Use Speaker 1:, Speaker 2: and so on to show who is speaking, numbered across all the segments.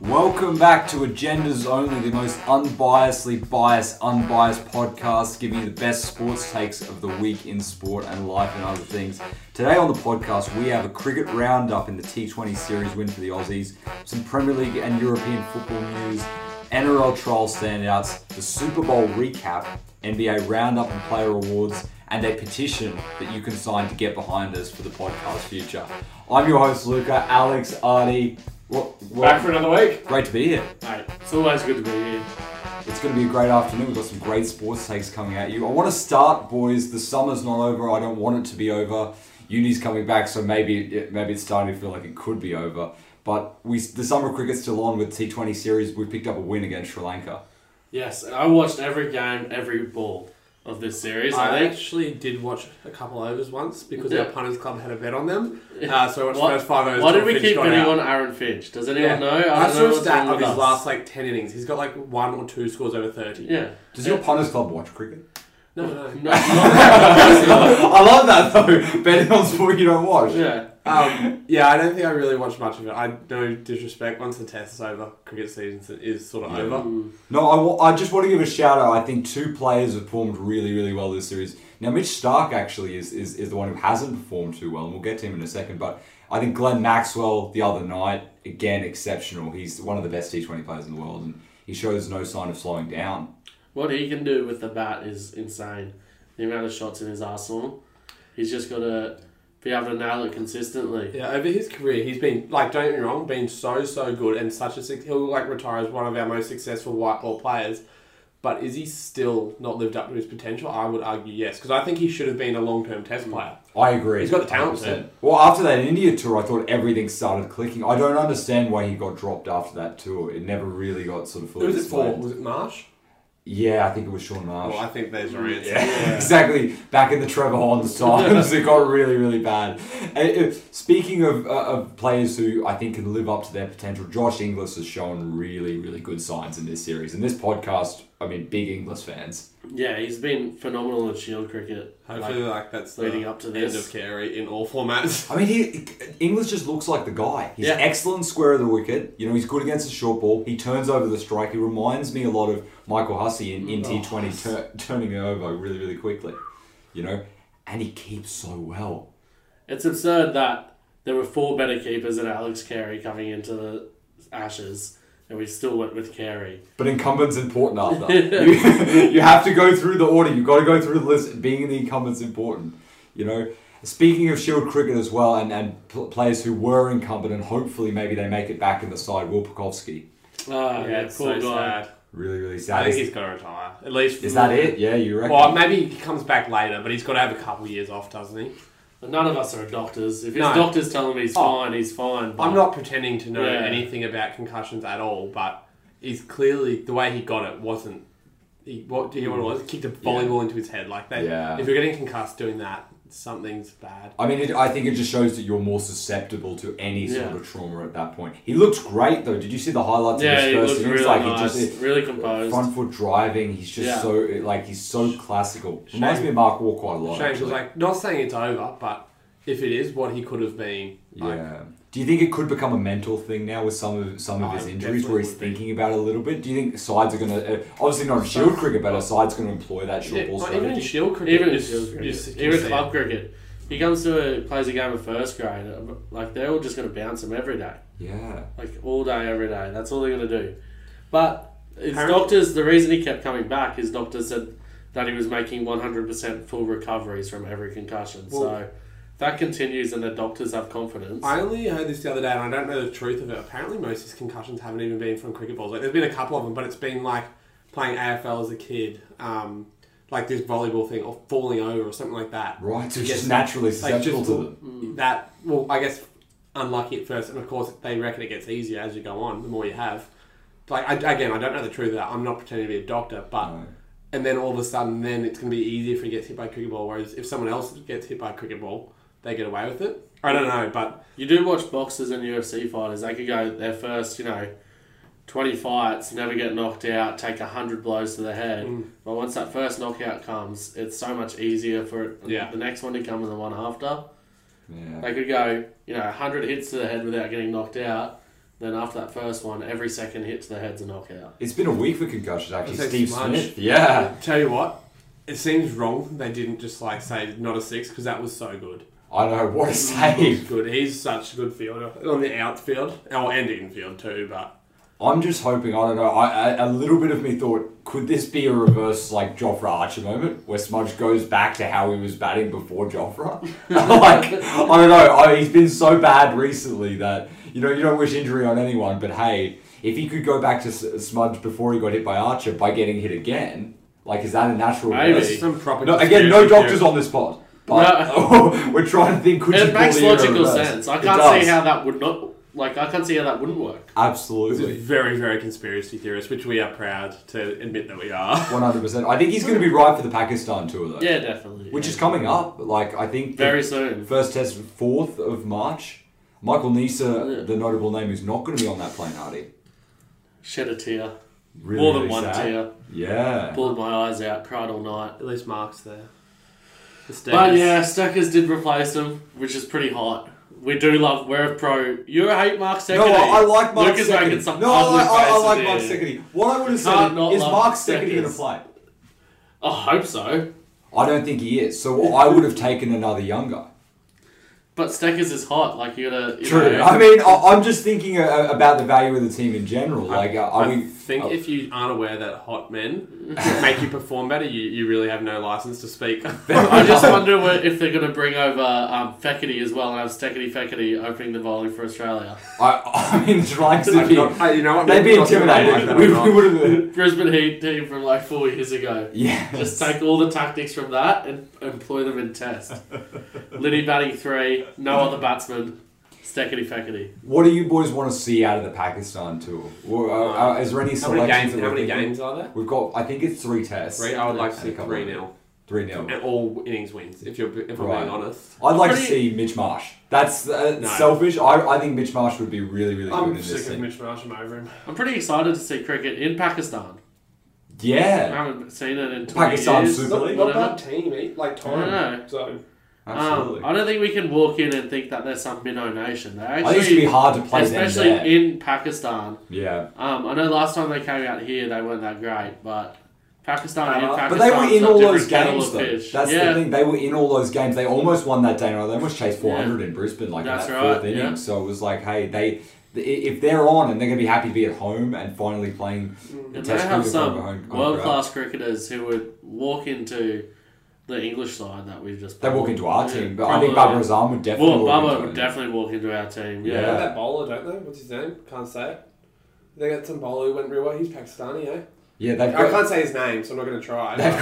Speaker 1: Welcome back to Agendas Only, the most unbiasedly biased, unbiased podcast, giving you the best sports takes of the week in sport and life and other things. Today on the podcast, we have a cricket roundup in the T20 series win for the Aussies, some Premier League and European football news, NRL trial standouts, the Super Bowl recap, NBA roundup and player awards, and a petition that you can sign to get behind us for the podcast future. I'm your host, Luca, Alex, Artie. What, what-
Speaker 2: Back for another week.
Speaker 1: Great to be here.
Speaker 2: Mate, it's always good to be here.
Speaker 1: It's going to be a great afternoon. We've got some great sports takes coming at you. I want to start, boys. The summer's not over. I don't want it to be over. Uni's coming back, so maybe it, maybe it's starting to feel like it could be over. But we the summer cricket's still on with T20 series. We picked up a win against Sri Lanka.
Speaker 2: Yes, and I watched every game, every ball of this series.
Speaker 3: I
Speaker 2: I think.
Speaker 3: actually did watch a couple overs once because
Speaker 2: Yeah.
Speaker 3: our punters club had a bet on them. Uh, so I watched
Speaker 2: What-
Speaker 3: the first five overs.
Speaker 2: Why did
Speaker 3: till
Speaker 2: we
Speaker 3: Finch
Speaker 2: keep
Speaker 3: got
Speaker 2: betting
Speaker 3: out.
Speaker 2: on Aaron Finch? Does anyone
Speaker 3: Yeah.
Speaker 2: know? I, don't
Speaker 3: I
Speaker 2: know
Speaker 3: saw a
Speaker 2: what's
Speaker 3: stat
Speaker 2: wrong
Speaker 3: of
Speaker 2: with
Speaker 3: his
Speaker 2: us.
Speaker 3: last like ten innings. He's got like one or two scores over thirty.
Speaker 2: Yeah.
Speaker 1: Does your punters club watch cricket?
Speaker 3: No, no.
Speaker 2: No, not-
Speaker 1: I love that though. Betting on sport you don't watch.
Speaker 2: yeah.
Speaker 3: Um, yeah, I don't think I really watched much of it. I no disrespect. Once the test is over, cricket season is sort of
Speaker 1: Yeah.
Speaker 3: over.
Speaker 1: No, I wa- I just want to give a shout out. I think two players have performed really, really well this series. Now, Mitch Stark actually is, is, is the one who hasn't performed too well, and we'll get to him in a second. But I think Glenn Maxwell the other night, again, exceptional. He's one of the best T20 players in the world, and he shows no sign of slowing down.
Speaker 2: What he can do with the bat is insane. The amount of shots in his arsenal. He's just got to be able to nail it consistently.
Speaker 3: Yeah, over his career, he's been like, don't get me wrong, been so so good and such a suc- he'll like retire as one of our most successful white ball players. But is he still not lived up to his potential? I would argue yes, because I think he should have been a long term test player.
Speaker 1: I agree.
Speaker 3: He's got the talent,
Speaker 1: 100%.
Speaker 3: man.
Speaker 1: Well, after that India tour, I thought everything started clicking. I don't understand why he got dropped after that tour. It never really got sort of
Speaker 3: Who
Speaker 1: fully
Speaker 3: was it for?
Speaker 1: explained.
Speaker 3: Was it Marsh?
Speaker 1: Yeah, I think it was Sean Marsh.
Speaker 3: Well, I think there's your answer.
Speaker 1: Yeah, exactly. Back in the Trevor Horns times, it got really, really bad. And if- speaking of, uh, of players who I think can live up to their potential, Josh Inglis has shown really, really good signs in this series. And this podcast, I mean, big Inglis fans.
Speaker 2: Yeah, he's been phenomenal at Shield cricket.
Speaker 3: Hopefully, like, that's the
Speaker 2: leading up to
Speaker 3: end
Speaker 2: this.
Speaker 3: of Carey in all formats.
Speaker 1: I mean, he Inglis just looks like the guy. He's
Speaker 2: Yeah.
Speaker 1: excellent square of the wicket. You know, he's good against the short ball. He turns over the strike. He reminds me a lot of Michael Hussey in, in T20, tur- turning it over really, really quickly. You know, and he keeps so well.
Speaker 2: It's absurd that there were four better keepers than Alex Carey coming into the Ashes, and we still went with Carey.
Speaker 1: But incumbents important, Arthur. you, you have to go through the order. You've got to go through the list. Being in the incumbents important. You know. Speaking of Shield cricket as well, and, and pl- players who were incumbent, and hopefully maybe they make it back in the side. Will Pekowski.
Speaker 2: Ah, yeah,
Speaker 3: it's
Speaker 2: poor
Speaker 3: so
Speaker 2: guy.
Speaker 3: sad.
Speaker 1: Really, really
Speaker 3: I
Speaker 1: sad.
Speaker 3: think
Speaker 1: Is,
Speaker 3: he's got to retire. At least.
Speaker 1: is that it? Yeah, you reckon?
Speaker 3: Well, maybe he comes back later, but he's got to have a couple years off, doesn't he?
Speaker 2: But none of us are doctors. If his
Speaker 3: No.
Speaker 2: doctors tell him he's
Speaker 3: Oh.
Speaker 2: fine, he's fine. but-
Speaker 3: I'm not pretending to know
Speaker 2: Yeah.
Speaker 3: anything about concussions at all, but he's clearly the way he got it wasn't. He, what do you know what it was? He kicked a volleyball into his head like that.
Speaker 1: Yeah.
Speaker 3: If you're getting concussed doing that, something's bad.
Speaker 1: I mean, it, I think it just shows that you're more susceptible to any sort
Speaker 2: Yeah.
Speaker 1: of trauma at that point. He looked great though. Did you see the highlights
Speaker 2: Yeah,
Speaker 1: of his
Speaker 2: he
Speaker 1: first
Speaker 2: looked
Speaker 1: innings?
Speaker 2: really
Speaker 1: like it
Speaker 2: nice,
Speaker 1: just it-
Speaker 2: really composed.
Speaker 1: front foot driving. He's just
Speaker 2: Yeah.
Speaker 1: so like he's so classical. Reminds
Speaker 3: Shame.
Speaker 1: me of Mark War quite a lot.
Speaker 3: Shane was
Speaker 1: actually.
Speaker 3: like, not saying it's over, but if it is, what he could have been. Like,
Speaker 1: Yeah. Do you think it could become a mental thing now with some of some of
Speaker 3: Oh,
Speaker 1: his
Speaker 3: it
Speaker 1: injuries, where he's
Speaker 3: definitely would be.
Speaker 1: thinking about it a little bit? Do you think sides are gonna uh, obviously not in shield cricket, but a side's gonna employ that short
Speaker 3: Yeah,
Speaker 1: ball
Speaker 3: well, even in
Speaker 1: strategy?
Speaker 3: shield cricket,
Speaker 2: even
Speaker 3: you s-
Speaker 2: even,
Speaker 3: you s- can
Speaker 2: even
Speaker 3: see
Speaker 2: club
Speaker 3: it.
Speaker 2: cricket. He comes to a, plays a game of first grade. uh, Like they're all just going to bounce him every day,
Speaker 1: Yeah.
Speaker 2: like all day, every day. That's all they're going to do. But his
Speaker 3: Apparently-
Speaker 2: doctors, the reason he kept coming back, his doctors said that he was making 100% full recoveries from every concussion. so
Speaker 3: Well-
Speaker 2: that continues, and the doctors have confidence.
Speaker 3: I only heard this the other day, and I don't know the truth of it. Apparently, most of his concussions haven't even been from cricket balls. Like, there's been a couple of them, but it's been like playing AFL as a kid, um, like this volleyball thing, or falling over, or something like that.
Speaker 1: Right. So he's
Speaker 3: Yes.
Speaker 1: just naturally
Speaker 3: Like
Speaker 1: susceptible
Speaker 3: just mm,
Speaker 1: to them.
Speaker 3: that. Well, I guess unlucky at first, and of course they reckon it gets easier as you go on. The more you have, like I, again, I don't know the truth of that. I'm not pretending to be a doctor, but
Speaker 1: No.
Speaker 3: and then all of a sudden, then it's going to be easier if he gets hit by a cricket ball. Whereas if someone else gets hit by a cricket ball, they get away with it. I don't know, but
Speaker 2: You do watch boxers and UFC fighters. They could go their first, you know, twenty fights, never get knocked out, take hundred blows to the head.
Speaker 3: Mm.
Speaker 2: But once that first knockout comes, it's so much easier for
Speaker 3: Yeah.
Speaker 2: the next one to come and the one after.
Speaker 1: Yeah.
Speaker 2: They could go, you know, hundred hits to the head without getting knocked out. Then after that first one, every second hit to the head's a knockout.
Speaker 1: It's been a week for concussions, actually.
Speaker 3: Let's say
Speaker 1: Steve
Speaker 3: smudge.
Speaker 1: Smith. Yeah.
Speaker 3: Tell you what, it seems wrong they didn't just like say not a six because that was so good.
Speaker 1: I know. What a
Speaker 3: He's
Speaker 1: save.
Speaker 3: good. He's such a good fielder on the outfield. Oh, and infield too. But
Speaker 1: I'm just hoping, I don't know, I, I, a little bit of me thought, could this be a reverse, like, Jofra Archer moment where Smudge goes back to how he was batting before Jofra? like, I don't know. I, he's been so bad recently that, you know, you don't wish injury on anyone, but hey, if he could go back to S- Smudge before he got hit by Archer by getting hit again, like, is that a natural
Speaker 2: Maybe.
Speaker 1: reverse?
Speaker 3: some proper
Speaker 1: No, again, no
Speaker 3: conspiracy
Speaker 1: doctors
Speaker 3: theory.
Speaker 1: on this pod. But we're trying to think. Could you
Speaker 2: It
Speaker 1: call
Speaker 2: makes
Speaker 1: the era
Speaker 2: logical
Speaker 1: reversed?
Speaker 2: sense. I
Speaker 1: It
Speaker 2: can't see
Speaker 1: does.
Speaker 2: how that would not. Like, I can't see how that wouldn't work.
Speaker 3: This is
Speaker 1: Absolutely,
Speaker 3: very, very conspiracy theorist, which we are proud to admit that we are.
Speaker 1: one hundred percent. I think he's going to be right for the Pakistan tour though,
Speaker 2: Yeah, definitely.
Speaker 1: which is coming up. Like I think the
Speaker 2: very soon.
Speaker 1: first test fourth of March. Michael Nisa,
Speaker 2: Yeah.
Speaker 1: the notable name, is not going to be on that plane, Artie.
Speaker 2: Shed a tear.
Speaker 1: Really,
Speaker 2: More than
Speaker 1: really
Speaker 2: one
Speaker 1: sad.
Speaker 2: tear.
Speaker 1: Yeah.
Speaker 2: Pulled my eyes out, cried all night.
Speaker 3: At least Mark's there. The
Speaker 2: But
Speaker 3: Stegs.
Speaker 2: yeah, Stackers did replace him, which is pretty hot. We do love. We're a pro. You hate Mark Secchi.
Speaker 1: No, I, I like Mark
Speaker 2: Lucas making
Speaker 1: Secchi.
Speaker 2: some
Speaker 1: No, I,
Speaker 2: ugly
Speaker 1: like- I, I
Speaker 2: faces
Speaker 1: like Mark
Speaker 2: there.
Speaker 1: Secchi. What I would have said
Speaker 2: can't not
Speaker 1: is
Speaker 2: love
Speaker 1: Mark Secchi going to
Speaker 2: Seckers.
Speaker 1: play.
Speaker 2: I hope so.
Speaker 1: I don't think he is. So I would have taken another young guy.
Speaker 2: But Stackers is hot. Like you gotta. You
Speaker 1: True.
Speaker 2: know,
Speaker 1: I mean, I, I'm just thinking uh, about the value of the team in general. Like, uh, are
Speaker 3: I
Speaker 1: we?
Speaker 3: think
Speaker 1: oh.
Speaker 3: if you aren't aware that hot men make you perform better, you, you really have no license to speak.
Speaker 2: I just wonder where, if they're gonna bring over um, Feckerty as well and have Stackety Feckerty opening the bowling for Australia.
Speaker 1: I, I mean, the likes of
Speaker 3: I've
Speaker 1: him,
Speaker 3: not- I- you know what?
Speaker 1: they'd be
Speaker 3: Not gonna like
Speaker 1: intimidated.
Speaker 3: that
Speaker 1: We,
Speaker 3: at all.
Speaker 1: would have.
Speaker 2: Brisbane Heat team from like four years ago.
Speaker 1: Yeah.
Speaker 2: Just take all the tactics from that and employ them in test. Liddy batting three, no other batsman. Stackety Feckerty.
Speaker 1: What do you boys want to see out of the Pakistan tour? Or, uh, uh, is there any
Speaker 3: How many
Speaker 1: selections?
Speaker 3: games?
Speaker 1: that
Speaker 3: How
Speaker 1: we're
Speaker 3: many
Speaker 1: thinking?
Speaker 3: games are there?
Speaker 1: We've got. I think it's three tests.
Speaker 3: Three. I would like to
Speaker 1: And a
Speaker 3: see
Speaker 1: couple
Speaker 3: three
Speaker 1: of-
Speaker 3: nil,
Speaker 1: Three nil.
Speaker 3: and all innings wins. If you're, if I'm
Speaker 1: Right.
Speaker 3: being honest,
Speaker 1: I'd like to
Speaker 2: Pretty-
Speaker 1: see Mitch Marsh. That's uh,
Speaker 3: No.
Speaker 1: selfish. I, I think Mitch Marsh would be really, really good in
Speaker 4: I'm
Speaker 1: this
Speaker 4: sick of
Speaker 1: thing.
Speaker 4: Mitch Marsh. I'm over him.
Speaker 2: I'm pretty excited to see cricket in Pakistan. I
Speaker 1: Yeah.
Speaker 2: haven't seen it in 20
Speaker 1: Pakistan
Speaker 2: years.
Speaker 1: Super
Speaker 4: Not,
Speaker 1: League.
Speaker 4: not
Speaker 2: Whatever.
Speaker 4: bad team, eh? like
Speaker 2: I don't
Speaker 4: time.
Speaker 2: know.
Speaker 4: So
Speaker 1: Absolutely.
Speaker 2: Um, I don't think we can walk in and think that there's some minnow nation. They
Speaker 1: I think it should be
Speaker 2: actually,
Speaker 1: hard to play them
Speaker 2: especially
Speaker 1: there.
Speaker 2: in Pakistan.
Speaker 1: yeah.
Speaker 2: Um, I know last time they came out here, they weren't that great, but Pakistan in
Speaker 3: Uh,
Speaker 2: Pakistan.
Speaker 1: But they were in all those games, though.
Speaker 2: Fish.
Speaker 1: That's
Speaker 2: yeah,
Speaker 1: the thing. They were in all those games. They almost won that day, and they almost chased 400 in Brisbane, like
Speaker 2: That's
Speaker 1: in that
Speaker 2: right,
Speaker 1: fourth inning.
Speaker 2: yeah.
Speaker 1: So it was like, hey, they i- if they're on and they're going to be happy to be at home and finally playing a
Speaker 2: And Mm. they
Speaker 1: test
Speaker 2: have
Speaker 1: cricket over home-
Speaker 2: some
Speaker 1: home
Speaker 2: world
Speaker 1: crowd.
Speaker 2: class cricketers who would walk into the English side that we've just.
Speaker 1: They walk into our
Speaker 2: Yeah,
Speaker 1: team, but I think Barbara
Speaker 2: probably.
Speaker 1: Azam would definitely.
Speaker 2: Well,
Speaker 1: walk
Speaker 2: Baba
Speaker 1: into
Speaker 2: would
Speaker 1: it.
Speaker 2: definitely walk into our team.
Speaker 4: they
Speaker 1: Yeah.
Speaker 2: Yeah.
Speaker 4: got that bowler, don't they? What's his name? Can't say it. They got some bowler who went real well. He's Pakistani, eh?
Speaker 1: Yeah, they've
Speaker 4: I
Speaker 1: got,
Speaker 4: can't say his name, so I'm not going to try.
Speaker 1: they've,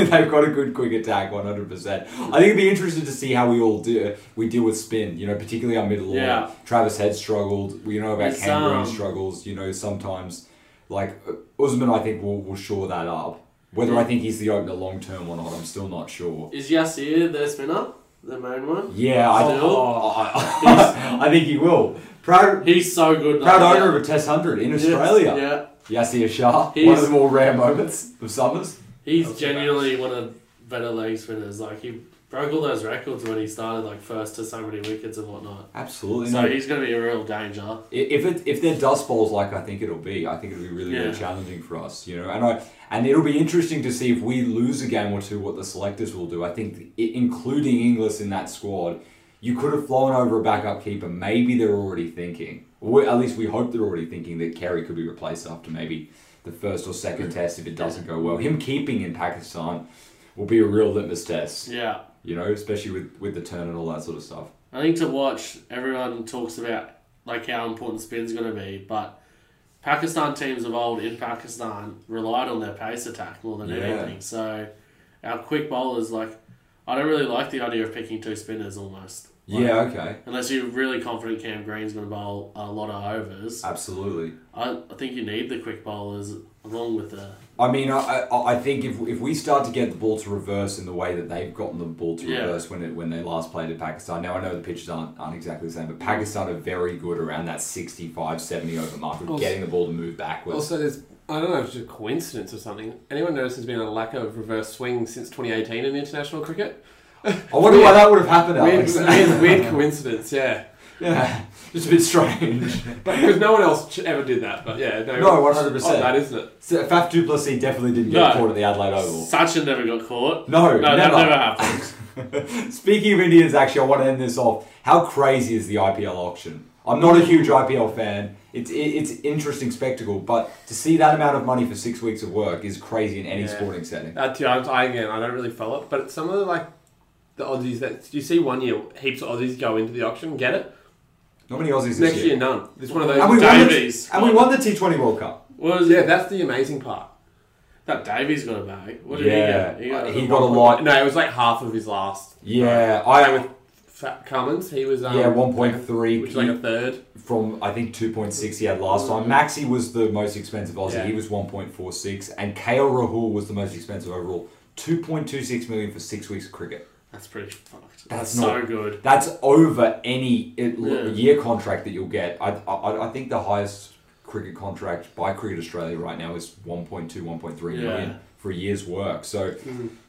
Speaker 1: got, they've got a good quick attack, 100%. I think it'd be interesting to see how we all do we deal with spin, you know, particularly our middle order.
Speaker 2: Yeah.
Speaker 1: Travis Head struggled. We know about
Speaker 2: It's,
Speaker 1: Cameron
Speaker 2: um,
Speaker 1: struggles. You know, sometimes like uh, Usman, I think will will shore that up. Whether I think he's the opener long term or not, I'm still not sure.
Speaker 2: Is Yasir their spinner, the main one?
Speaker 1: Yeah, I,
Speaker 2: Still?
Speaker 1: I, I, I think he will. Proud,
Speaker 2: He's so good.
Speaker 1: proud
Speaker 2: though.
Speaker 1: owner of a Test hundred in
Speaker 2: Yeah.
Speaker 1: Australia.
Speaker 2: Yeah,
Speaker 1: Yasir Shah, one
Speaker 2: He's-
Speaker 1: of the more rare moments of summers.
Speaker 2: he's
Speaker 4: That's
Speaker 2: genuinely one of the better leg spinners. Like he broke all those records when he started, like first to so many wickets and whatnot.
Speaker 1: Absolutely.
Speaker 2: So
Speaker 1: no.
Speaker 2: he's going to be a real danger.
Speaker 1: I- If it if they're dust bowls like I think it'll be, I think it'll be really really
Speaker 2: Yeah.
Speaker 1: challenging for us, you know. And I and it'll be interesting to see if we lose a game or two, what the selectors will do. I think i including Inglis in that squad, you could have flown over a backup keeper. Maybe they're already thinking, or at least we hope they're already thinking that Kerry could be replaced after maybe the first or second test if it doesn't go well. Him keeping in Pakistan will be a real litmus test,
Speaker 2: Yeah.
Speaker 1: you know, especially with with the turn and all that sort of stuff.
Speaker 2: I think to watch, everyone talks about like how important spin's going to be, but Pakistan teams of old in Pakistan relied on their pace attack more than
Speaker 1: Yeah.
Speaker 2: anything. So our quick bowlers, like, I don't really like the idea of picking two spinners almost. Like,
Speaker 1: Yeah, okay,
Speaker 2: Unless you're really confident Cam Green's going to bowl a lot of overs,
Speaker 1: absolutely.
Speaker 2: I, I think you need the quick bowlers along with the
Speaker 1: I mean, I, I, I think if, if we start to get the ball to reverse in the way that they've gotten the ball to
Speaker 2: Yeah.
Speaker 1: reverse when it, when they last played at Pakistan, now I know the pitches aren't, aren't exactly the same, but Pakistan are very good around that 65, 70 over mark of
Speaker 3: Also-
Speaker 1: getting the ball to move backwards.
Speaker 3: Also, there's I don't know if it's a coincidence or something. Anyone notice there's been a lack of reverse swing since 2018 in international cricket?
Speaker 1: I wonder why that would have happened,
Speaker 3: Weird,
Speaker 1: Alex.
Speaker 3: weird, weird coincidence, yeah.
Speaker 1: Yeah.
Speaker 3: Just a bit strange. Because no one else ch- ever did that. But yeah, no.
Speaker 1: No,
Speaker 3: it's
Speaker 1: 100%.
Speaker 3: on that, isn't it?
Speaker 1: So Faf du Plessis definitely didn't get
Speaker 2: No.
Speaker 1: caught at the Adelaide Oval.
Speaker 2: Sachin never got caught.
Speaker 1: Oh. No,
Speaker 2: No, that
Speaker 1: never.
Speaker 2: never happened.
Speaker 1: Speaking of Indians, actually, I want to end this off. How crazy is the IPL auction? I'm not a huge IPL fan. It's it, it's an interesting spectacle, but to see that amount of money for six weeks of work is crazy in any
Speaker 3: Yeah.
Speaker 1: sporting setting.
Speaker 3: Uh, to, I, I again, I don't really follow it, but some of the like the Aussies that you see one year, heaps of Aussies go into the auction, get it.
Speaker 1: Not many Aussies this
Speaker 3: Next
Speaker 1: year.
Speaker 3: year, none. It's one of those.
Speaker 1: And we won the,
Speaker 2: Davies.
Speaker 1: and we won the T20 World Cup.
Speaker 2: Was
Speaker 3: yeah, that's the amazing part.
Speaker 2: that Davies got a bag? What did
Speaker 1: Yeah,
Speaker 2: he get?
Speaker 1: he got a lot.
Speaker 3: No, it was like half of his last.
Speaker 1: Yeah,
Speaker 3: I
Speaker 1: I
Speaker 3: with Fat Cummins, he was um,
Speaker 1: yeah 1.3
Speaker 3: which is like a third.
Speaker 1: from I think 2.6 he had last time. Maxi was the most expensive Aussie.
Speaker 3: Yeah.
Speaker 1: He was 1.46, and KL Rahul was the most expensive overall. 2.26 million for six weeks of cricket.
Speaker 2: That's pretty fucked.
Speaker 1: That's
Speaker 2: That's,
Speaker 1: not-
Speaker 2: so good.
Speaker 1: That's over any it-
Speaker 2: Yeah.
Speaker 1: year contract that you'll get. I, I I think the highest cricket contract by Cricket Australia right now is 1.2, 1.3 million
Speaker 2: Yeah.
Speaker 1: for a year's work. So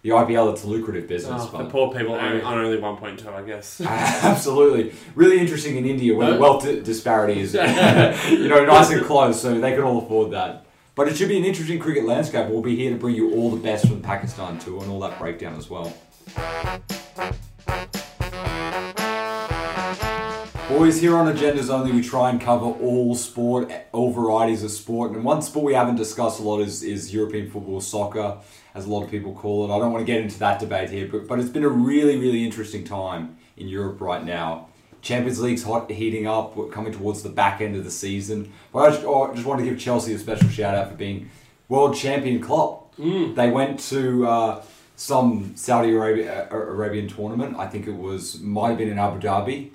Speaker 1: the IPL, it's a lucrative business.
Speaker 3: Oh, the
Speaker 1: but
Speaker 3: poor people on,
Speaker 2: Yeah.
Speaker 3: on only one point two, I guess.
Speaker 1: Ah. Absolutely. Really interesting in India where the
Speaker 2: No.
Speaker 1: wealth di- disparity is, you know, nice and close, so they can all afford that. But it should be an interesting cricket landscape. We'll be here to bring you all the best from the Pakistan tour and all that breakdown as well. Boys, here on Agendas Only, we try and cover all sport, all varieties of sport. And one sport we haven't discussed a lot is, is European football, soccer, as a lot of people call it. I don't want to get into that debate here, but, but it's been a really, really interesting time in Europe right now. Champions League's hot, heating up, we're coming towards the back end of the season. But I just, oh, I just want to give Chelsea a special shout out for being world champion club. They went to uh, some Saudi Arabia, uh, Arabian tournament. I think it was might have been in Abu Dhabi.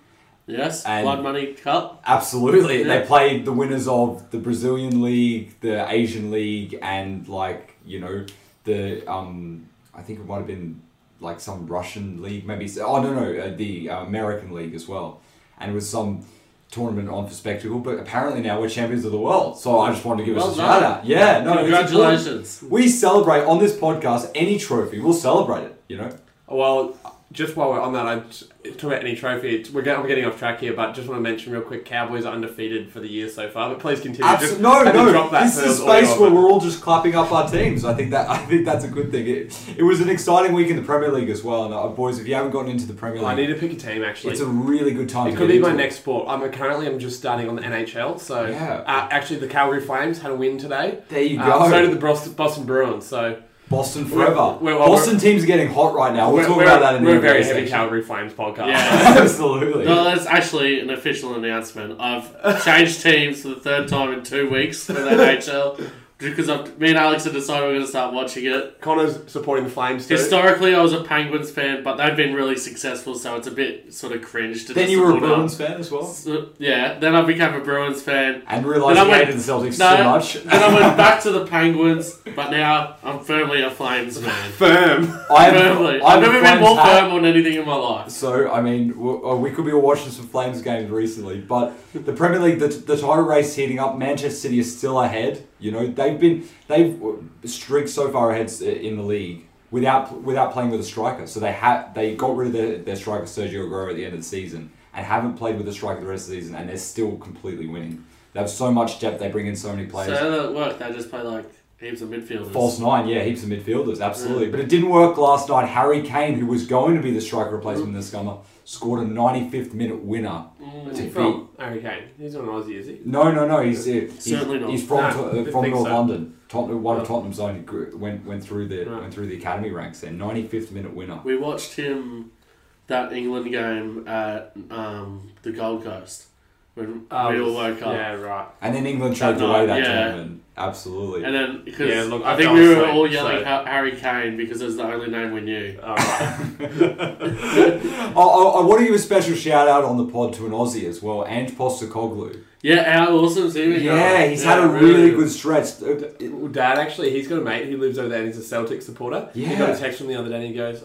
Speaker 2: Yes,
Speaker 1: And-
Speaker 2: blood money cup.
Speaker 1: Absolutely.
Speaker 2: Yeah.
Speaker 1: They played the winners of the Brazilian league, the Asian league, and like you know the um I think it might have been like some Russian league, maybe. Oh no no, uh, the uh, American league as well, and it was some tournament on for spectacle. But apparently now we're champions of the world. So I just wanted to give
Speaker 2: Well
Speaker 1: us a
Speaker 2: done.
Speaker 1: shout out. Yeah, no, it's important.
Speaker 2: Congratulations.
Speaker 1: We celebrate on this podcast any trophy. We'll celebrate it. You know.
Speaker 3: Well, just while we're on that, I just- talk about any trophy. It's, we're getting, I'm getting off track here, but just want to mention real quick: Cowboys are undefeated for the year so far. But please continue.
Speaker 1: Absolutely.
Speaker 3: Just
Speaker 1: No,
Speaker 3: had to
Speaker 1: no.
Speaker 3: drop that
Speaker 1: This
Speaker 3: so it
Speaker 1: is a
Speaker 3: was audio
Speaker 1: space
Speaker 3: of
Speaker 1: where
Speaker 3: it.
Speaker 1: we're all just clapping up our teams. I think that I think that's a good thing. It, it was an exciting week in the Premier League as well. And uh, boys, if you haven't gotten into the Premier
Speaker 3: I need
Speaker 1: League,
Speaker 3: to pick a team actually.
Speaker 1: it's a really good time.
Speaker 3: it
Speaker 1: to
Speaker 3: could
Speaker 1: get
Speaker 3: be my
Speaker 1: into it.
Speaker 3: next sport. I'm currently I'm just starting on the NHL. So
Speaker 1: Yeah.
Speaker 3: uh, actually, the Calgary Flames had a win today.
Speaker 1: There you
Speaker 3: Uh,
Speaker 1: go.
Speaker 3: so did the Boston, Boston Bruins. So
Speaker 1: Boston
Speaker 3: We're-
Speaker 1: forever.
Speaker 3: we're- well,
Speaker 1: Boston teams are getting hot right now. We'll
Speaker 3: we're,
Speaker 1: talk
Speaker 3: we're-
Speaker 1: about that in the
Speaker 3: we're a
Speaker 1: NBA
Speaker 3: very heavy
Speaker 1: section.
Speaker 3: Calgary Flames podcast.
Speaker 2: Yeah.
Speaker 1: Absolutely.
Speaker 2: No, that's actually an official announcement. I've changed teams for the third time in two weeks for the NHL because I've, me and Alex have decided we're going to start watching it.
Speaker 3: Connor's supporting the Flames too.
Speaker 2: Historically, I was a Penguins fan, but they've been really successful, so it's a bit sort of cringe to
Speaker 1: Then
Speaker 2: just
Speaker 1: you were a
Speaker 2: support them.
Speaker 1: Bruins fan as well,
Speaker 2: So, yeah, then I became a Bruins fan.
Speaker 1: and realised
Speaker 2: Then I
Speaker 1: you
Speaker 2: went-
Speaker 1: hated the Celtics
Speaker 2: No,
Speaker 1: so much.
Speaker 2: Then I went back to the Penguins, but now I'm firmly a Flames man.
Speaker 3: firm.
Speaker 1: I have, I
Speaker 2: Firmly.
Speaker 1: have
Speaker 2: I've
Speaker 1: a
Speaker 2: never been
Speaker 1: Flames
Speaker 2: more
Speaker 1: hat.
Speaker 2: firm on anything in my life.
Speaker 1: So I mean, w- uh, we could be all watching some Flames games recently, but the Premier League, the, the title race heating up. Manchester City is still ahead. You know, they've been they've uh, streaked so far ahead s- in the league without without playing with a striker. So they had they got rid of their, their striker Sergio Aguero at the end of the season and haven't played with a striker the rest of the season, and they're still completely winning. They have so much depth. They bring in so many
Speaker 2: So
Speaker 1: players.
Speaker 2: how does it work? They just play like heaps of midfielders.
Speaker 1: False nine, yeah, heaps of midfielders, absolutely. But it didn't work last night. Harry Kane, who was going to be the striker replacement this summer, scored a 95th minute winner.
Speaker 3: Where's
Speaker 2: Mm.
Speaker 3: he from? Harry Kane. He's not an Aussie, is he?
Speaker 1: No, no, no. He's uh, he's,
Speaker 2: Certainly not.
Speaker 1: he's from
Speaker 3: No,
Speaker 1: Tot- uh,
Speaker 3: didn't
Speaker 1: from
Speaker 3: think
Speaker 1: North
Speaker 3: so.
Speaker 1: London. Tottenham, one of
Speaker 3: No.
Speaker 1: Tottenham's own gr- went went through the
Speaker 3: Right.
Speaker 1: went through the academy ranks. There, ninety fifth minute winner.
Speaker 2: We watched him that England game at um, the Gold Coast when we all woke up.
Speaker 3: Oh, Um, Yeah, right.
Speaker 1: And then England choked
Speaker 2: That night,
Speaker 1: away that
Speaker 2: yeah.
Speaker 1: tournament. Absolutely.
Speaker 2: And then, because
Speaker 3: Yeah, look,
Speaker 2: I
Speaker 3: I
Speaker 2: think
Speaker 3: fell
Speaker 2: we were
Speaker 3: asleep,
Speaker 2: all yelling
Speaker 3: so-
Speaker 2: Ha- Harry Kane because it was the only name we knew.
Speaker 3: All right.
Speaker 1: I, Oh, I, I want to give a special shout out on the pod to an Aussie as well, Ange Postacoglu.
Speaker 2: Yeah, how awesome is he?
Speaker 1: Yeah, he's had a really good stretch. Uh,
Speaker 3: Well, Dad actually, he's got a mate. He lives over there. and He's a Celtic supporter. He got
Speaker 1: Yeah.
Speaker 3: a text from the other day. and He goes,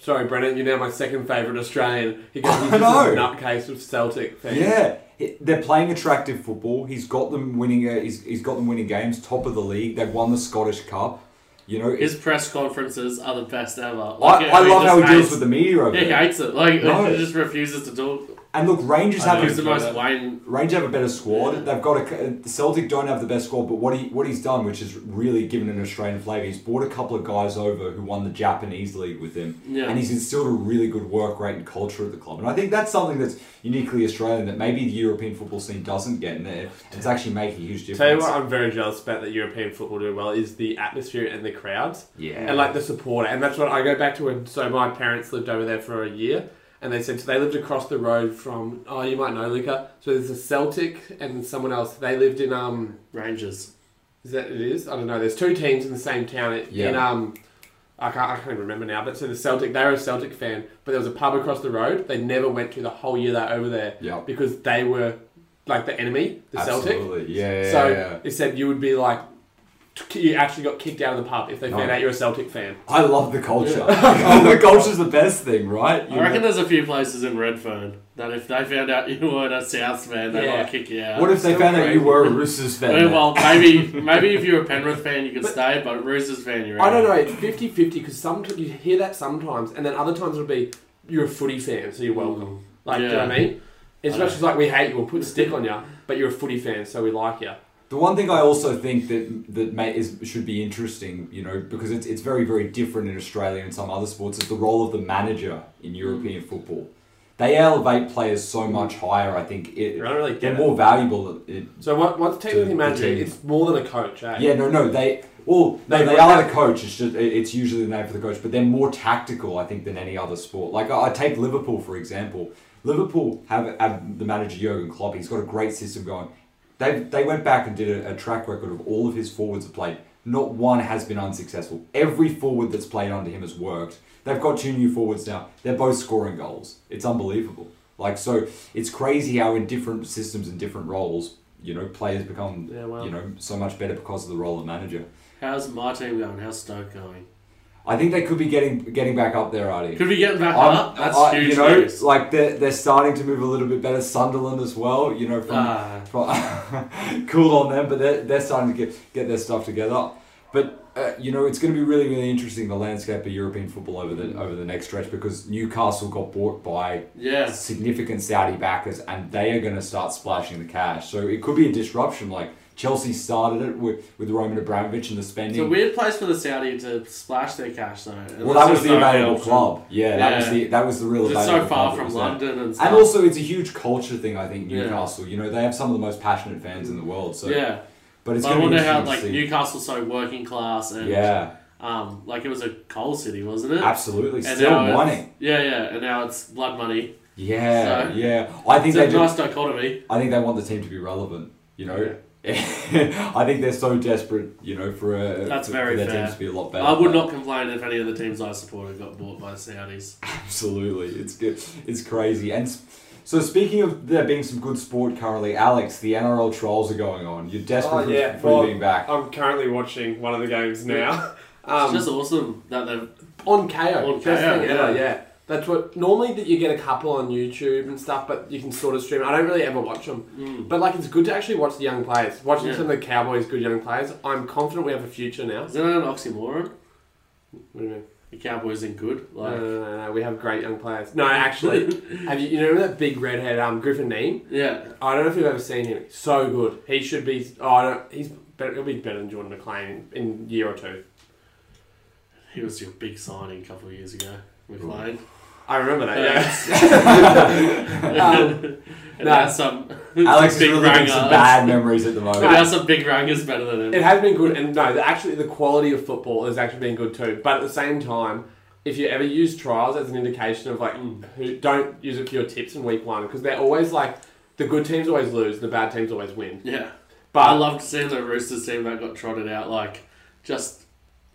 Speaker 3: "Sorry, Brennan, you're now my second favourite Australian." He goes,
Speaker 1: I
Speaker 3: "He's just
Speaker 1: know.
Speaker 3: a nutcase of Celtic fans."
Speaker 1: Yeah, He- they're playing attractive football. He's got them winning. Uh, he's, he's got them winning games. Top of the league. They've won the Scottish Cup. You know,
Speaker 2: His press conferences are the best ever.
Speaker 1: I, I love how he deals with
Speaker 2: the.
Speaker 1: the media over
Speaker 2: He
Speaker 1: there.
Speaker 2: hates it. Like
Speaker 1: No.
Speaker 2: he just refuses to talk.
Speaker 1: And look, Rangers
Speaker 3: I
Speaker 1: have
Speaker 3: know.
Speaker 2: Who's
Speaker 1: a,
Speaker 2: the most Wayne?
Speaker 1: Rangers have a better squad. They've got a uh, the Celtic don't have the best squad, but what he what he's done, which is really given an Australian flavour, he's brought a couple of guys over who won the Japanese league with him,
Speaker 2: Yeah.
Speaker 1: and he's instilled a really good work rate and culture at the club. And I think that's something that's uniquely Australian that maybe the European football scene doesn't get, and it- it's actually making a huge difference.
Speaker 3: Tell you what, I'm very jealous about that European football doing well is the atmosphere and the crowds
Speaker 1: yeah,
Speaker 3: and like the support. And that's what I go back to when. So my parents lived over there for a year, and they said so they lived across the road from. Oh, you might know Luca. So there's a Celtic and someone else. They lived in um.
Speaker 2: Rangers.
Speaker 3: Is that it is? I don't know. There's two teams in the same town. It,
Speaker 1: Yeah.
Speaker 3: In um, I can't, I can't even remember now. But so the Celtic, they were a Celtic fan, but there was a pub across the road. They never went to the whole year they're over there
Speaker 1: yeah,
Speaker 3: because they were like the enemy, the Celtic.
Speaker 1: absolutely, yeah, yeah,
Speaker 3: so
Speaker 1: yeah.
Speaker 3: it said you would be like, you actually got kicked out of the pub if they
Speaker 1: No.
Speaker 3: found out you're a Celtic fan.
Speaker 1: I love the culture. Oh, the culture's the best thing, right? You
Speaker 2: I reckon there's a few places in Redfern that if they found out you were a South fan, they
Speaker 3: Yeah.
Speaker 2: might kick you out.
Speaker 1: What if they
Speaker 3: So
Speaker 1: found out you
Speaker 3: crazy.
Speaker 1: were a Roosters fan?
Speaker 2: Well, well, maybe maybe if you're a Penrith fan, you could stay, but Roosters fan, you're
Speaker 3: I
Speaker 2: out.
Speaker 3: don't know. It's 50 50 because sometimes you hear that sometimes, and then other times it'll be you're a footy fan, so you're welcome. Like, do you know what I mean? As
Speaker 2: Mm. I
Speaker 3: much
Speaker 2: know.
Speaker 3: as like we hate you, we'll put a stick on you, but you're a footy fan, so we like you.
Speaker 1: The one thing I also think that that may, is should be interesting, you know, because it's, it's very very different in Australia and some other sports, is the role of the manager in European
Speaker 3: Mm.
Speaker 1: football. They elevate players so much higher. I think
Speaker 3: I
Speaker 1: it,
Speaker 3: don't really get
Speaker 1: they're
Speaker 3: it.
Speaker 1: more valuable. It,
Speaker 3: So what, what's
Speaker 1: To
Speaker 3: technically
Speaker 1: the
Speaker 3: manager?
Speaker 1: team.
Speaker 3: It's more than a coach, eh?
Speaker 1: yeah, no, no, they well, no,
Speaker 3: They-
Speaker 1: they are the coach. It's just it- it's usually the name for the coach, but they're more tactical, I think, than any other sport. Like I, I take Liverpool for example. Liverpool have, have the manager Jurgen Klopp. He's got a great system going. They they went back and did a, a track record of all of his forwards have played. Not one has been unsuccessful. Every forward that's played under him has worked. They've got two new forwards now. They're both scoring goals. It's unbelievable. Like so, it's crazy how in different systems and different roles, you know, players become
Speaker 3: Yeah, wow.
Speaker 1: you know so much better because of the role of manager.
Speaker 2: How's my team going? How's Stoke going?
Speaker 1: I think they could be getting getting back up there, Artie.
Speaker 2: Could we get back
Speaker 1: I'm-
Speaker 2: up? That's
Speaker 1: I-
Speaker 2: huge
Speaker 1: You know,
Speaker 2: news.
Speaker 1: like they're, they're starting to move a little bit better. Sunderland as well, you know, from,
Speaker 2: Ah.
Speaker 1: from cool on them, but they're, they're starting to get, get their stuff together. But uh, you know, it's going to be really really interesting the landscape of European football over the over the next stretch because Newcastle got bought by
Speaker 2: Yeah.
Speaker 1: significant Saudi backers, and they are going to start splashing the cash. So it could be a disruption. Like Chelsea started it with with Roman Abramovich and the
Speaker 2: It's
Speaker 1: spending.
Speaker 2: a weird place for the Saudi to splash their cash, though.
Speaker 1: Well, that was
Speaker 2: Unless
Speaker 1: the
Speaker 2: there's no
Speaker 1: available
Speaker 2: option.
Speaker 1: club. Yeah, that was
Speaker 2: Yeah.
Speaker 1: the that was the real
Speaker 2: It's
Speaker 1: available
Speaker 2: so
Speaker 1: club
Speaker 2: far
Speaker 1: that
Speaker 2: from
Speaker 1: was there.
Speaker 2: London and stuff.
Speaker 1: And also, it's a huge culture thing. I think
Speaker 2: Yeah.
Speaker 1: Newcastle. You know, they have some of the most passionate fans in the world. So,
Speaker 2: yeah.
Speaker 1: but
Speaker 2: But
Speaker 1: it's
Speaker 2: I
Speaker 1: going to be
Speaker 2: wonder how,
Speaker 1: interesting
Speaker 2: like,
Speaker 1: to see.
Speaker 2: Newcastle's so working class and,
Speaker 1: yeah,
Speaker 2: um, like, it was a coal city, wasn't it?
Speaker 1: absolutely.
Speaker 2: And
Speaker 1: Still
Speaker 2: now it's-
Speaker 1: winning.
Speaker 2: Yeah, yeah. And now it's blood money.
Speaker 1: Yeah,
Speaker 2: So-
Speaker 1: yeah. I think
Speaker 2: It's
Speaker 1: they
Speaker 2: a
Speaker 1: do,
Speaker 2: nice dichotomy.
Speaker 1: I think they want the team to be relevant. You know, I think they're so desperate. You know, for a
Speaker 2: That's
Speaker 1: for,
Speaker 2: very
Speaker 1: for their
Speaker 2: fair.
Speaker 1: teams to be a lot better.
Speaker 2: I would not complain if any of the teams I supported got bought by Saudis.
Speaker 1: Absolutely, it's good. It's crazy. And s- so, speaking of there being some good sport currently, Alex, the NRL trials are going on. You're desperate
Speaker 4: Oh,
Speaker 1: for-
Speaker 4: yeah.
Speaker 1: for
Speaker 4: Well,
Speaker 1: being back.
Speaker 4: I'm currently watching one of the games now.
Speaker 2: It's
Speaker 4: Um,
Speaker 2: just awesome that they've.
Speaker 3: On KO.
Speaker 2: On
Speaker 3: best
Speaker 2: KO,
Speaker 3: thing
Speaker 2: yeah.
Speaker 3: ever, yeah. That's what normally that you get a couple on YouTube and stuff, but you can sort of stream. I don't really ever watch them,
Speaker 2: Mm.
Speaker 3: but like it's good to actually watch the young players. Watching
Speaker 2: Yeah.
Speaker 3: some of the Cowboys, good young players. I'm confident we have a future now. What
Speaker 2: Is that an oxymoron?
Speaker 3: do you mean?
Speaker 2: The Cowboys in good.
Speaker 3: No,
Speaker 2: Like,
Speaker 3: no,
Speaker 1: Uh,
Speaker 3: no, no, no, we have great young players. No, actually, have you? You know that big redhead, um, Griffin Neem.
Speaker 2: yeah.
Speaker 3: I don't know if you've ever seen him. So good. He should be. Oh, I don't, he's better. He'll be better than Jordan McLean in a year or two.
Speaker 2: He was your big signing a couple of years ago. McLean.
Speaker 3: I remember that. Yeah.
Speaker 1: Uh,
Speaker 2: um, and
Speaker 3: no.
Speaker 2: now some
Speaker 1: Alex is
Speaker 2: big
Speaker 1: really getting some
Speaker 2: rangers.
Speaker 1: bad memories at the moment.
Speaker 2: And now some big rangers better than
Speaker 3: It
Speaker 2: him.
Speaker 3: has been good, and no, the, actually the quality of football has actually been good too. But at the same time, if you ever use trials as an indication of like, mm, who, don't use it for your tips in week one because they're always like the good teams always lose, the bad teams always win.
Speaker 2: Yeah. I
Speaker 3: But
Speaker 2: loved seeing the Roosters team that got trotted out like just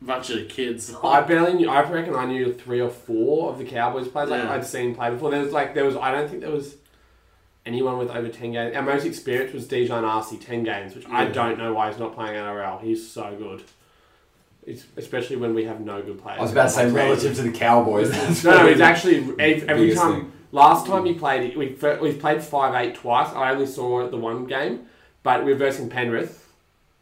Speaker 2: a bunch of kids.
Speaker 1: Oh,
Speaker 3: I barely knew. I reckon I knew three or four of the Cowboys players. Like
Speaker 2: Yeah.
Speaker 3: I'd seen play before. There was like there was. I don't think there was anyone with over ten games. Our most experience was Dijon Arce, ten games, which I
Speaker 2: Yeah.
Speaker 3: don't know why he's not playing NRL. He's so good. It's, especially when we have no good players.
Speaker 1: I was about to say
Speaker 3: Like,
Speaker 1: relative to the Cowboys. That's
Speaker 3: No, no,
Speaker 1: probably
Speaker 3: he's
Speaker 1: the
Speaker 3: actually ev- every
Speaker 1: biggest
Speaker 3: time.
Speaker 1: thing.
Speaker 3: Last time he played, we fir- we played five eight twice. I only saw the one game, but we were versing Penrith,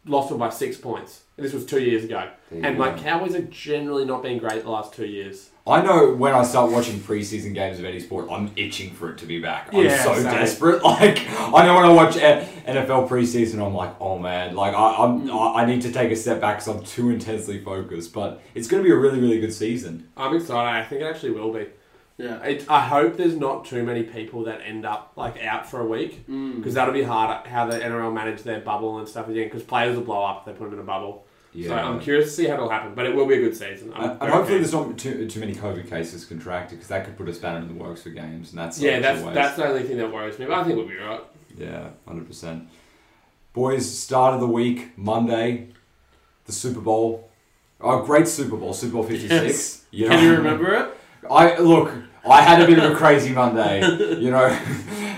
Speaker 3: lost them by six points. And this was two years ago,
Speaker 1: There you
Speaker 3: and
Speaker 1: go.
Speaker 3: like Cowboys have generally not been great the last two years.
Speaker 1: I know when I start watching preseason games of any sport, I'm itching for it to be back. I'm
Speaker 3: Yeah,
Speaker 1: so
Speaker 3: same.
Speaker 1: desperate. Like I know when I watch N- NFL preseason, I'm like, oh man, like I, I'm I I need to take a step back because I'm too intensely focused. But it's going to be a really really good season.
Speaker 3: I'm excited. I think it actually will be.
Speaker 2: Yeah.
Speaker 3: It, I hope there's not too many people that end up like out for a week
Speaker 2: Mm.
Speaker 3: because that'll be hard how the NRL manage their bubble and stuff again because players will blow up if they put them in a bubble. So I'm curious to see how it'll happen, but it will be a good season. I'm
Speaker 1: Uh, And- and
Speaker 3: very
Speaker 1: hopefully
Speaker 3: keen.
Speaker 1: there's not too, too many COVID cases contracted because that could put us down in the works for games, and that's
Speaker 3: yeah,
Speaker 1: such a
Speaker 3: that's
Speaker 1: waste.
Speaker 3: that's the only thing that worries me, but I think we'll be right.
Speaker 1: Yeah, hundred percent. Boys, start of the week, Monday, the Super Bowl. Oh, great Super Bowl, Super Bowl fifty six.
Speaker 2: Yes.
Speaker 1: You
Speaker 2: Can you remember it?
Speaker 1: I look. I had a bit of a crazy Monday. You know,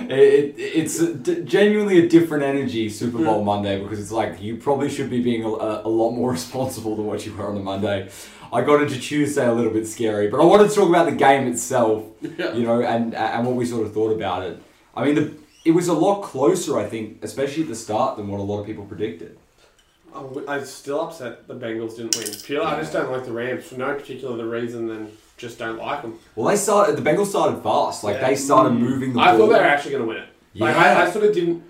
Speaker 1: it, it, it's a- d- genuinely a different energy Super
Speaker 3: Hmm.
Speaker 1: Bowl Monday because it's like you probably should be being a, a a lot more responsible than what you were on the Monday. I got into Tuesday a little bit scary, but I wanted to talk about the game itself
Speaker 2: Yeah.
Speaker 1: you know, and and what we sort of thought about it. I mean, the, it was a lot closer, I think, especially at the start, than what a lot of people predicted.
Speaker 3: I'm, I'm still upset the Bengals didn't win.
Speaker 4: Pure, I just don't like the Rams for no particular reason than just don't like them.
Speaker 1: Well, they started. The Bengals started fast. Like they started moving the
Speaker 3: I
Speaker 1: ball.
Speaker 3: thought they were actually going to win it.
Speaker 1: yeah.
Speaker 4: Like I, I sort of didn't.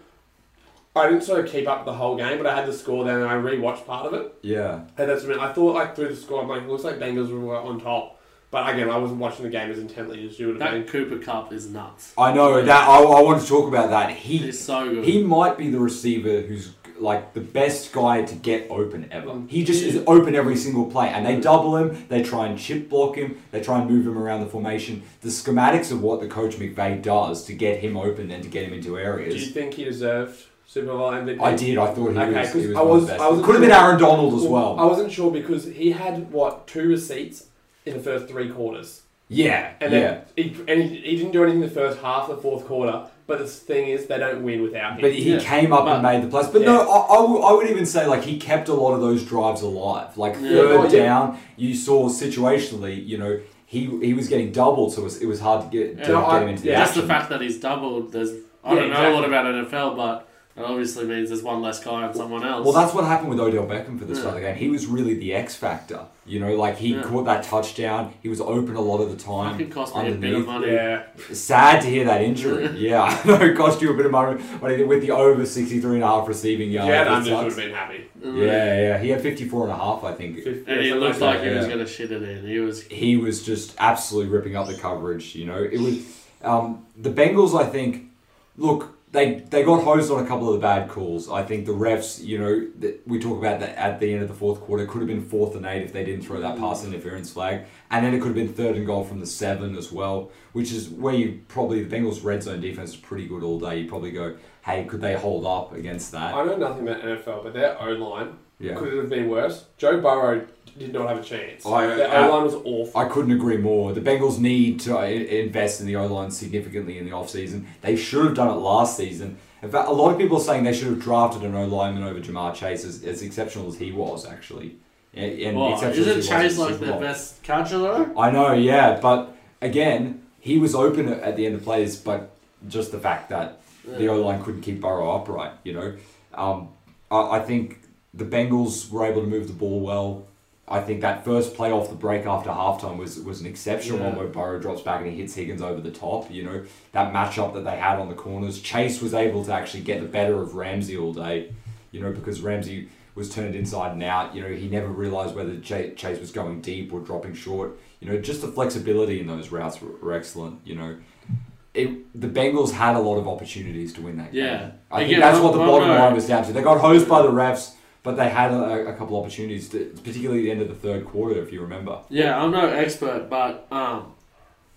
Speaker 4: I didn't sort of keep up the whole game, but I had the score then, and I rewatched part of it.
Speaker 1: yeah.
Speaker 4: And that's when I thought, like through the score, I'm like, it looks like Bengals were on top. But again, I wasn't watching the game as intently as you would have been.
Speaker 2: That Cooper Cup is nuts.
Speaker 1: I know that. I, I want to talk about that. He
Speaker 2: He's so good.
Speaker 1: he might be the receiver who's like the best guy to get open ever.
Speaker 4: Mm.
Speaker 1: He just is open every single play, and they double him. They try and chip block him. They try and move him around the formation. The schematics of what the coach McVay does to get him open and to get him into areas.
Speaker 4: Do you think he deserved Super Bowl MVP?
Speaker 1: I did. I thought he
Speaker 4: Okay,
Speaker 1: was. He
Speaker 4: 'cause
Speaker 1: was
Speaker 4: I
Speaker 1: one of
Speaker 4: was-
Speaker 1: the best.
Speaker 4: I was-
Speaker 1: Could have been Aaron Donald as well.
Speaker 4: I wasn't sure because he had what two receipts in the first three quarters,
Speaker 1: yeah,
Speaker 4: and
Speaker 1: yeah.
Speaker 4: then he, and he, he didn't do anything in the first half, of the fourth quarter. But the thing is, they don't win without him.
Speaker 1: But he
Speaker 2: Yeah.
Speaker 1: came up and
Speaker 2: But-
Speaker 1: made the plays. But
Speaker 4: Yeah.
Speaker 1: no, I, I, would, I would even say like he kept a lot of those drives alive. Like
Speaker 2: Yeah.
Speaker 1: third
Speaker 4: Oh, yeah.
Speaker 1: down, you saw situationally. You know, he he was getting doubled, so it was, it was hard to get, to
Speaker 2: Yeah,
Speaker 1: get
Speaker 4: I-
Speaker 1: him into the
Speaker 4: yeah.
Speaker 2: Just
Speaker 1: action.
Speaker 2: the fact that he's doubled. There's I
Speaker 4: Yeah,
Speaker 2: don't know a lot
Speaker 4: exactly.
Speaker 2: about NFL, but it obviously means there's one less guy on someone else.
Speaker 1: Well, that's what happened with Odell Beckham for this
Speaker 2: Yeah.
Speaker 1: other game. He was really the X factor. You know, like he
Speaker 2: Yeah.
Speaker 1: caught that touchdown. He was open a lot of the time.
Speaker 2: fucking cost me a bit of
Speaker 1: underneath.
Speaker 2: money.
Speaker 4: yeah,
Speaker 1: Sad to hear that injury. Yeah, I know it cost you a bit of money when he did with the over 63 and a half receiving yards.
Speaker 3: yeah,
Speaker 1: It
Speaker 3: Anders would
Speaker 1: sucks.
Speaker 3: have been happy.
Speaker 2: Mm.
Speaker 1: yeah, yeah. He had 54 and a half, I think.
Speaker 2: And he looked like he was
Speaker 1: Yeah.
Speaker 2: gonna shit it in. He was
Speaker 1: He was just absolutely ripping up the coverage, you know. It was um, the Bengals, I think, look, they, they got hosed on a couple of the bad calls. I think the refs, you know, that we talk about that at the end of the fourth quarter, it could have been fourth and eight if they didn't throw that pass interference flag. And then it could have been third and goal from the seven as well, which is where you probably, the Bengals' red zone defense is pretty good all day. You probably go, hey, could they hold up against that?
Speaker 4: I know nothing about NFL, but their O line
Speaker 1: Yeah.
Speaker 4: could it have been worse? Joe Burrow did not have a chance.
Speaker 1: I-
Speaker 4: their
Speaker 1: I-
Speaker 4: O line was awful.
Speaker 1: I couldn't agree more. The Bengals need to i- invest in the O line significantly in the offseason. They should have done it last season. In fact, a lot of people are saying they should have drafted an O lineman over Jamar Chase, as, as exceptional as he was, actually. And, and
Speaker 2: Well,
Speaker 1: exceptional as
Speaker 2: isn't
Speaker 1: he was at
Speaker 2: Chase
Speaker 1: the
Speaker 2: like
Speaker 1: Super
Speaker 2: their
Speaker 1: Bowl.
Speaker 2: best catcher though?
Speaker 1: I know, yeah, but again, he was open at- at the end of plays, but just the fact that the O line couldn't keep Burrow upright, you know. Um, I, I think the Bengals were able to move the ball well. I think that first play off the break after halftime was was an exceptional one
Speaker 2: Yeah.
Speaker 1: where Burrow drops back and he hits Higgins over the top. You know that matchup that they had on the corners. Chase was able to actually get the better of Ramsey all day. You know because Ramsey was turned inside and out. You know he never realized whether Chase, Chase was going deep or dropping short. You know just the flexibility in those routes were, were excellent. You know. It, the Bengals had a lot of opportunities to win that game.
Speaker 2: Yeah.
Speaker 1: I think
Speaker 2: Again,
Speaker 1: that's
Speaker 2: I-
Speaker 1: what the
Speaker 2: I
Speaker 1: bottom
Speaker 2: know.
Speaker 1: line was down to. They got hosed by the refs, but they had a, a couple opportunities, to, particularly at the end of the third quarter, if you remember.
Speaker 2: Yeah, I'm no expert, but um,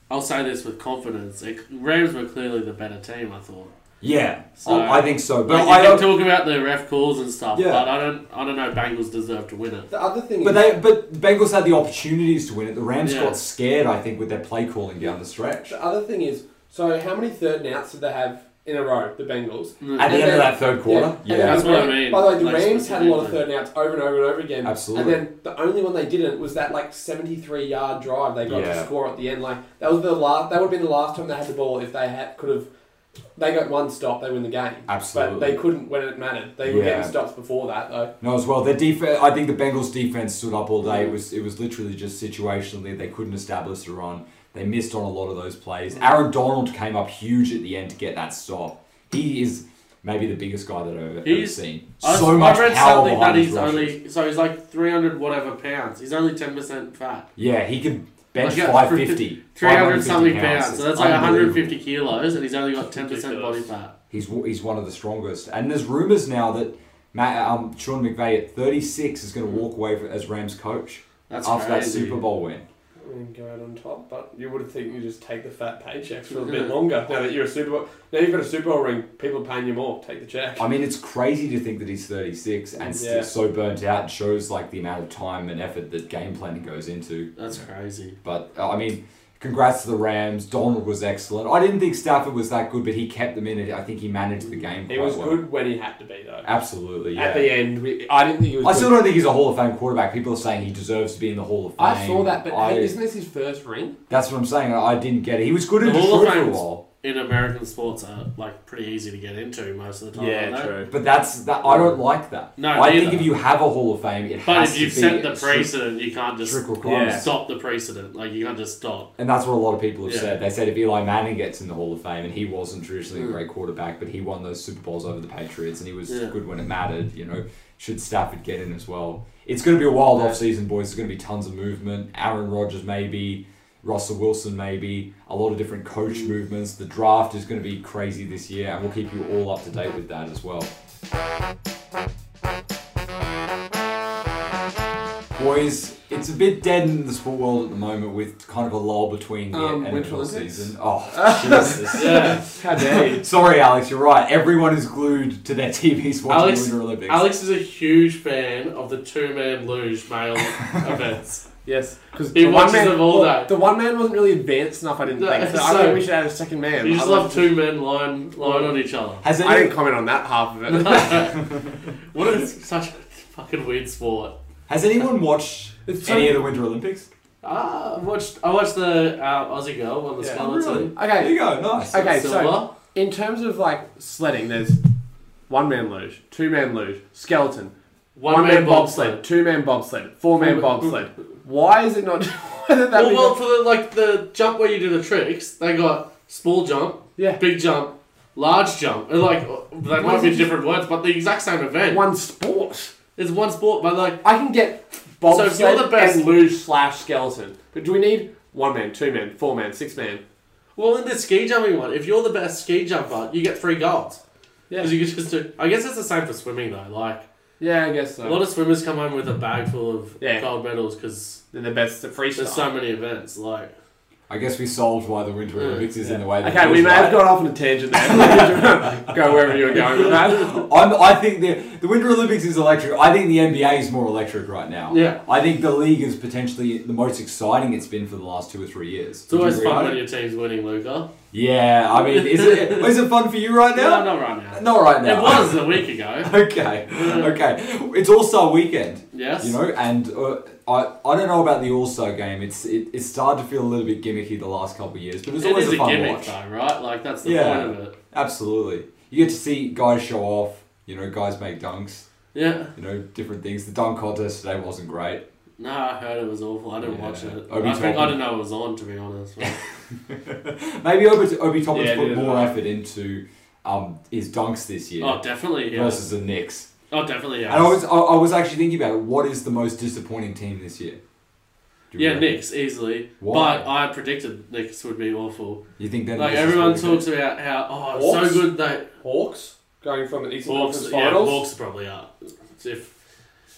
Speaker 2: I'll say this with confidence. It, Rams were clearly the better team. I thought.
Speaker 1: Yeah, Oh,
Speaker 2: So-
Speaker 1: I, I think so.
Speaker 2: But
Speaker 1: But
Speaker 2: you
Speaker 1: I don't,
Speaker 2: can talk about the ref calls and stuff,
Speaker 1: Yeah.
Speaker 2: but I don't. I don't know. Bengals deserve to win it.
Speaker 4: The other thing
Speaker 1: but
Speaker 4: is,
Speaker 1: they but the Bengals had the opportunities to win it. The Rams
Speaker 2: Yeah.
Speaker 1: got scared, I think, with their play calling down the stretch.
Speaker 4: the other thing is, so how many third and outs did they have in a row? The
Speaker 2: Mm.
Speaker 4: Bengals.
Speaker 1: At the
Speaker 4: And
Speaker 1: end of
Speaker 4: then-
Speaker 1: that third quarter,
Speaker 4: and
Speaker 1: yeah,
Speaker 4: then
Speaker 2: That's
Speaker 4: the
Speaker 2: what I
Speaker 4: Rams-
Speaker 2: mean,
Speaker 4: By the way, the
Speaker 2: like,
Speaker 4: Rams had a lot of
Speaker 2: specifically.
Speaker 4: third and outs over and over and over again.
Speaker 1: Absolutely.
Speaker 4: And then the only one they didn't was that like seventy-three yard drive they got
Speaker 1: Yeah.
Speaker 4: to score at the end. Like that was the last. That would have been the last time they had the ball if they had could have They got one stop, they win the game.
Speaker 1: Absolutely.
Speaker 4: But they couldn't when it mattered. They were
Speaker 1: Yeah.
Speaker 4: getting stops before that, though.
Speaker 1: No, as well. Their defense. I think the Bengals' defense stood up all day. It was it was literally just situationally they couldn't establish the run. They missed on a lot of those plays.
Speaker 2: Mm.
Speaker 1: Aaron Donald came up huge at the end to get that stop. He is maybe the biggest guy that I've ever
Speaker 2: He's-
Speaker 1: seen.
Speaker 2: I,
Speaker 1: So much
Speaker 2: I read
Speaker 1: power
Speaker 2: something that
Speaker 1: behind his
Speaker 2: he's
Speaker 1: rushes.
Speaker 2: only so he's like three hundred whatever pounds. He's only ten percent fat.
Speaker 1: Yeah, he could bench
Speaker 2: Like, yeah,
Speaker 1: 550.
Speaker 2: 300
Speaker 1: 550
Speaker 2: something pounds.
Speaker 1: It's
Speaker 2: So that's like
Speaker 1: unbelievable.
Speaker 2: 150 kilos, and he's only got 10% body
Speaker 3: Ridiculous.
Speaker 2: fat.
Speaker 1: He's w- he's one of the strongest. And there's rumors now that Matt, um, Sean McVay at 36 is going to walk away for, as Rams coach
Speaker 2: That's
Speaker 1: after that
Speaker 2: crazy.
Speaker 1: Super Bowl win.
Speaker 4: I mean, go out on top, but you would think you just take the fat paychecks for a bit longer. Now that you're a Super Bowl, now you've got a Super Bowl ring, people are paying you more. Take the check.
Speaker 1: I mean, it's crazy to think that he's 36 and still
Speaker 4: Yeah.
Speaker 1: so burnt out. It shows like the amount of time and effort that game planning goes into.
Speaker 2: That's crazy.
Speaker 1: But uh, I mean, congrats to the Rams. Donald was excellent. I didn't think Stafford was that good, but he kept them in it. I think he managed the game.
Speaker 4: He
Speaker 1: quite
Speaker 4: was
Speaker 1: well.
Speaker 4: good when he had to be, though.
Speaker 1: Absolutely. Yeah.
Speaker 4: At the end, we, I didn't think he was.
Speaker 1: I
Speaker 4: good.
Speaker 1: still don't think he's a Hall of Fame quarterback. People are saying he deserves to be in the Hall of Fame.
Speaker 3: I saw that, but
Speaker 1: I-
Speaker 3: hey, isn't this his first ring?
Speaker 1: that's what I'm saying. I, I didn't get it. He was good in
Speaker 2: The
Speaker 1: Detroit
Speaker 2: Hall of
Speaker 1: for a
Speaker 2: Fame's-
Speaker 1: while,
Speaker 2: In American sports, are like pretty easy to get into most of the time. aren't they?
Speaker 1: but that's that. I don't like that.
Speaker 2: No,
Speaker 1: I think
Speaker 2: neither.
Speaker 1: if you have a Hall of Fame, it
Speaker 2: But
Speaker 1: has
Speaker 2: if
Speaker 1: to
Speaker 2: you've
Speaker 1: be
Speaker 2: set the
Speaker 1: a strict-
Speaker 2: precedent, you can't just
Speaker 1: strict requirement.
Speaker 3: Yeah.
Speaker 2: stop the precedent. Like you can't just stop.
Speaker 1: And that's what a lot of people have
Speaker 2: Yeah.
Speaker 1: said. They said if Eli Manning gets in the Hall of Fame, and he wasn't traditionally a great quarterback, but he won those Super Bowls over the Patriots, and he was
Speaker 2: Yeah.
Speaker 1: good when it mattered, you know, should Stafford get in as well? It's going to be a wild off offseason, boys. There's going to be tons of movement. Aaron Rodgers, maybe. Russell Wilson, maybe. A lot of different coach movements. The draft is going to be crazy this year, and we'll keep you all up to date with that as well. Boys, it's a bit dead in the sport world at the moment with kind of a lull between the
Speaker 3: Um, Winter
Speaker 1: NFL
Speaker 3: Olympics?
Speaker 1: season. Oh, Jesus.
Speaker 4: How dare you?
Speaker 1: Sorry, Alex, you're right. Everyone is glued to their TVs watching
Speaker 2: Alex-
Speaker 1: the Winter Olympics.
Speaker 2: Alex is a huge fan of the two-man luge male events.
Speaker 3: Yes, because
Speaker 2: He watches them all day.
Speaker 3: The one man wasn't really advanced enough. I didn't
Speaker 2: No,
Speaker 3: think. So, I
Speaker 2: so-
Speaker 3: think we should add a second man.
Speaker 2: You just
Speaker 3: I
Speaker 2: love two men lying, lying on each other.
Speaker 1: Has
Speaker 3: I didn't
Speaker 1: any,
Speaker 3: comment on that half of it.
Speaker 2: What is such a fucking weird sport?
Speaker 1: has anyone watched
Speaker 3: It's
Speaker 1: any
Speaker 3: so-
Speaker 1: of the Winter Olympics?
Speaker 2: Ah, I watched. I watched the uh, Aussie girl on the
Speaker 3: Yeah.
Speaker 2: skeleton.
Speaker 1: There you go,
Speaker 3: okay,
Speaker 1: nice.
Speaker 3: okay. So
Speaker 2: Silver.
Speaker 3: in terms of like sledding, there's one man luge, two man luge, skeleton,
Speaker 2: One, man, bobsled.
Speaker 3: two man bobsled, four man
Speaker 2: Four-
Speaker 3: bobsled. Why is it not? Why did that
Speaker 2: Well,
Speaker 3: be
Speaker 2: well, for the like the jump where you do the tricks, they got small jump,
Speaker 3: Yeah.
Speaker 2: big jump, large jump, and like they might
Speaker 3: is
Speaker 2: be
Speaker 3: it-
Speaker 2: different words, but the exact same event.
Speaker 3: one sport?
Speaker 2: It's one sport, but like
Speaker 3: I can get
Speaker 2: So
Speaker 3: bobsled
Speaker 2: if you're the best-
Speaker 3: and luge slash skeleton, but do we need one man, two man, four man, six man?
Speaker 2: well in the ski jumping one, if you're the best ski jumper, you get three golds.
Speaker 3: Yeah.
Speaker 2: 'Cause you could just do. I guess it's the same for swimming though. Like
Speaker 3: Yeah, I guess
Speaker 2: a
Speaker 3: so.
Speaker 2: lot of swimmers come home with a bag full of
Speaker 3: Yeah.
Speaker 2: gold medals because
Speaker 3: They're the best at freestyle.
Speaker 2: there's so many events. Like
Speaker 1: I guess we solved why the Winter Olympics is in the way that
Speaker 3: Mm, okay,
Speaker 1: it
Speaker 3: we
Speaker 1: is,
Speaker 3: may
Speaker 1: right?
Speaker 3: have gone off on a tangent there. Go wherever you're going with that.
Speaker 1: I'm, I think the the Winter Olympics is electric. I think the NBA is more electric right now.
Speaker 2: Yeah.
Speaker 1: I think the league is potentially the most exciting it's been for the last two or three years.
Speaker 2: it's always fun
Speaker 1: Right?
Speaker 2: when your team's winning, Luca.
Speaker 1: Yeah, I mean, is it is it fun for you right
Speaker 2: No,
Speaker 1: now?
Speaker 2: not right now.
Speaker 1: Not right now.
Speaker 2: It was a week ago.
Speaker 1: okay, okay. It's All Star Weekend.
Speaker 2: Yes.
Speaker 1: You know, and uh, I I don't know about the All Star game. It's it, it started to feel a little bit gimmicky the last couple of years, but it was
Speaker 2: it
Speaker 1: always
Speaker 2: is a,
Speaker 1: a fun
Speaker 2: gimmick,
Speaker 1: watch.
Speaker 2: though, right? Like that's the
Speaker 1: Yeah.
Speaker 2: point of it.
Speaker 1: Absolutely, you get to see guys show off. You know, guys make dunks.
Speaker 2: Yeah.
Speaker 1: you know, different things. The dunk contest today wasn't great.
Speaker 2: No, I heard it was awful. I didn't
Speaker 1: Yeah.
Speaker 2: watch it.
Speaker 1: Obi
Speaker 2: I think I
Speaker 1: Toppin.
Speaker 2: didn't know it was on, to be honest. But
Speaker 1: Maybe Obi, Obi Toppin's
Speaker 3: Yeah, it
Speaker 1: put
Speaker 3: is.
Speaker 1: more effort into um, his dunks this year
Speaker 2: Oh, definitely. Yeah.
Speaker 1: versus the Knicks.
Speaker 2: Oh, definitely. Yeah.
Speaker 1: And I was, I, I was actually thinking about it. What is the most disappointing team this year? Do you
Speaker 2: yeah,
Speaker 1: reckon?
Speaker 2: Knicks easily.
Speaker 1: Why?
Speaker 2: But I predicted Knicks would be awful.
Speaker 1: You think that
Speaker 2: Like everyone talks about how oh it's
Speaker 4: Hawks?
Speaker 2: so good they
Speaker 4: Hawks going from the Eastern
Speaker 2: Hawks
Speaker 4: Conference
Speaker 2: yeah
Speaker 4: Finals.
Speaker 2: Hawks probably are. If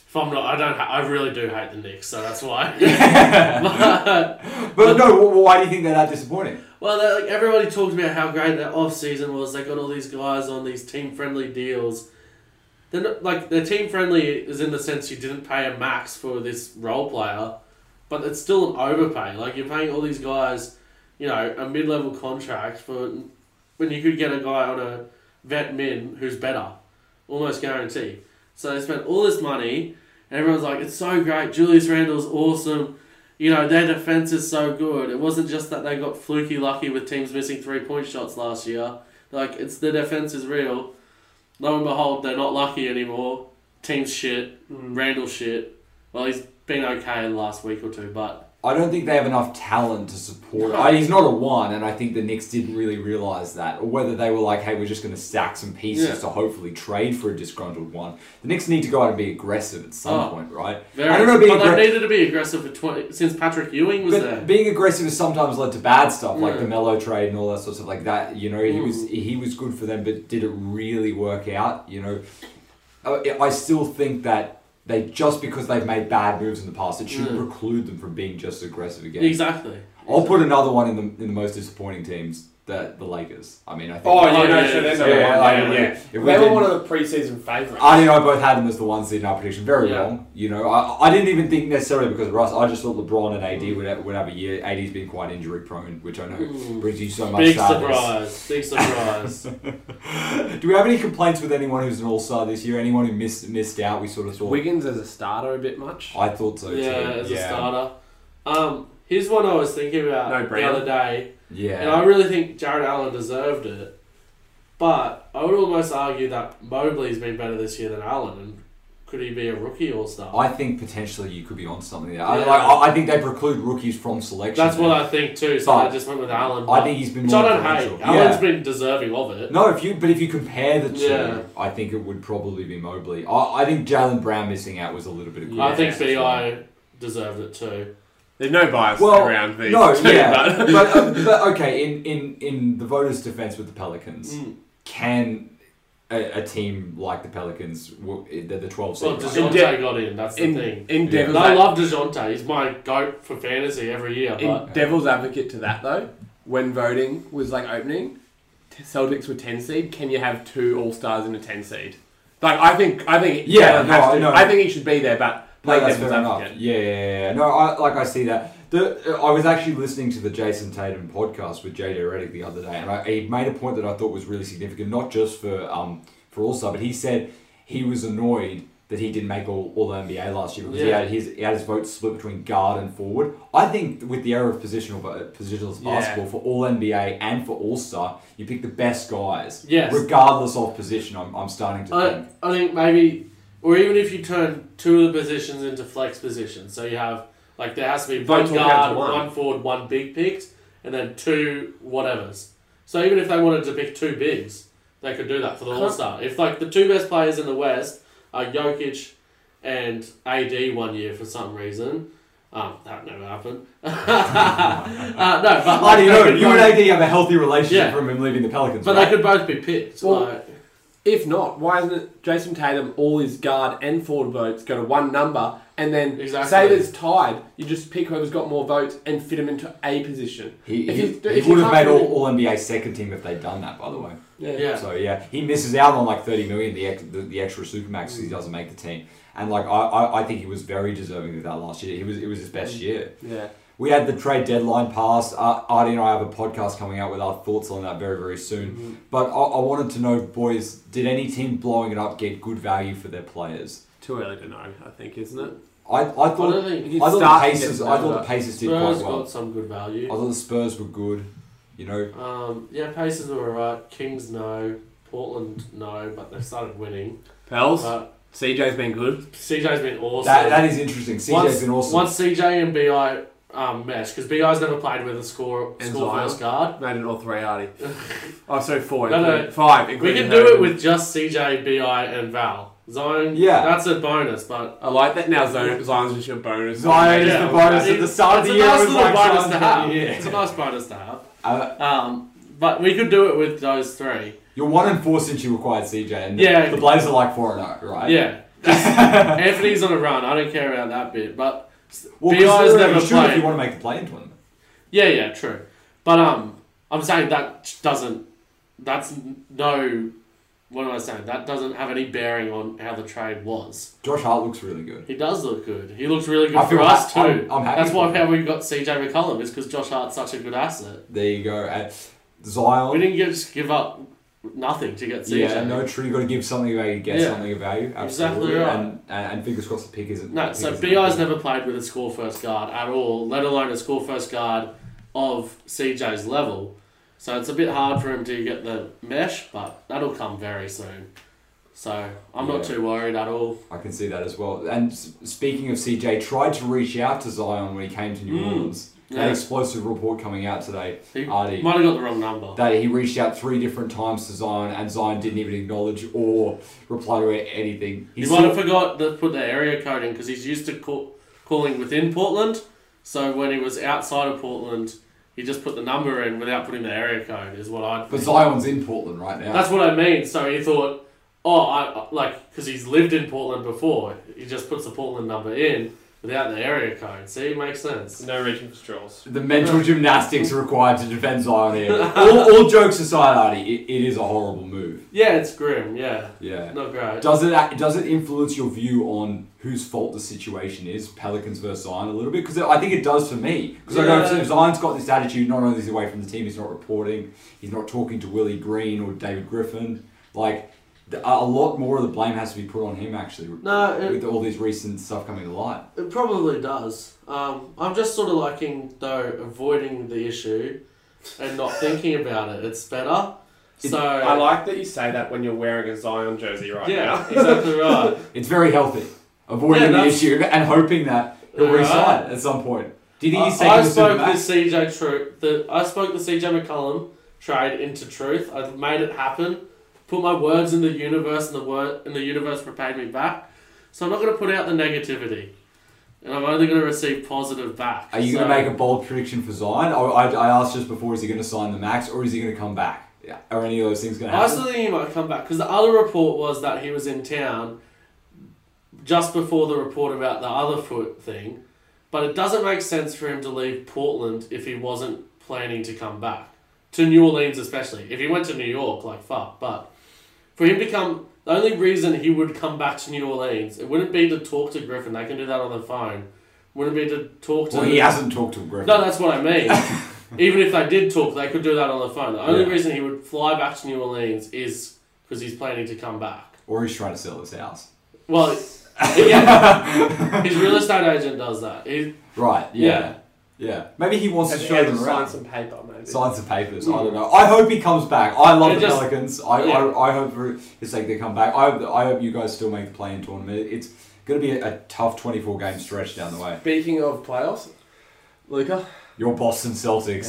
Speaker 2: if I'm not, I don't. Ha- I really do hate the Knicks, so that's why.
Speaker 1: But no, wh- why do you think they're that disappointing?
Speaker 2: Well, they- like everybody talked about how great their off season was. They got all these guys on these team friendly deals. They're not, like their team friendly is in the sense you didn't pay a max for this role player, but it's still an overpay. Like you're paying all these guys, you know, a mid level contract for when you could get a guy on a vet min who's better, almost guaranteed. So they spent all this money, and everyone's like, "It's so great. Julius Randle's awesome." you know, their defense is so good. It wasn't just that they got fluky lucky with teams missing three point shots last year. Like it's the defense is real. Lo and behold, they're not lucky anymore. Team's shit.
Speaker 1: Mm.
Speaker 2: Randall shit. Well, he's been okay in the last week or two, but
Speaker 1: I don't think they have enough talent to support. I, he's not a one, and I think the Knicks didn't really realize that, or whether they were like, "Hey, we're just going to stack some pieces
Speaker 2: Yeah.
Speaker 1: to hopefully trade for a disgruntled one." The Knicks need to go out and be aggressive at some
Speaker 2: Oh.
Speaker 1: point, right?
Speaker 2: very,
Speaker 1: I don't know. Being
Speaker 2: but
Speaker 1: aggra-
Speaker 2: they needed to be aggressive for twenty since Patrick Ewing was
Speaker 1: but
Speaker 2: there. Mm.
Speaker 1: being aggressive has sometimes led to bad stuff, like
Speaker 2: Yeah.
Speaker 1: the Mello trade and all that sort of stuff like that. You know, he
Speaker 2: Mm.
Speaker 1: was he was good for them, but did it really work out? You know, Uh, I I still think that they just because they've made bad moves in the past, it shouldn't
Speaker 2: Mm.
Speaker 1: preclude them from being just aggressive again.
Speaker 2: Exactly.
Speaker 1: I'll put another one in the in the most disappointing teams, the the Lakers. I mean, I think.
Speaker 3: Oh, yeah,
Speaker 2: Oh,
Speaker 3: no,
Speaker 2: yeah,
Speaker 3: so they're
Speaker 2: yeah,
Speaker 1: yeah,
Speaker 3: the
Speaker 1: like,
Speaker 3: one, yeah,
Speaker 1: yeah.
Speaker 3: yeah.
Speaker 1: If
Speaker 3: They
Speaker 1: we
Speaker 3: were
Speaker 1: didn't-
Speaker 3: one of the preseason favourites.
Speaker 1: I think I both had him as the one seed in our prediction. Very
Speaker 2: Yeah.
Speaker 1: wrong, you know. I, I didn't even think necessarily because of Russ. I just thought LeBron and AD
Speaker 2: Mm.
Speaker 1: would have, would have a year. AD's been quite injury prone, which I know brings you so much
Speaker 2: Mm. Big
Speaker 1: sadness.
Speaker 2: surprise. Big surprise.
Speaker 1: Do we have any complaints with anyone who's an All Star this year? Anyone who missed missed out? We sort of thought.
Speaker 3: Wiggins as a starter a bit much.
Speaker 1: I thought so
Speaker 2: yeah,
Speaker 1: too.
Speaker 2: as
Speaker 1: yeah,
Speaker 2: a starter. Um, here's one I was thinking about
Speaker 3: No
Speaker 2: the
Speaker 3: brainer.
Speaker 2: other day,
Speaker 1: yeah.
Speaker 2: and I really think Jared Allen deserved it. But I would almost argue that Mobley's been better this year than Allen, and could he be a rookie All Star?
Speaker 1: I think potentially you could be on something there. I,
Speaker 2: Yeah.
Speaker 1: like, I I think they preclude rookies from selection.
Speaker 2: That's what
Speaker 1: there.
Speaker 2: I think too. So
Speaker 1: But
Speaker 2: I just went with Allen.
Speaker 1: I
Speaker 2: but-
Speaker 1: think he's been
Speaker 2: which
Speaker 1: more
Speaker 2: I don't
Speaker 1: influential.
Speaker 2: hate.
Speaker 1: Yeah.
Speaker 2: Allen's been deserving of it.
Speaker 1: No, if you but if you compare the two,
Speaker 2: Yeah.
Speaker 1: I think it would probably be Mobley. I, I think Jalen Brown missing out was a little bit of.
Speaker 2: I think
Speaker 1: criticism as well.
Speaker 2: Bi deserved it too.
Speaker 3: There's no bias
Speaker 1: Well,
Speaker 3: around these.
Speaker 1: No,
Speaker 3: two,
Speaker 1: yeah,
Speaker 3: but-
Speaker 1: but, um, but okay. In, in in the voters' defense with the Pelicans,
Speaker 2: Mm.
Speaker 1: can a, a team like the Pelicans, w- they're the twelve
Speaker 2: Well,
Speaker 1: seed, right?
Speaker 2: Dejounte
Speaker 3: De-
Speaker 2: got in. That's the
Speaker 3: in,
Speaker 2: thing.
Speaker 3: in
Speaker 1: Yeah.
Speaker 3: devil's
Speaker 2: And I
Speaker 3: ad-
Speaker 2: love Dejounte. He's my goat for fantasy every year.
Speaker 3: in
Speaker 2: But
Speaker 3: devil's advocate to that though, when voting was like opening, t- Celtics were ten seed. Can you have two All Stars in a ten seed? Like I think I think
Speaker 1: Yeah,
Speaker 3: Jalen
Speaker 1: no,
Speaker 3: has to-
Speaker 1: no.
Speaker 3: I think he should be there, but play
Speaker 1: No, Oh, that's
Speaker 3: devil's
Speaker 1: fair enough.
Speaker 3: advocate.
Speaker 1: Yeah, yeah, yeah. No, I, like I see that. The, uh, I was actually listening to the Jason Tatum podcast with JJ Redick the other day, and I, he made a point that I thought was really significant, not just for um for All Star, but he said he was annoyed that he didn't make all, all NBA last year because he
Speaker 2: Yeah.
Speaker 1: had his he had his votes split between guard and forward. I think with the era of positional vo- uh, positionless
Speaker 3: Yeah.
Speaker 1: basketball for all NBA and for All Star, you pick the best guys,
Speaker 2: Yes.
Speaker 1: regardless of position. I'm, I'm starting to
Speaker 3: Uh,
Speaker 2: I,
Speaker 1: think.
Speaker 2: I think maybe, or even if you turn two of the positions into flex positions, so you have like there has to be one
Speaker 3: Votes all down
Speaker 2: guard,
Speaker 3: to
Speaker 2: one.
Speaker 3: one.
Speaker 2: forward, one big picked, and then two whatevers. So even if they wanted to pick two bigs, they could do that for the
Speaker 3: Huh.
Speaker 2: All Star. If like the two best players in the West are Jokic and AD one year for some reason. Um, that never happened. uh, no, but
Speaker 1: How do you
Speaker 2: they
Speaker 1: know?
Speaker 2: could
Speaker 1: You and
Speaker 2: both-
Speaker 1: AD have a healthy relationship
Speaker 2: Yeah.
Speaker 1: from him leaving the Pelicans.
Speaker 2: But
Speaker 1: right?
Speaker 2: they could both be picked.
Speaker 3: Well,
Speaker 2: like,
Speaker 3: If not, why isn't it Jason Tatum, all his guard and forward votes go to one number, and then
Speaker 2: Exactly.
Speaker 3: say there's tied, you just pick whoever's got more votes and fit him into a position.
Speaker 1: He,
Speaker 3: If
Speaker 1: he,
Speaker 3: you-
Speaker 1: he
Speaker 3: if you
Speaker 1: would have made
Speaker 3: can't
Speaker 1: all,
Speaker 3: do it-
Speaker 1: all NBA second team if they'd done that, by the way.
Speaker 2: yeah.
Speaker 1: So yeah, he misses out on like thirty million the ex, the, the extra supermax because he
Speaker 3: Mm.
Speaker 1: doesn't make the team. And like I, I, I think he was very deserving of that last year. He was it was his best year.
Speaker 3: Mm. Yeah.
Speaker 1: We had the trade deadline pass. Uh, Artie and I have a podcast coming out with our thoughts on that very very soon.
Speaker 3: Mm-hmm.
Speaker 1: But I, I wanted to know, boys, did any team blowing it up get good value for their players?
Speaker 3: Too early to know, I think, isn't it?
Speaker 1: I, I
Speaker 2: I don't
Speaker 1: thought
Speaker 2: think
Speaker 1: I thought the
Speaker 3: Starting
Speaker 1: Pacers I
Speaker 3: to blow it
Speaker 1: thought the
Speaker 3: up.
Speaker 1: Pacers did
Speaker 2: Spurs
Speaker 1: quite well.
Speaker 2: got some good
Speaker 1: I
Speaker 2: value.
Speaker 1: thought the Spurs were good. You know,
Speaker 2: Um, yeah, Pacers were alright. Kings no, Portland no, but they started winning.
Speaker 3: Pels,
Speaker 1: Uh,
Speaker 2: But
Speaker 3: CJ's been good.
Speaker 2: CJ's been awesome.
Speaker 1: that, that is interesting. CJ's
Speaker 2: once,
Speaker 1: been awesome.
Speaker 2: Once CJ and Bi um, mesh, because Bi's never played with a score
Speaker 3: And
Speaker 2: score
Speaker 3: Zion.
Speaker 2: first guard.
Speaker 3: Made an all three Artie. oh, so four.
Speaker 2: No,
Speaker 3: including-
Speaker 2: no.
Speaker 3: Five.
Speaker 2: We
Speaker 3: including
Speaker 2: can do it
Speaker 3: Harden.
Speaker 2: with just CJ, Bi, and Val. Zion,
Speaker 1: Yeah.
Speaker 2: that's a bonus, but
Speaker 3: I like that now Zion, Zion's just your bonus.
Speaker 1: Zion is
Speaker 2: Yeah,
Speaker 1: the bonus at the
Speaker 2: it's-
Speaker 1: start of
Speaker 2: it's
Speaker 1: the
Speaker 2: a
Speaker 1: year.
Speaker 2: nice
Speaker 1: was
Speaker 2: little
Speaker 1: like
Speaker 2: bonus
Speaker 1: Zion's
Speaker 2: to
Speaker 1: gonna
Speaker 2: have.
Speaker 1: be-
Speaker 2: It's a nice bonus to have.
Speaker 1: Uh,
Speaker 2: Um, but we could do it with those three.
Speaker 1: you're one and four since you acquired CJ, and the-
Speaker 2: Yeah.
Speaker 1: the Blazers are like four and zero, right?
Speaker 2: Yeah. Anthony's on a run. I don't care about that bit, but
Speaker 1: Well,
Speaker 2: BI 's
Speaker 1: considering
Speaker 2: never
Speaker 1: you should if
Speaker 2: played.
Speaker 1: you want to make the play-in tournament.
Speaker 2: yeah, yeah, true. But um, I'm saying that doesn't. That's no. What am I saying? That doesn't have any bearing on how the trade was.
Speaker 1: Josh Hart looks really good.
Speaker 2: He does look good. He looks really
Speaker 1: I
Speaker 2: good for
Speaker 1: feel
Speaker 2: us
Speaker 1: ha-
Speaker 2: too.
Speaker 1: I'm- I'm happy
Speaker 2: That's why
Speaker 1: for him.
Speaker 2: how we got CJ McCollum is because Josh Hart's such a good asset.
Speaker 1: There you go. Uh,
Speaker 2: We
Speaker 1: Zion.
Speaker 2: didn't get, just give up nothing to get CJ.
Speaker 1: Yeah, no true. You got to give something of value, to get
Speaker 2: Yeah.
Speaker 1: something of value. Absolutely.
Speaker 2: Exactly right.
Speaker 1: And, and and fingers crossed the pick isn't.
Speaker 2: No,
Speaker 1: pick
Speaker 2: so
Speaker 1: isn't
Speaker 2: Bi's
Speaker 1: that
Speaker 2: never played with a score first guard at all, let alone a score first guard of CJ's level. So it's a bit hard for him to get the mesh, but that'll come very soon. So I'm not
Speaker 1: Yeah.
Speaker 2: too worried at all.
Speaker 1: I can see that as well. And s- speaking of CJ, tried to reach out to Zion when he came to New
Speaker 2: Mm.
Speaker 1: Orleans. That
Speaker 2: Yeah.
Speaker 1: explosive report coming out today,
Speaker 2: He
Speaker 1: Artie,
Speaker 2: might have got the wrong number.
Speaker 1: that he reached out three different times to Zion and Zion didn't even acknowledge or reply to anything.
Speaker 2: He
Speaker 1: saw-
Speaker 2: might have forgot to put the area code in because he's used to call, calling within Portland. So when he was outside of Portland, he just put the number in without putting the area code. Is what I.
Speaker 1: but Zion's in Portland right now.
Speaker 2: That's what I mean. So he thought, oh, I like because he's lived in Portland before. He just puts the Portland number in without the area code. See, it makes sense.
Speaker 4: No reaching for straws.
Speaker 1: the mental gymnastics required to defend Zion here. all, all jokes aside, Artie, it, it is a horrible move.
Speaker 2: Yeah, it's grim. Yeah,
Speaker 1: Yeah.
Speaker 2: not great.
Speaker 1: Does it act- does it influence your view on whose fault the situation is, Pelicans versus Zion, a little bit? Because I think it does for me. Because I go,
Speaker 2: Yeah.
Speaker 1: if Zion's got this attitude, not only is he away from the team, he's not reporting, he's not talking to Willie Green or David Griffin. Like, th- a lot more of the blame has to be put on him, actually,
Speaker 2: No, it,
Speaker 1: with all these recent stuff coming to light.
Speaker 2: It probably does. Um, I'm just sort of liking though avoiding the issue and not thinking about it. It's better.
Speaker 1: It-
Speaker 2: So
Speaker 4: I like that you say that when you're wearing a Zion jersey right
Speaker 2: yeah,
Speaker 4: now.
Speaker 2: exactly right.
Speaker 1: It's very healthy, avoiding
Speaker 2: Yeah,
Speaker 1: the
Speaker 2: that's-
Speaker 1: issue and hoping that he'll
Speaker 2: Right.
Speaker 1: resign at some point. Do you think
Speaker 2: I,
Speaker 1: he's taking
Speaker 2: I
Speaker 1: the
Speaker 2: spoke the
Speaker 1: Supermax?
Speaker 2: CJ Tru The I spoke the CJ McCollum trade into truth. I made it happen. Put my words in the universe, and the word and the universe repaid me back. So I'm not going to put out the negativity, and I'm only going to receive positive back.
Speaker 1: Are you
Speaker 2: So-
Speaker 1: going to make a bold prediction for Zion? Or I, I asked just before, is he going to sign the max or is he going to come back? Yeah. Are any of those things going to
Speaker 2: I
Speaker 1: happen?
Speaker 2: was thinking he might come back because the other report was that he was in town just before the report about the other foot thing, but it doesn't make sense for him to leave Portland if he wasn't planning to come back to New Orleans, especially if he went to New York, like fuck. But for him to come, the only reason he would come back to New Orleans it wouldn't be to talk to Griffin. They can do that on the phone. Wouldn't be to talk to.
Speaker 1: well, he hasn't talked to Griffin.
Speaker 2: No, that's what I mean. Even if they did talk, they could do that on the phone. The only
Speaker 1: Yeah.
Speaker 2: reason he would fly back to New Orleans is because he's planning to come back.
Speaker 1: Or he's trying to sell his house.
Speaker 2: Well, yeah, his real estate agent does that. He,
Speaker 1: Right, yeah. Yeah. Maybe he wants
Speaker 4: And
Speaker 1: to show
Speaker 4: and
Speaker 1: them
Speaker 4: sign
Speaker 1: around.
Speaker 4: some paper, maybe.
Speaker 1: Signs of papers. I don't know. I hope he comes back. I love
Speaker 2: It
Speaker 1: the
Speaker 2: just-
Speaker 1: Pelicans. I,
Speaker 2: yeah.
Speaker 1: I, I hope for his sake they come back. I hope, I hope you guys still make the playing tournament. It's going to be a, a tough 24 game stretch down the way.
Speaker 3: Speaking of playoffs, Luca.
Speaker 1: Your Boston Celtics.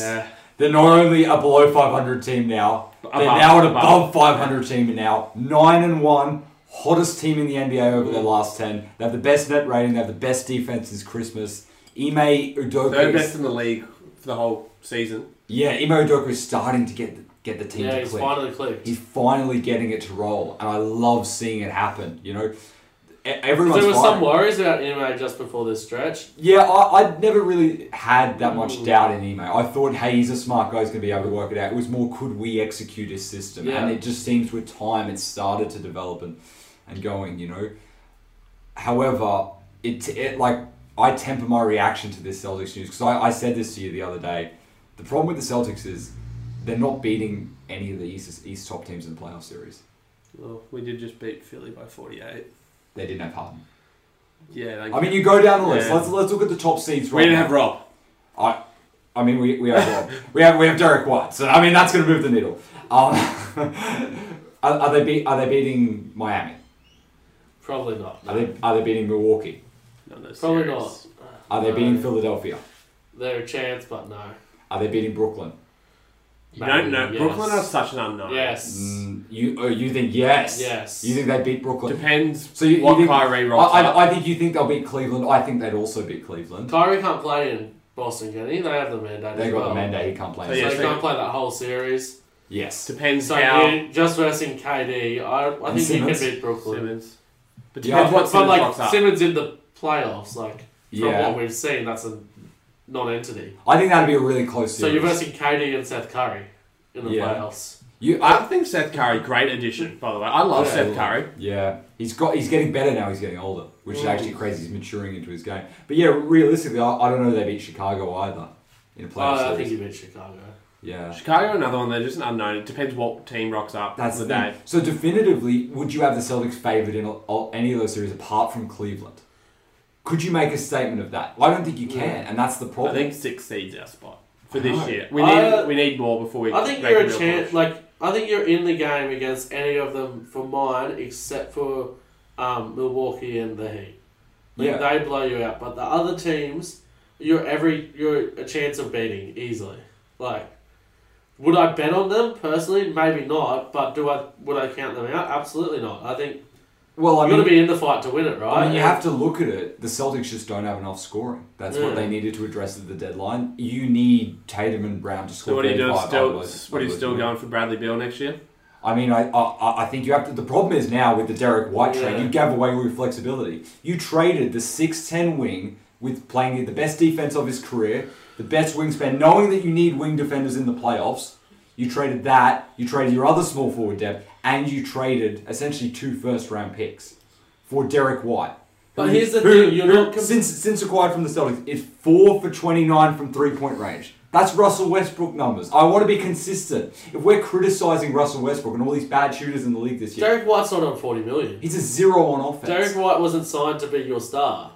Speaker 1: They're not only a below 500 team now, they're
Speaker 2: Above,
Speaker 1: now an above,
Speaker 2: above.
Speaker 1: 500 team now. 9 and 1, hottest team in the NBA over
Speaker 2: Mm.
Speaker 1: their last 10. They have the best net rating, they have the best defense since Christmas. Ime
Speaker 3: Third
Speaker 1: Udoka
Speaker 3: best
Speaker 1: is,
Speaker 3: in the league for the whole season.
Speaker 1: Yeah, Ime Udoka is starting to get the, get the team
Speaker 2: yeah,
Speaker 1: to
Speaker 2: he's
Speaker 1: click.
Speaker 2: finally clicked.
Speaker 1: He's finally getting it to roll, and I love seeing it happen, you know. E- Everyone's
Speaker 2: there were
Speaker 1: firing.
Speaker 2: some worries about Ime just before this stretch.
Speaker 1: Yeah, I, I'd never really had that much
Speaker 2: Mm.
Speaker 1: doubt in Emo. I thought, hey, he's a smart guy, he's going to be able to work it out. It was more, could we execute his system?
Speaker 2: Yeah.
Speaker 1: And it just seems with time it started to develop and, and going, you know. However, it, it like I temper my reaction to this Celtics news because I, I said this to you the other day. The problem with the Celtics is they're not beating any of the East, East top teams in the playoff series.
Speaker 3: Well, Oh, we did just beat Philly by 48.
Speaker 1: They didn't have Harden.
Speaker 3: Yeah, they
Speaker 1: I mean, you go down the list.
Speaker 3: Yeah.
Speaker 1: Let's let's look at the top seeds.
Speaker 3: we
Speaker 1: right
Speaker 3: didn't
Speaker 1: now.
Speaker 3: have Rob.
Speaker 1: I mean, we, we have Rob. we have we have Derek White. So I mean, that's going to move the needle. Um, are, are they be, are they beating Miami?
Speaker 2: Probably not.
Speaker 1: Are they are they beating Milwaukee?
Speaker 3: No, no,
Speaker 2: Probably
Speaker 3: serious.
Speaker 2: not.
Speaker 1: Are they
Speaker 2: No.
Speaker 1: beating Philadelphia?
Speaker 2: They're a chance, but no.
Speaker 1: Are they beating Brooklyn?
Speaker 3: You don't know.
Speaker 2: Yes.
Speaker 3: Brooklyn are such an unknown.
Speaker 2: Yes.
Speaker 1: Mm, you oh, you think yes?
Speaker 2: Yes.
Speaker 1: You think they beat Brooklyn?
Speaker 3: Depends
Speaker 1: So you- you
Speaker 3: what
Speaker 1: think-
Speaker 3: Kyrie
Speaker 1: I,
Speaker 3: rocks up.
Speaker 1: I, I think you think they'll beat Cleveland. I think they'd also beat Cleveland.
Speaker 2: Kyrie can't play in Boston, can he? They have the mandate.
Speaker 1: They
Speaker 2: as
Speaker 1: got
Speaker 2: well.
Speaker 1: the mandate. He can't play.
Speaker 3: So
Speaker 2: So
Speaker 3: yeah.
Speaker 1: So-
Speaker 2: they
Speaker 3: so-
Speaker 2: can't play that whole series.
Speaker 1: Yes.
Speaker 3: Depends
Speaker 2: So
Speaker 3: how
Speaker 2: you- just versing KD, I, I
Speaker 1: And
Speaker 2: think he
Speaker 1: Simmons.
Speaker 2: can beat Brooklyn.
Speaker 3: Simmons. But
Speaker 1: Yeah,
Speaker 3: depends
Speaker 2: But,
Speaker 3: what
Speaker 2: but
Speaker 3: Simmons rocks
Speaker 2: like
Speaker 3: up.
Speaker 2: Simmons in the playoffs, like from
Speaker 1: Yeah.
Speaker 2: what we've seen, that's a non-entity.
Speaker 1: I think that'd be a really close
Speaker 2: So
Speaker 1: series.
Speaker 2: you're versing KD and Seth Curry in the
Speaker 1: Yeah.
Speaker 2: playoffs.
Speaker 1: you, I,
Speaker 3: I think Seth Curry, great addition, by the way. I love
Speaker 1: Yeah.
Speaker 3: Seth Curry.
Speaker 1: Yeah, he's got he's getting better now. He's getting older, which is
Speaker 2: Mm.
Speaker 1: actually crazy. He's maturing into his game. But yeah, realistically, I, I don't know they beat Chicago either in a playoff
Speaker 2: Oh, I think
Speaker 1: series.
Speaker 2: you beat Chicago.
Speaker 1: yeah,
Speaker 3: Chicago, another one, they're just an unknown. It depends what team rocks up.
Speaker 1: that's the
Speaker 3: day.
Speaker 1: thing. So definitively, would you have the Celtics favored in all- all- any of those series apart from Cleveland? Could you make a statement of that? I don't think you can, and that's the
Speaker 3: Mm. I
Speaker 1: problem.
Speaker 3: think six seeds our spot. for this year. We need
Speaker 2: Uh,
Speaker 3: we need more before we.
Speaker 2: I think
Speaker 3: make
Speaker 2: you're a
Speaker 3: real
Speaker 2: chance.
Speaker 3: push.
Speaker 2: Like I think you're in the game against any of them for mine, except for um, Milwaukee and the Heat. Like,
Speaker 1: Yeah.
Speaker 2: they blow you out. But the other teams, you're every you're a chance of beating easily. Like, would I bet on them personally? Maybe not. But do I? Would I count them out? Absolutely not. I think
Speaker 1: Well, I
Speaker 2: you're
Speaker 1: mean,
Speaker 2: gonna be in the fight to win it, right?
Speaker 1: I mean, you have to look at it. The Celtics just don't have enough scoring. That's what
Speaker 2: Yeah.
Speaker 3: Mm.
Speaker 1: they needed to address at the deadline. You need Tatum and Brown to score.
Speaker 3: So what are you doing?
Speaker 1: 35,
Speaker 3: Still,
Speaker 1: otherwise-
Speaker 3: what are you still
Speaker 1: otherwise-
Speaker 3: going for Bradley Beal next year?
Speaker 1: I mean, I, I I think you have to. The problem is now with the Derek White trade,
Speaker 2: Yeah.
Speaker 1: you gave away all your flexibility. You traded the six ten wing with playing the best defense of his career, the best wingspan, knowing that you need wing defenders in the playoffs. You traded that. You traded your other small forward depth, and you traded essentially two first round picks for Derek White.
Speaker 2: But
Speaker 1: who-
Speaker 2: here's the
Speaker 1: who-
Speaker 2: thing, you're
Speaker 1: who-
Speaker 2: not com-
Speaker 1: since since acquired from the Celtics is four for twenty nine from three point range. That's Russell Westbrook numbers. I want to be consistent. If we're criticizing Russell Westbrook and all these bad shooters in the league this year,
Speaker 2: Derek White's not on forty million.
Speaker 1: he's a zero on offense.
Speaker 2: Derek White wasn't signed to be your star.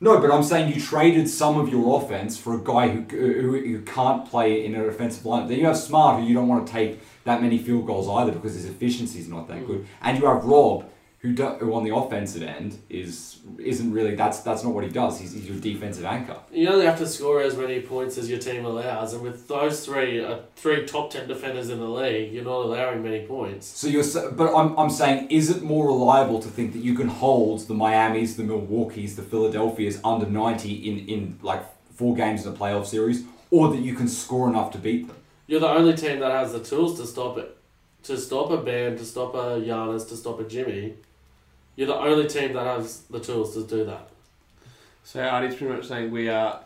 Speaker 1: no, but I'm saying you traded some of your offense for a guy who, who, who can't play in an offensive lineup. Then you have Smart, who you don't want to take that many field goals either because his efficiency's not that good, and you have Rob. Who, do, who on the offensive end is isn't really that's that's not what he does. He's, he's your defensive anchor.
Speaker 2: You only have to score as many points as your team allows, and with those three, uh, three top ten defenders in the league, you're not allowing many points.
Speaker 1: So you're, s- but I'm, I'm saying, is it more reliable to think that you can hold the Miami's, the Milwaukee's, the Philadelphia's under 90 in, in like four games in a playoff series, or that you can score enough to beat them?
Speaker 2: You're the only team that has the tools to stop it, to stop a Bam, to stop a Giannis, to stop a Jimmy. You're the only team that has the tools to do that.
Speaker 3: So Artie's pretty much saying we are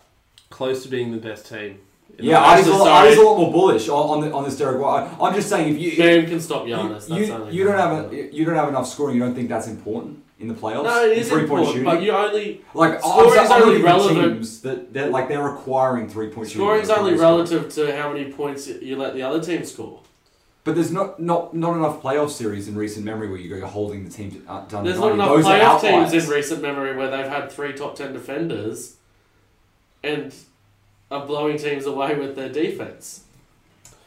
Speaker 3: close to being the best team. in the
Speaker 1: yeah, I was, a
Speaker 2: actually,
Speaker 1: lot, I was a
Speaker 2: sorry.
Speaker 1: lot more bullish on, on, the, on this Derek White. I'm just saying, if you
Speaker 2: Bam can stop
Speaker 1: you,
Speaker 2: Giannis.
Speaker 1: you,
Speaker 2: that's the only
Speaker 1: you don't
Speaker 2: thing.
Speaker 1: have a, you don't have enough scoring, you don't think that's important in the playoffs.
Speaker 2: No, it
Speaker 1: In
Speaker 2: is
Speaker 1: three-point
Speaker 2: important, but
Speaker 1: shooting?
Speaker 2: you only
Speaker 1: like I'm,
Speaker 2: scoring's
Speaker 1: saying- I'm
Speaker 2: only
Speaker 1: looking at
Speaker 2: relevant-
Speaker 1: teams that they're, like they're requiring three point shooting.
Speaker 2: scoring's
Speaker 1: They're
Speaker 2: only
Speaker 1: requiring scoring.
Speaker 2: relative to how many points you- you let the other team score.
Speaker 1: But there's not, not not enough playoff series in recent memory where you go holding the team to, uh, down
Speaker 2: There's
Speaker 1: to
Speaker 2: not
Speaker 1: 90.
Speaker 2: enough
Speaker 1: Those are
Speaker 2: playoff
Speaker 1: outliers.
Speaker 2: teams in recent memory where they've had three top ten defenders and are blowing teams away with their defense.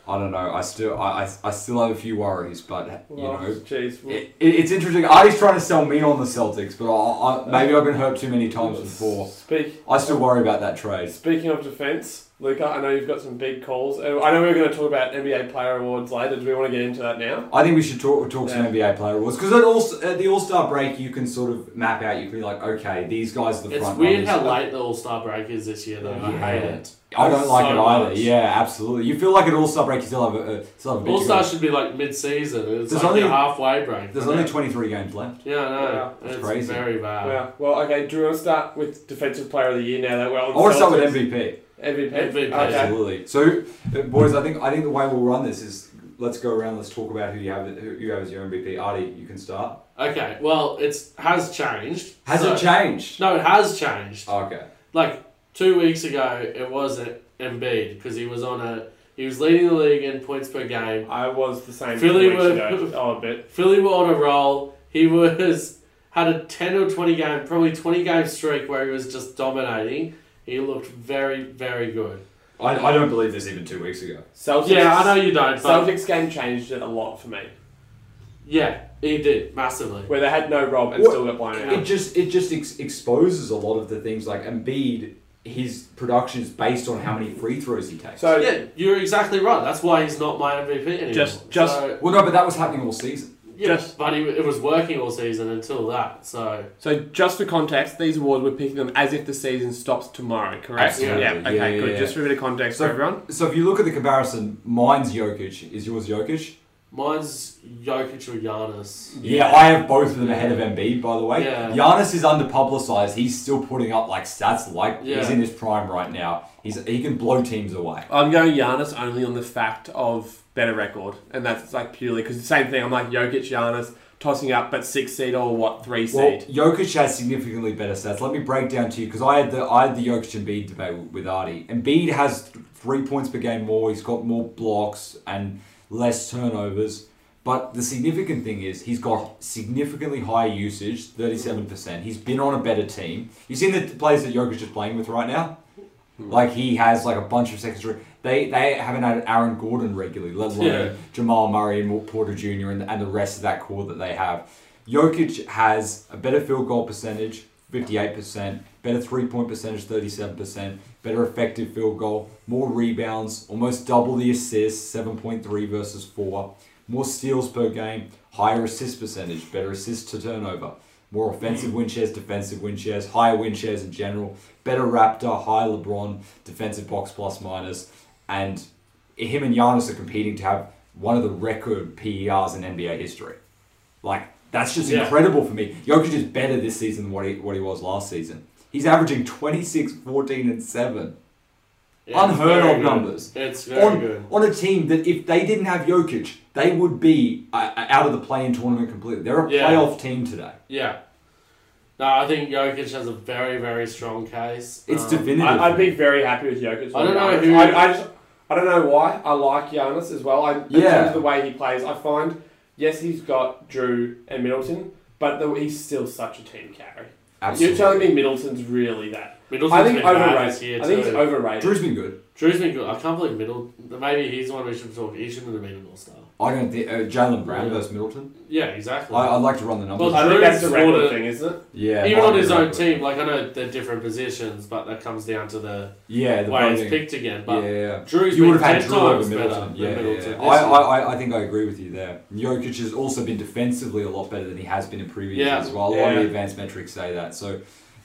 Speaker 1: I don't know. I still I, I, I still have a few worries, but you
Speaker 4: Well,
Speaker 1: know.
Speaker 4: jeez. well,
Speaker 1: It, it, it's interesting. Artie's trying to sell me on the Celtics, but I, I, maybe I've been hurt too many times before.
Speaker 4: Speak,
Speaker 1: I still worry about that trade.
Speaker 4: speaking of defence, Luca, I know you've got some big calls. And I know we are going to talk about NBA player awards later. Do we want to get into that now?
Speaker 1: I think we should talk talk some
Speaker 4: Yeah.
Speaker 1: NBA player awards because at, all, at the All Star break you can sort of map out. You can be like, okay, these guys are the
Speaker 2: It's
Speaker 1: front
Speaker 2: weird
Speaker 1: runners.
Speaker 2: how late the All Star break is this year, though.
Speaker 1: Yeah.
Speaker 2: I hate it.
Speaker 1: I don't like
Speaker 2: so
Speaker 1: it either.
Speaker 2: much.
Speaker 1: Yeah, absolutely. You feel like at All Star break you still have a, a still have a bit to
Speaker 2: All
Speaker 1: go.
Speaker 2: Star should be like mid season. It's
Speaker 1: There's
Speaker 2: like
Speaker 1: only-
Speaker 2: your halfway break.
Speaker 1: There's only 23 games left.
Speaker 2: yeah, I know.
Speaker 4: Yeah,
Speaker 1: that's
Speaker 2: it's
Speaker 1: crazy.
Speaker 2: very bad.
Speaker 4: Wow. Well, okay. Do we want to start with defensive player of the year now that we're on?
Speaker 1: I want to start
Speaker 4: Celtics?
Speaker 1: with MVP.
Speaker 4: MVP.
Speaker 2: MVP.
Speaker 4: Okay.
Speaker 1: Absolutely. So, uh, boys, I think I think the way we'll run this is let's go around. Let's talk about who you have who you have as your MVP. Artie, you can start.
Speaker 2: Okay, well, it's has changed.
Speaker 1: Has
Speaker 2: So-
Speaker 1: it changed?
Speaker 2: No, it has changed.
Speaker 1: Oh, Okay.
Speaker 2: like two weeks ago, it was Embiid because he was on a he was leading the league in points per game.
Speaker 4: I was the same. Philly
Speaker 2: Philly
Speaker 4: weeks
Speaker 2: were-
Speaker 4: ago. Oh, a bit.
Speaker 2: Philly were on a roll. He was had a ten or twenty game, probably twenty game streak where he was just dominating. He looked very, very good.
Speaker 1: I, I don't believe this even two weeks ago.
Speaker 4: Celtics.
Speaker 2: Yeah, I know you don't, but
Speaker 4: Celtics game changed it a lot for me,
Speaker 2: yeah, he did massively.
Speaker 4: where they had no Rob and
Speaker 1: What-
Speaker 4: still got blown out.
Speaker 1: It just it just ex- exposes a lot of the things like Embiid. His production is based on how many free throws he takes.
Speaker 4: So
Speaker 2: Yeah, you're exactly right. That's why he's not my MVP anymore.
Speaker 3: Just- just-
Speaker 2: so,
Speaker 1: well, no, but that was happening all season.
Speaker 2: yeah,
Speaker 3: just-
Speaker 2: but he, it was working all season until that. So
Speaker 3: So just for context, these awards we're picking them as if the season stops tomorrow, correct?
Speaker 2: Absolutely.
Speaker 3: Yeah.
Speaker 1: Yeah,
Speaker 3: Okay.
Speaker 1: yeah,
Speaker 3: good.
Speaker 1: yeah.
Speaker 3: Just for a bit of context
Speaker 1: So-
Speaker 3: for everyone.
Speaker 1: So if you look at the comparison, mine's Jokic. Is yours Jokic?
Speaker 2: mine's Jokic or Giannis.
Speaker 1: Yeah, I have both of them ahead of Embiid, by the way.
Speaker 2: Yeah.
Speaker 1: Giannis is underpublicized. He's still putting up like stats like he's
Speaker 2: Yeah.
Speaker 1: in his prime right now. He's he can blow teams away.
Speaker 3: I'm going Giannis only on the fact of better record, and that's like purely because the same thing. I'm like Jokic, Giannis tossing up, but six seed or what three
Speaker 1: Well,
Speaker 3: seed.
Speaker 1: Jokic has significantly better stats. Let me break down to you because I had the I had the Jokic and Embiid debate with Artie. Embiid has three points per game more. He's got more blocks and less turnovers. But the significant thing is he's got significantly higher usage, thirty-seven percent. He's been on a better team. You've seen the players that Jokic is playing with right now. Like he has like a bunch of secondary. They they haven't had Aaron Gordon regularly, let alone
Speaker 2: Yeah.
Speaker 1: Jamal Murray and Walt Porter Jr. And, and the rest of that core that they have. Jokic has a better field goal percentage, 58%, better three point percentage, 37%, better effective field goal, more rebounds, almost double the assists, 7.3 versus 4, more steals per game, higher assist percentage, better assist to turnover, more offensive win shares, defensive win shares, higher win shares in general, better Raptor, higher LeBron, defensive box plus minus, and him and Giannis are competing to have one of the record PERs in NBA history. Like that's just
Speaker 2: Yeah.
Speaker 1: incredible for me. Jokic is better this season than what he what he was last season. He's averaging 26, 14, and 7.
Speaker 2: Yeah, it's
Speaker 1: Unheard
Speaker 2: very
Speaker 1: of
Speaker 2: good.
Speaker 1: numbers.
Speaker 2: It's very good.
Speaker 1: On, on a team that if they didn't have Jokic, they would be uh, uh, out of the play-in tournament completely. They're a
Speaker 2: Yeah.
Speaker 1: playoff team today.
Speaker 2: Yeah. No, I think Jokic has a very, very strong case.
Speaker 1: It's
Speaker 2: Um,
Speaker 1: definitive.
Speaker 3: I, I'd be very happy with Jokic.
Speaker 2: I don't know
Speaker 3: Giannis.
Speaker 2: who-
Speaker 3: I, I, just, I don't know why. I like Giannis as well. I, in
Speaker 1: Yeah.
Speaker 3: terms of the way he plays, I find yes, he's got Drew and Middleton, but the, he's still such a team carry.
Speaker 1: Absolutely.
Speaker 3: You're telling me Middleton's really that?
Speaker 2: Middleton's
Speaker 3: I think
Speaker 2: been bad this
Speaker 3: overrated.
Speaker 2: year
Speaker 3: I think
Speaker 2: too.
Speaker 3: he's overrated.
Speaker 1: Drew's been good.
Speaker 2: Drew's been good. I can't believe Middle. Maybe he's the one we should talk. He shouldn't have been an All Star.
Speaker 1: I don't think uh, Jalen Brown
Speaker 2: Yeah.
Speaker 1: versus Middleton.
Speaker 2: Yeah, exactly.
Speaker 1: I, I'd like to run the numbers.
Speaker 2: Well,
Speaker 3: I think that's the
Speaker 2: Drew's
Speaker 3: record
Speaker 2: sorta-
Speaker 3: thing, isn't it?
Speaker 1: yeah,
Speaker 2: Even
Speaker 1: might
Speaker 2: on
Speaker 1: be
Speaker 2: his
Speaker 1: right,
Speaker 2: own
Speaker 1: but-
Speaker 2: team, like I know they're different positions, but that comes down to the
Speaker 1: Yeah, the
Speaker 2: way
Speaker 1: voting.
Speaker 2: it's picked again.
Speaker 1: yeah,
Speaker 2: But
Speaker 1: yeah.
Speaker 2: Drew's
Speaker 1: you
Speaker 2: been
Speaker 1: would have had
Speaker 2: ten
Speaker 1: Drew
Speaker 2: times
Speaker 1: over
Speaker 2: better
Speaker 1: Middleton.
Speaker 2: than
Speaker 1: Yeah, yeah,
Speaker 2: Middleton.
Speaker 1: yeah.
Speaker 2: this
Speaker 1: I,
Speaker 2: year.
Speaker 1: I, I- I think I agree with you there. Jokic has also been defensively a lot better than he has been in previous
Speaker 2: Yeah.
Speaker 1: years. Well, a lot of
Speaker 3: Yeah.
Speaker 1: the advanced metrics say that. So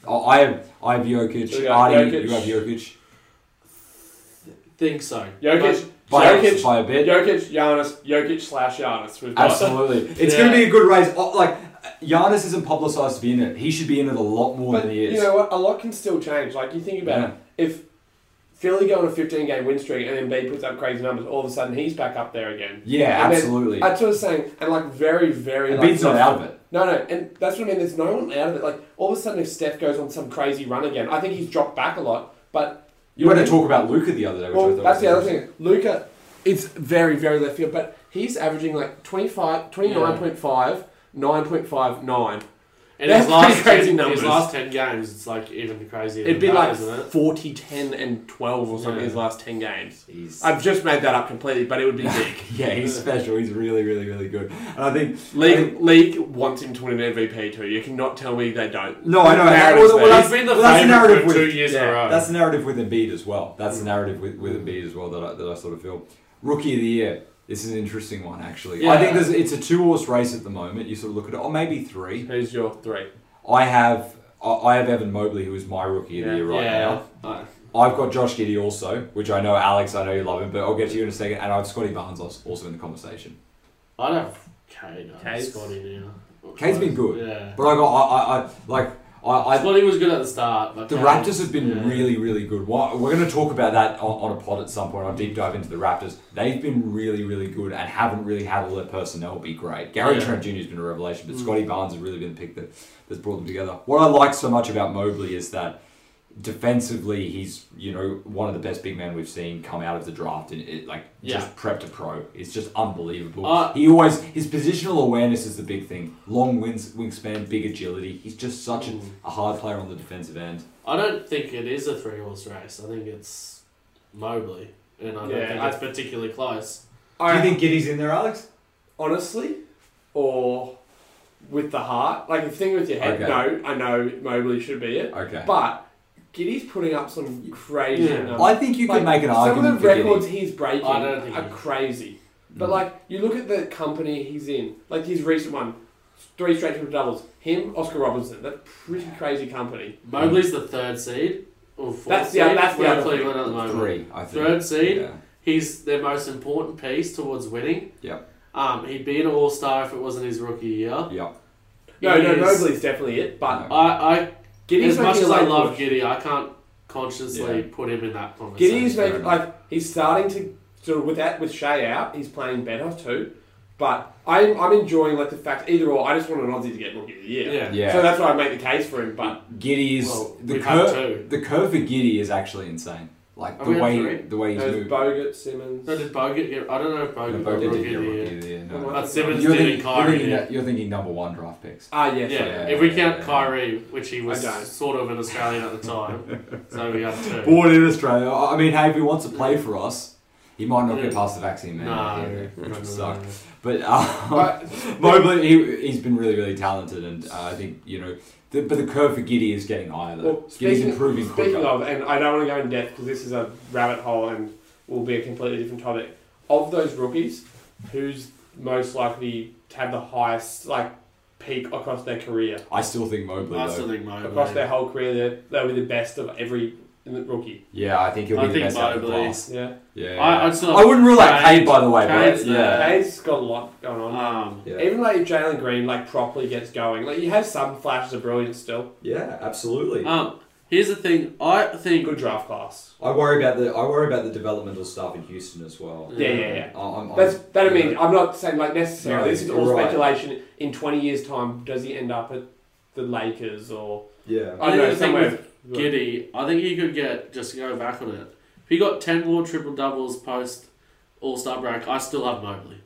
Speaker 1: I I have, I have Jokic.
Speaker 3: So we got
Speaker 1: Artie,
Speaker 3: Jokic.
Speaker 1: you have Jokic.
Speaker 2: think so.
Speaker 3: Jokic,
Speaker 1: By,
Speaker 3: Jokic,
Speaker 1: by a bit.
Speaker 3: Jokic, Giannis, Jokic slash Giannis. We've got-
Speaker 1: Absolutely. It's
Speaker 2: Yeah.
Speaker 1: going to be a good race. Oh, Like, Giannis isn't publicised to be in it. He should be in it a lot more
Speaker 3: But
Speaker 1: than he is.
Speaker 3: you know what? A lot can still change. Like you think about it, if Philly go on a 15 game win streak and Embiid puts up crazy numbers, all of a sudden he's back up there again.
Speaker 1: yeah,
Speaker 3: And then-
Speaker 1: absolutely.
Speaker 3: That's what I'm saying. And like very, very.
Speaker 1: And
Speaker 3: like,
Speaker 1: Bede's not out of it.
Speaker 3: No, no, and that's what I mean. There's no one out of it. Like all of a sudden, if Steph goes on some crazy run again, I think he's dropped back a lot. But
Speaker 1: You had to talk about Luca the other day. Which I
Speaker 3: Well,
Speaker 1: thought
Speaker 3: that's
Speaker 1: was
Speaker 3: the other
Speaker 1: interesting.
Speaker 3: thing. Luca, it's very, very left field, but he's averaging like 25, 29.5, 9.5, 9.
Speaker 2: And
Speaker 3: That's
Speaker 2: his last,
Speaker 3: pretty crazy
Speaker 2: ten,
Speaker 3: numbers.
Speaker 2: his last ten games, it's like even crazier.
Speaker 3: It'd be
Speaker 2: than that,
Speaker 3: like
Speaker 2: isn't it?
Speaker 3: 40, 10, and 12 or something
Speaker 2: Yeah.
Speaker 3: his last 10 games.
Speaker 1: He's-
Speaker 3: I've just made that up completely, but it would be big.
Speaker 1: yeah, he's special. He's really, really, really good. And I think
Speaker 3: League, league wants him to win an MVP too. You cannot tell me they don't.
Speaker 1: No, I know.
Speaker 3: Narrative's
Speaker 1: Well,
Speaker 3: there.
Speaker 1: that's-
Speaker 2: He's been the
Speaker 1: well, that's the
Speaker 2: favourite
Speaker 1: narrative
Speaker 2: for two
Speaker 1: with
Speaker 2: years in a
Speaker 3: yeah,
Speaker 2: row. Mm.
Speaker 1: that's the narrative with Embiid as well. That's the narrative with, with Embiid as well that I, that I sort of feel. Rookie of the year. This is an interesting one actually. I
Speaker 2: Yeah.
Speaker 1: think there's, it's a two horse race at the moment. You sort of look at it, or maybe three.
Speaker 3: Who's your three?
Speaker 1: I have I I have Evan Mobley who is my rookie of the
Speaker 3: Yeah.
Speaker 1: year right
Speaker 2: yeah, I-
Speaker 1: now. I've got Josh Giddy also, which I know Alex. I know you love him, but I'll get to you in a second. And I've Scotty Barnes also in the conversation.
Speaker 2: I'd have Cade. I'd have
Speaker 3: Cade's-
Speaker 2: Scotty now.
Speaker 1: Cade's been good.
Speaker 2: Yeah.
Speaker 1: But I got I I, I like I, I
Speaker 2: Scotty was good at the start. But
Speaker 1: The
Speaker 2: Cade-
Speaker 1: Raptors have been
Speaker 2: yeah.
Speaker 1: really, really good. Wha- We're going to talk about that on, on a pod at some point. I'll deep dive into the Raptors. They've been really, really good and haven't really had all their personnel be great. Gary
Speaker 2: Yeah. Mm.
Speaker 1: Trent Jr. has been a revelation, but Scotty Barnes has really been the pick that, that's brought them together. What I like so much about Mobley is that defensively, he's you know one of the best big men we've seen come out of the draft and it, like just prep to pro. It's just unbelievable.
Speaker 2: Uh,
Speaker 1: he always his positional awareness is the big thing. Long wings, wingspan, big agility. He's just such a,
Speaker 2: Mm.
Speaker 1: a hard player on the defensive end.
Speaker 2: I don't think it is a three horse race. I think it's Mobley, and I don't
Speaker 3: Yeah,
Speaker 2: think
Speaker 3: I-
Speaker 2: it's particularly close.
Speaker 1: Do
Speaker 3: I
Speaker 1: you think Giddy's in there, Alex?
Speaker 3: honestly, or with the heart. Like the thing with your head.
Speaker 1: Okay.
Speaker 3: No, I know Mobley should be it,
Speaker 1: Okay.
Speaker 3: but Giddy's putting up some crazy
Speaker 2: Yeah.
Speaker 3: numbers.
Speaker 1: I think you could make
Speaker 3: Like,
Speaker 1: an
Speaker 3: some
Speaker 1: argument
Speaker 3: of the
Speaker 1: for Giddy.
Speaker 3: records he's breaking
Speaker 2: I don't think
Speaker 3: are
Speaker 2: he-
Speaker 3: crazy. But
Speaker 1: Mm.
Speaker 3: like you look at the company he's in, like his recent one, three straight triple doubles. Him, Oscar Robinson. That's pretty crazy company.
Speaker 2: Mobley's the third seed. Or fourth
Speaker 3: That's the-
Speaker 2: seed.
Speaker 3: that's the
Speaker 2: We're
Speaker 3: other
Speaker 2: Cleveland
Speaker 3: thing.
Speaker 2: at the moment.
Speaker 1: three, I think.
Speaker 2: Third seed.
Speaker 1: Yeah.
Speaker 2: He's their most important piece towards winning.
Speaker 1: Yep.
Speaker 2: Um, he'd be an all star if it wasn't his rookie year.
Speaker 1: Yep.
Speaker 3: No,
Speaker 2: He
Speaker 3: no,
Speaker 2: is-
Speaker 3: Mobley's definitely it. But
Speaker 1: No.
Speaker 2: I, I
Speaker 3: Giddy's
Speaker 2: as much
Speaker 3: making
Speaker 2: as
Speaker 3: a
Speaker 2: I
Speaker 3: late
Speaker 2: love
Speaker 3: push.
Speaker 2: Giddy, I can't consciously put him in that conversation.
Speaker 3: Giddy's
Speaker 1: fair
Speaker 3: making
Speaker 1: enough.
Speaker 3: like he's starting to sort of with that with Shea out, he's playing better too. But I'm I'm enjoying like the fact either or. I just want an Aussie to get rookie of the year.
Speaker 2: Yeah.
Speaker 1: Yeah.
Speaker 3: So that's why I make the case for him. But
Speaker 1: Giddy is
Speaker 2: Well,
Speaker 1: the
Speaker 2: we've had
Speaker 1: curve.
Speaker 2: two.
Speaker 1: The curve for Giddy is actually insane. Like
Speaker 2: Are
Speaker 1: the
Speaker 2: we on
Speaker 1: way
Speaker 2: three?
Speaker 1: the way he's
Speaker 4: There's
Speaker 1: moved.
Speaker 4: Bogut, Simmons.
Speaker 2: No, did Bogut get? I don't know if
Speaker 1: No, Bogut
Speaker 2: Bogut, got
Speaker 1: didn't
Speaker 2: rookie
Speaker 1: get
Speaker 2: of the year.
Speaker 1: rookie of the year, no.
Speaker 4: Come on.
Speaker 2: But Simmons
Speaker 1: You're
Speaker 2: did
Speaker 1: thinking,
Speaker 2: and
Speaker 1: you're,
Speaker 2: Kyrie
Speaker 1: thinking,
Speaker 2: did.
Speaker 1: you're thinking number one draft picks.
Speaker 4: Ah, yes.
Speaker 2: Yeah,
Speaker 1: Yeah,
Speaker 2: if we
Speaker 1: yeah,
Speaker 2: count
Speaker 1: yeah.
Speaker 2: Kyrie, which he was
Speaker 4: Okay.
Speaker 2: sort of an Australian at the time, so we got two.
Speaker 1: Born in Australia. I mean, hey, if he wants to play for us, he might not get past the vaccine man.
Speaker 2: No,
Speaker 1: which
Speaker 2: no,
Speaker 1: would suck.
Speaker 2: no, no.
Speaker 1: But uh,
Speaker 4: But
Speaker 1: Mobley, he, he's been really, really talented, and uh, I think you know. The, but the curve for Giddy is getting higher though.
Speaker 4: well,
Speaker 1: Giddy's
Speaker 4: speaking,
Speaker 1: improving
Speaker 4: speaking
Speaker 1: quicker.
Speaker 4: of, and I don't want to go in depth because this is a rabbit hole and will be a completely different topic. Of those rookies, who's most likely to have the highest like peak across their career,
Speaker 1: I still think Mobley
Speaker 2: I
Speaker 1: though.
Speaker 2: still think Mobley.
Speaker 4: across their whole career, they're- they'll be the best of every rookie.
Speaker 1: yeah, I think he'll be
Speaker 2: I
Speaker 1: the
Speaker 2: think
Speaker 1: best out of the
Speaker 2: Mobley.
Speaker 1: class.
Speaker 4: Yeah,
Speaker 1: Yeah,
Speaker 2: I, I'd still
Speaker 1: I wouldn't rule out Cade, by the way,
Speaker 2: Cade's
Speaker 1: but yeah.
Speaker 2: there.
Speaker 4: Cade's got a lot going on.
Speaker 2: Um,
Speaker 1: yeah.
Speaker 4: Even like if Jalen Green like properly gets going, like he has some flashes of brilliance still.
Speaker 1: Yeah, absolutely.
Speaker 2: um, here's the thing. I think.
Speaker 4: Good draft class.
Speaker 1: I worry about the I worry about the developmental stuff in Houston as well.
Speaker 4: Yeah, yeah, yeah.
Speaker 1: I- I'm- I'm-
Speaker 4: That's that. I mean, I'm not saying like necessarily.
Speaker 1: No,
Speaker 4: this is
Speaker 1: you're
Speaker 4: all
Speaker 1: right.
Speaker 4: speculation. In 20 years' time, does he end up at the Lakers or
Speaker 1: yeah,
Speaker 4: I don't know
Speaker 2: the thing
Speaker 4: somewhere?
Speaker 2: Giddy, I think he could get just go back on it. If he got ten more triple doubles post All Star break, I still have Mobley.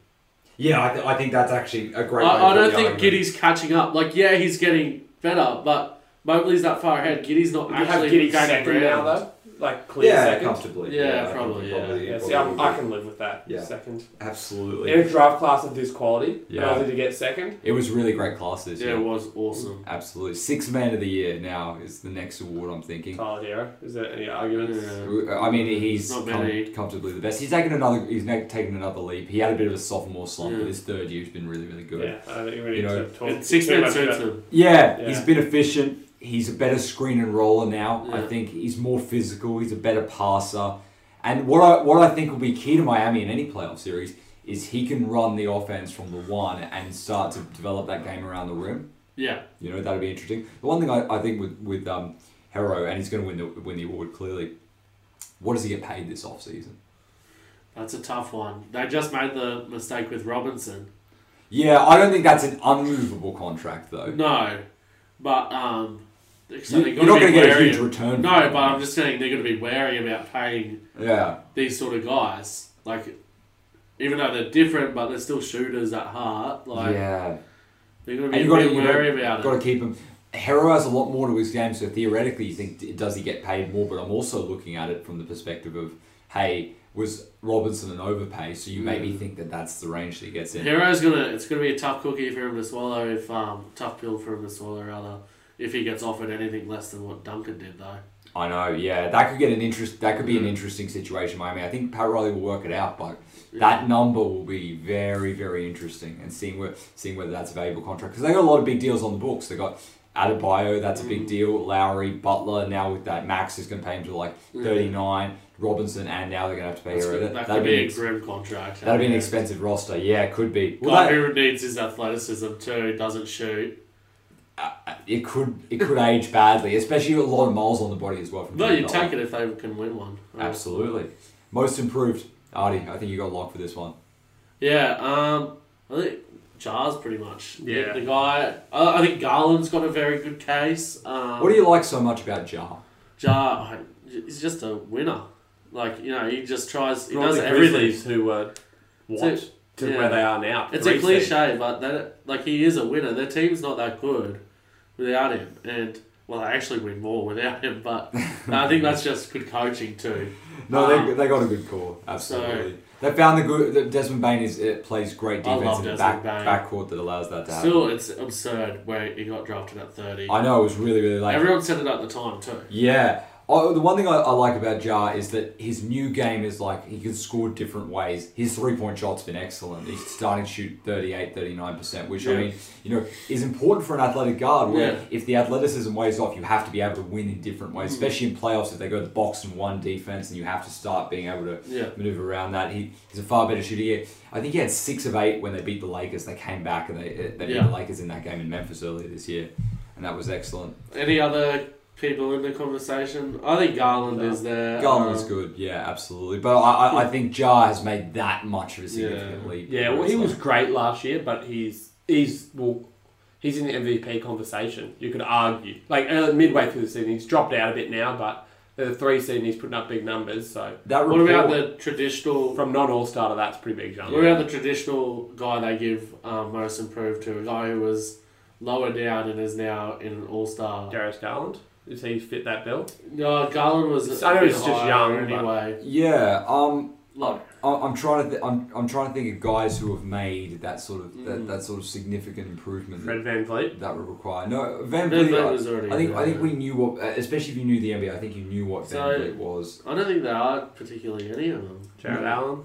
Speaker 1: yeah. I, th- I think that's actually a great. way to
Speaker 2: I, I
Speaker 1: put
Speaker 2: don't
Speaker 1: the
Speaker 2: think
Speaker 1: argument.
Speaker 2: Giddy's catching up. Like, yeah, he's getting better, but Mobley's that far ahead. Giddy's not
Speaker 4: You have
Speaker 2: actually
Speaker 4: Giddy
Speaker 2: gaining
Speaker 4: second now
Speaker 2: ground.
Speaker 4: though, like clear
Speaker 1: Yeah,
Speaker 4: second.
Speaker 1: comfortably.
Speaker 2: Yeah,
Speaker 1: I think
Speaker 2: probably,
Speaker 1: he
Speaker 2: yeah.
Speaker 4: Yeah, see,
Speaker 1: probably
Speaker 4: I'm, I
Speaker 1: would.
Speaker 4: can live with that.
Speaker 1: Yeah.
Speaker 4: Second.
Speaker 1: absolutely.
Speaker 4: In a draft class of this quality,
Speaker 1: Yeah.
Speaker 4: yeah. to get second.
Speaker 1: It was really great class this
Speaker 2: Yeah, it
Speaker 1: year.
Speaker 2: was awesome.
Speaker 1: Absolutely, six man of the year now is the next award I'm thinking. Uh,
Speaker 4: Tyler Hero. Is there any arguments?
Speaker 2: Yeah.
Speaker 1: I mean, he's
Speaker 2: Not
Speaker 1: com-
Speaker 2: many.
Speaker 1: comfortably the best. He's taken another. He's ne- taken another leap. He had a bit of a sophomore slump,
Speaker 2: Yeah.
Speaker 1: but his third year's been really, really good.
Speaker 4: Yeah, I don't think we need
Speaker 1: You know,
Speaker 4: to talk
Speaker 2: And Six
Speaker 4: too
Speaker 2: men
Speaker 4: much
Speaker 2: suits
Speaker 4: about
Speaker 2: him.
Speaker 1: Yeah,
Speaker 4: Yeah.
Speaker 1: he's been efficient. He's a better screen and roller now. I
Speaker 2: Yeah.
Speaker 1: think he's more physical. He's a better passer. And what I what I think will be key to Miami in any playoff series is he can run the offense from the one and start to develop that game around the rim.
Speaker 2: Yeah,
Speaker 1: You know that'll be interesting. The one thing I, I think with with um, Hero and he's going to win the win the award clearly. What does he get paid this offseason?
Speaker 2: that's a tough one. They just made the mistake with Robinson.
Speaker 1: Yeah, I don't think that's an unmovable contract though.
Speaker 2: No, but um, so
Speaker 1: You-
Speaker 2: they're
Speaker 1: you're not gonna
Speaker 2: going to be
Speaker 1: get a
Speaker 2: wary
Speaker 1: huge
Speaker 2: of-
Speaker 1: return for
Speaker 2: No,
Speaker 1: it.
Speaker 2: but I'm just saying they're going to be wary about paying
Speaker 1: Yeah,
Speaker 2: these sort of guys. Like, even though they're different, but they're still shooters at heart. Like,
Speaker 1: yeah.
Speaker 2: they're going
Speaker 1: And
Speaker 2: to be
Speaker 1: you've got
Speaker 2: really
Speaker 1: to, you've
Speaker 2: wary
Speaker 1: got,
Speaker 2: about
Speaker 1: got
Speaker 2: it.
Speaker 1: to keep him. Hero has a lot more to his game, so theoretically, you think d- does he get paid more? But I'm also looking at it from the perspective of, hey, was Robinson an overpay? So you
Speaker 2: Mm.
Speaker 1: maybe think that that's the range that he gets in.
Speaker 2: Hero's gonna. It's gonna be a tough cookie for him to swallow. If um, tough pill for him to swallow rather. If he gets offered anything less than what Duncan did though.
Speaker 1: I know, yeah, that could get an interest. That could be
Speaker 2: Mm.
Speaker 1: an interesting situation. Miami. I think Pat Riley will work it out, but that number will be very, very interesting, and seeing where seeing whether that's a valuable contract because they got a lot of big deals on the books. They got Adebayo, that's a
Speaker 2: Mm.
Speaker 1: big deal. Lowry, Butler. Now with that, Max is going to pay him to like thirty nine. Robinson, and now they're going to have to pay
Speaker 2: That's
Speaker 1: Hero.
Speaker 2: good.
Speaker 1: That,
Speaker 2: That
Speaker 1: that'd
Speaker 2: could
Speaker 1: be
Speaker 2: be
Speaker 1: an
Speaker 2: a
Speaker 1: ex-
Speaker 2: grim contract.
Speaker 1: that'd be an
Speaker 2: yeah.
Speaker 1: expensive roster. Yeah, it could be. Well,
Speaker 2: Guy
Speaker 1: that-
Speaker 2: who needs his athleticism too doesn't shoot.
Speaker 1: it could it could age badly, especially with a lot of moles on the body as well. From
Speaker 2: No,
Speaker 1: Jimmy
Speaker 2: you
Speaker 1: Butler.
Speaker 2: take it if they can win one. right?
Speaker 1: Absolutely. Most improved. Artie, I think you got locked for this one.
Speaker 2: Yeah, um, I think Jars pretty much.
Speaker 4: Yeah.
Speaker 2: The, the guy, uh, I, I think Garland's got a very good case. Um,
Speaker 1: What do you like so much about Jar?
Speaker 2: Jar, I- he's just a winner. Like, you know, he just tries, he
Speaker 3: Not
Speaker 2: does
Speaker 3: the
Speaker 2: everything.
Speaker 3: Grizzlies who were what
Speaker 2: It's
Speaker 3: to
Speaker 2: yeah.
Speaker 3: where they are now.
Speaker 2: It's
Speaker 3: three
Speaker 2: a
Speaker 3: seed.
Speaker 2: cliche, but that, like, he is a winner. Their team's not that good without him. And, well, they actually win more without him, but I think that's just good coaching too.
Speaker 1: No, they,
Speaker 2: Um,
Speaker 1: they got a good core. Absolutely. they found the good. that Desmond Bain is it plays great
Speaker 2: I
Speaker 1: defense
Speaker 2: love
Speaker 1: in the back
Speaker 2: Desmond Bain.
Speaker 1: backcourt that allows that to happen.
Speaker 2: Still, it's absurd where he got drafted at 30.
Speaker 1: I know it was really really late.
Speaker 2: Everyone said it at the time too.
Speaker 1: yeah. Oh, the one thing I, I like about Jar is that his new game is like he can score different ways. His three point shot's been excellent. He's starting to shoot 38, 39%, which I
Speaker 2: Yeah.
Speaker 1: mean, you know, is important for an athletic guard where
Speaker 2: Yeah.
Speaker 1: if the athleticism weighs off, you have to be able to win in different ways,
Speaker 2: Mm-hmm.
Speaker 1: especially in playoffs if they go to the box and one defense and you have to start being able to
Speaker 2: Yeah.
Speaker 1: maneuver around that. He, he's a far better shooter. Yeah, I think he had six of eight when they beat the Lakers. They came back and they, they beat
Speaker 2: Yeah.
Speaker 1: the Lakers in that game in Memphis earlier this year, and that was excellent.
Speaker 2: Any other people in the conversation? I think Garland is there.
Speaker 1: Garland
Speaker 2: Um,
Speaker 1: was good, yeah, absolutely. But I, I, I think Jar has made that much of a significant
Speaker 2: Yeah.
Speaker 1: leap.
Speaker 3: Yeah, well, he
Speaker 1: It's
Speaker 3: was
Speaker 1: like-
Speaker 3: great last year, but he's he's well, he's in the MVP conversation. You could argue, like uh, midway through the season, he's dropped out a bit now, but They're the three seed and he's putting up big numbers. So
Speaker 1: That
Speaker 2: What
Speaker 1: report,
Speaker 2: about the traditional?
Speaker 3: from non all star to that's a pretty big jump.
Speaker 2: What about the traditional guy they give um, most improved to? A guy who was lower down and is now in an all star.
Speaker 3: Darius Garland is he fit that bill?
Speaker 2: No, Garland was.
Speaker 3: I know
Speaker 2: a bit
Speaker 3: he's just
Speaker 2: higher
Speaker 3: young, but-
Speaker 2: anyway.
Speaker 1: Yeah, um,
Speaker 2: Like,
Speaker 1: I- I'm trying to th- I'm, I'm trying to think of guys who have made that sort of that,
Speaker 2: Mm.
Speaker 1: that sort of significant improvement
Speaker 3: Fred
Speaker 1: that,
Speaker 3: Van Vliet.
Speaker 1: that would require. No, Van
Speaker 2: Van
Speaker 1: Vliet.
Speaker 2: Vliet
Speaker 1: I,
Speaker 2: was already.
Speaker 1: I think I think
Speaker 2: there.
Speaker 1: we knew what, uh, especially if you knew the NBA. I think you knew what Van
Speaker 2: So-
Speaker 1: Vliet was.
Speaker 2: I don't think they are particularly any of them.
Speaker 3: Jared Allen.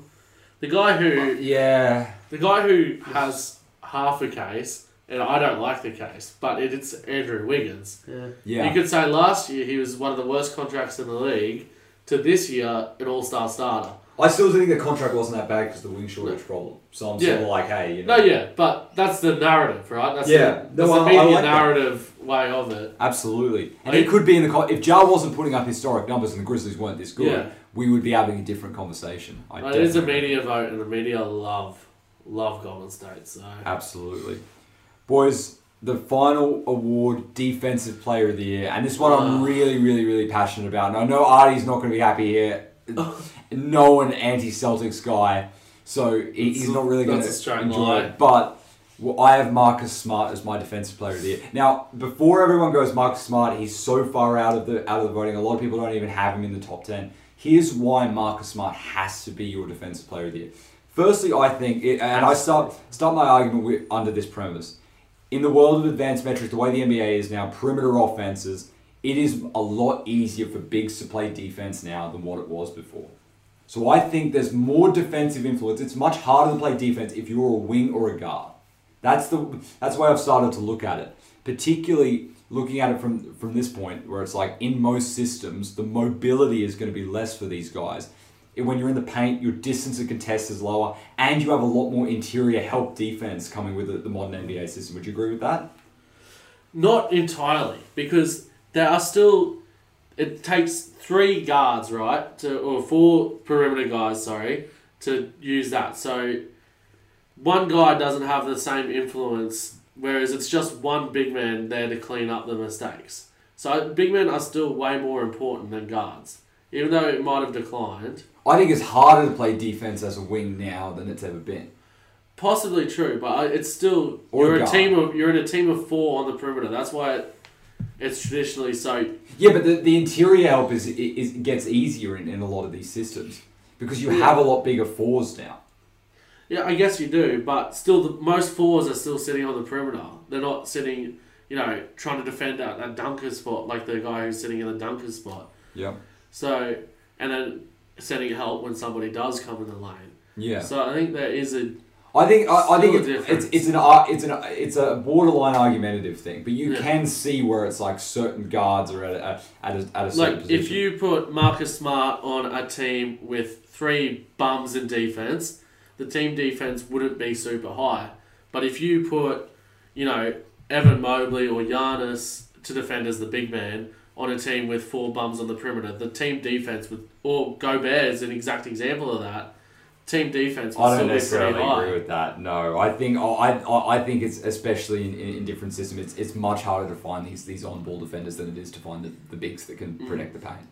Speaker 2: The guy who
Speaker 1: Yeah,
Speaker 2: the guy who has half a case, and I don't like the case, but it, it's Andrew Wiggins.
Speaker 3: Yeah.
Speaker 1: yeah.
Speaker 2: You could say last year he was one of the worst contracts in the league. To this year, an All Star starter.
Speaker 1: I still think the contract wasn't that bad because the wing shortage problem. So I'm sort
Speaker 2: Yeah.
Speaker 1: of like, hey, you
Speaker 2: No,
Speaker 1: know,
Speaker 2: yeah, but that's the narrative, right? That's
Speaker 1: Yeah. No,
Speaker 2: the, that's
Speaker 1: I-
Speaker 2: the
Speaker 1: I
Speaker 2: media
Speaker 1: like that.
Speaker 2: narrative way of it.
Speaker 1: absolutely. And
Speaker 2: I-
Speaker 1: it could be in the con- if Jar wasn't putting up historic numbers and the Grizzlies weren't this good,
Speaker 2: Yeah.
Speaker 1: we would be having a different conversation. I
Speaker 2: But it is a
Speaker 1: definitely-
Speaker 2: media vote, and the media love love Golden State. So
Speaker 1: Absolutely. Boys, the final award, Defensive Player of the Year. And this one I'm
Speaker 2: Ah.
Speaker 1: really, really, really passionate about. And I know Artie's not going to be happy here. no an anti Celtics guy. So he- he's
Speaker 2: That's a-
Speaker 1: not really going
Speaker 2: that's
Speaker 1: to
Speaker 2: a straight
Speaker 1: enjoy
Speaker 2: lie.
Speaker 1: it. But well, I have Marcus Smart as my Defensive Player of the Year. Now, before everyone goes Marcus Smart, he's so far out of the out of the voting. A lot of people don't even have him in the top ten. Here's why Marcus Smart has to be your Defensive Player of the Year. Firstly, I think, it, and I start start my argument with, under this premise. In the world of advanced metrics, the way the NBA is now, perimeter offenses, it is a lot easier for bigs to play defense now than what it was before. So I think there's more defensive influence. It's much harder to play defense if you're a wing or a guard. That's the that's why I've started to look at it, particularly looking at it from from this point where it's like in most systems the mobility is going to be less for these guys. And When you're in the paint, your distance of contest is lower, and you have a lot more interior help defense coming with the, the modern NBA system. Would you agree with that?
Speaker 2: Not entirely, because there are still. It takes three guards, right, to or four perimeter guys, sorry, to use that. So one guy doesn't have the same influence, whereas it's just one big man there to clean up the mistakes. So big men are still way more important than guards, even though it might have declined.
Speaker 1: I think it's harder to play defense as a wing now than it's ever been.
Speaker 2: Possibly true, but I- it's still
Speaker 1: Or
Speaker 2: you're a
Speaker 1: guard.
Speaker 2: team of you're in a team of four on the perimeter. That's why it, it's traditionally so
Speaker 1: Yeah, but the, the interior help is, is gets easier in, in a lot of these systems because you have a lot bigger fours now.
Speaker 2: Yeah, I guess you do, but still, the, most fours are still sitting on the perimeter. They're not sitting, you know, trying to defend that, that dunker spot like the guy who's sitting in the dunker spot.
Speaker 1: Yeah.
Speaker 2: So, and then sending help when somebody does come in the lane.
Speaker 1: Yeah.
Speaker 2: So I think there is a
Speaker 1: I think I, I think
Speaker 2: Still a
Speaker 1: it's, it's
Speaker 2: difference.
Speaker 1: it's an ar- it's an it's a borderline argumentative thing, but you
Speaker 2: Yeah.
Speaker 1: can see where it's like certain guards are at a, at a, at a certain
Speaker 2: like
Speaker 1: position.
Speaker 2: if you put Marcus Smart on a team with three bums in defense, the team defense wouldn't be super high. But if you put, you know, Evan Mobley or Giannis to defend as the big man on a team with four bums on the perimeter, the team defense with or Gobert is an exact example of that. Team defense would
Speaker 1: I
Speaker 2: still
Speaker 1: don't
Speaker 2: be pretty
Speaker 1: necessarily
Speaker 2: high.
Speaker 1: agree with that. No, I think I I, I think it's especially in, in, in different systems, it's, it's much harder to find these these on ball defenders than it is to find the, the bigs that can
Speaker 2: Mm.
Speaker 1: protect the paint.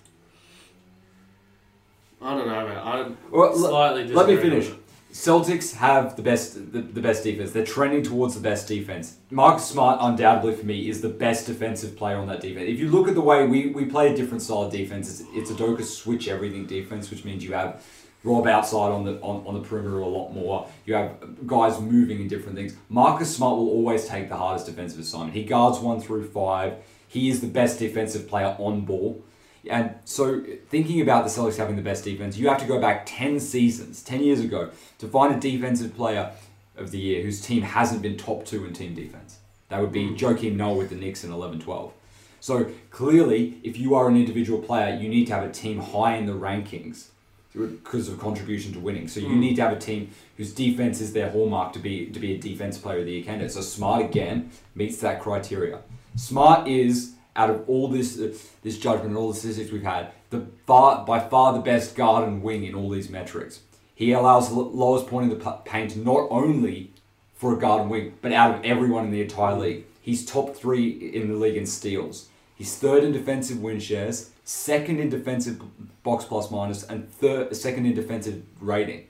Speaker 2: I don't know, man. I'm
Speaker 1: Well, l-
Speaker 2: slightly
Speaker 1: let me
Speaker 2: disagree with
Speaker 1: finish. Celtics have the best the, the best defense. They're trending towards the best defense. Marcus Smart, undoubtedly for me, is the best defensive player on that defense. If you look at the way we, we play a different style of defense, it's, it's a Doka switch everything defense, which means you have Rob outside on the on, on the perimeter a lot more. You have guys moving in different things. Marcus Smart will always take the hardest defensive assignment. He guards one through five. He is the best defensive player on ball. And so, thinking about the Celtics having the best defense, you have to go back 10 seasons, 10 years ago, to find a defensive player of the year whose team hasn't been top two in team defense. That would be Joakim Noah with the Knicks in 11 12. So, clearly, if you are an individual player, you need to have a team high in the rankings because of contribution to winning. So, you need to have a team whose defense is their hallmark to be, to be a defense player of the year candidate. So, Smart again meets that criteria. Smart is out of all this uh, this judgment and all the statistics we've had, the far by far the best guard and wing in all these metrics. He allows the lowest point in the pa- paint not only for a guard and wing, but out of everyone in the entire league. He's top three in the league in steals. He's third in defensive win shares, second in defensive box plus minus, and third, second in defensive rating.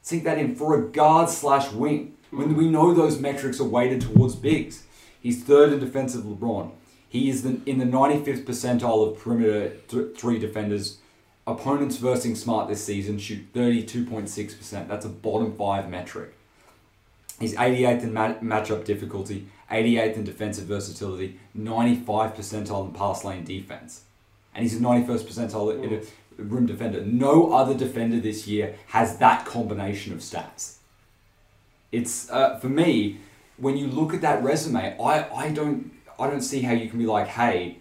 Speaker 1: Sink that in for a guard slash wing when we know those metrics are weighted towards bigs. He's third in defensive LeBron. He is the, in the 95th percentile of perimeter th- three defenders. Opponents versing smart this season shoot 32.6%. That's a bottom five metric. He's 88th in ma- matchup difficulty, 88th in defensive versatility, 95 percentile in pass lane defense. And he's the 91st percentile in a room defender. No other defender this year has that combination of stats. It's uh, for me when you look at that resume, I, I don't I don't see how you can be like, hey,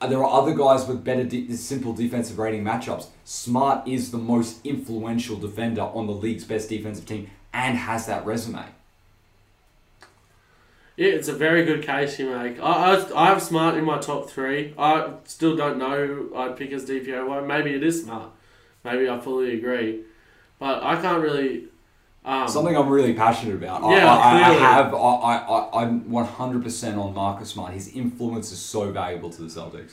Speaker 1: there are other guys with better de- simple defensive rating matchups. Smart is the most influential defender on the league's best defensive team and has that resume.
Speaker 2: Yeah, it's a very good case you make. I, I, I have Smart in my top three. I still don't know who I'd pick as DPOY. Maybe it is Smart. Maybe I fully agree. But I can't really. Um,
Speaker 1: Something I'm really passionate about. I-
Speaker 2: Yeah,
Speaker 1: I, I, I
Speaker 2: clearly.
Speaker 1: have. I, I, I, I'm 100% on Marcus Smart. His influence is so valuable to the Celtics.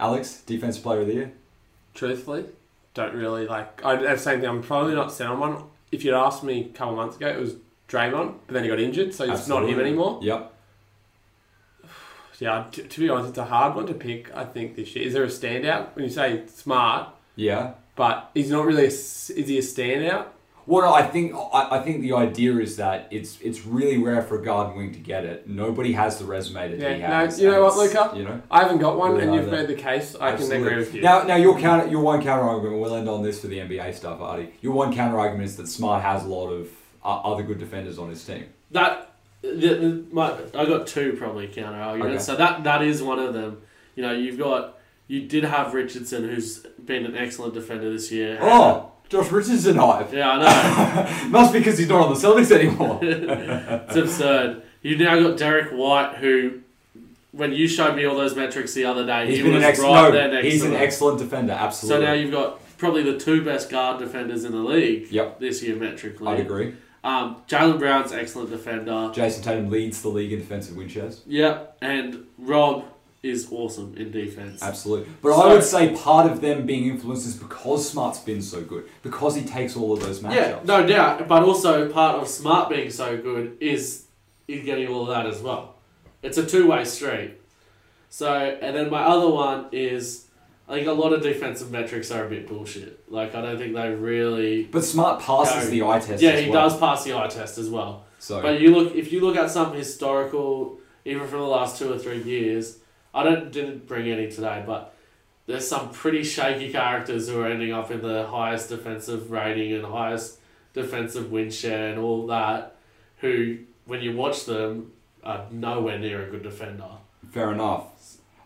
Speaker 1: Alex, defensive player of the year.
Speaker 3: Truthfully, don't really like. I the same thing. I'm probably not set on one. If you'd asked me a couple months ago, it was Draymond, but then he got injured, so it's not him
Speaker 1: Absolutely.
Speaker 3: anymore.
Speaker 1: Yep.
Speaker 3: Yeah, t- to be honest, it's a hard one to pick. I think this year is there a standout when you say smart,
Speaker 1: Yeah.
Speaker 3: but he's not really. A, s- is he a standout?
Speaker 1: Well, no, I think I, I think the idea is that it's it's really rare for a garden wing to get it. Nobody has the resume that he
Speaker 3: Yeah, no,
Speaker 1: has.
Speaker 3: you know
Speaker 1: and
Speaker 3: what,
Speaker 1: it's,
Speaker 3: Luca?
Speaker 1: You know,
Speaker 3: I haven't got one,
Speaker 1: Really
Speaker 3: and you've
Speaker 1: either.
Speaker 3: made the case. I
Speaker 1: Absolutely.
Speaker 3: can agree with you.
Speaker 1: Now, now your counter, your one counter argument. We'll end on this for the NBA stuff, Artie. Your one counter argument is that Smart has a lot of uh, other good defenders on his team.
Speaker 2: that the, the, my, I got two probably counter arguments.
Speaker 1: Okay.
Speaker 2: So that that is one of them. You know, you've got you did have Richardson, who's been an excellent defender this year.
Speaker 1: Oh, Josh Richardson hype.
Speaker 2: yeah, I
Speaker 1: Must be because he's not on the Celtics anymore.
Speaker 2: know it's absurd. You now got Derek White, who when you showed me all those metrics the other day,
Speaker 1: He's
Speaker 2: he
Speaker 1: been
Speaker 2: was
Speaker 1: an excellent.
Speaker 2: right
Speaker 1: no,
Speaker 2: there next
Speaker 1: he's
Speaker 2: to
Speaker 1: an
Speaker 2: them.
Speaker 1: excellent defender.
Speaker 2: So
Speaker 1: Absolutely.
Speaker 2: now you've got probably the two best guard defenders in the league
Speaker 1: Yep.
Speaker 2: this year metrically.
Speaker 1: I'd agree.
Speaker 2: Um, Jalen Brown's excellent defender.
Speaker 1: Jason Tatum leads the league in defensive win shares.
Speaker 2: Yep, and Rob is awesome in defense.
Speaker 1: Absolutely. But I
Speaker 2: So-
Speaker 1: would say part of them being influenced is because Smart's been so good, because he takes all of those matchups.
Speaker 2: Yeah, no doubt. But also part of Smart being so good is is getting all of that as well. It's a two way street. So and then my other one is I think a lot of defensive metrics are a bit bullshit. Like I don't think they really
Speaker 1: But Smart passes
Speaker 2: No.
Speaker 1: the eye test.
Speaker 2: Yeah,
Speaker 1: as
Speaker 2: he
Speaker 1: well.
Speaker 2: does pass the eye test as well.
Speaker 1: So
Speaker 2: But you look if you look at some historical even from the last two or three years, I don't didn't bring any today, but there's some pretty shaky characters who are ending up in the highest defensive rating and highest defensive win share and all that, who when you watch them are nowhere near a good defender.
Speaker 1: fair enough.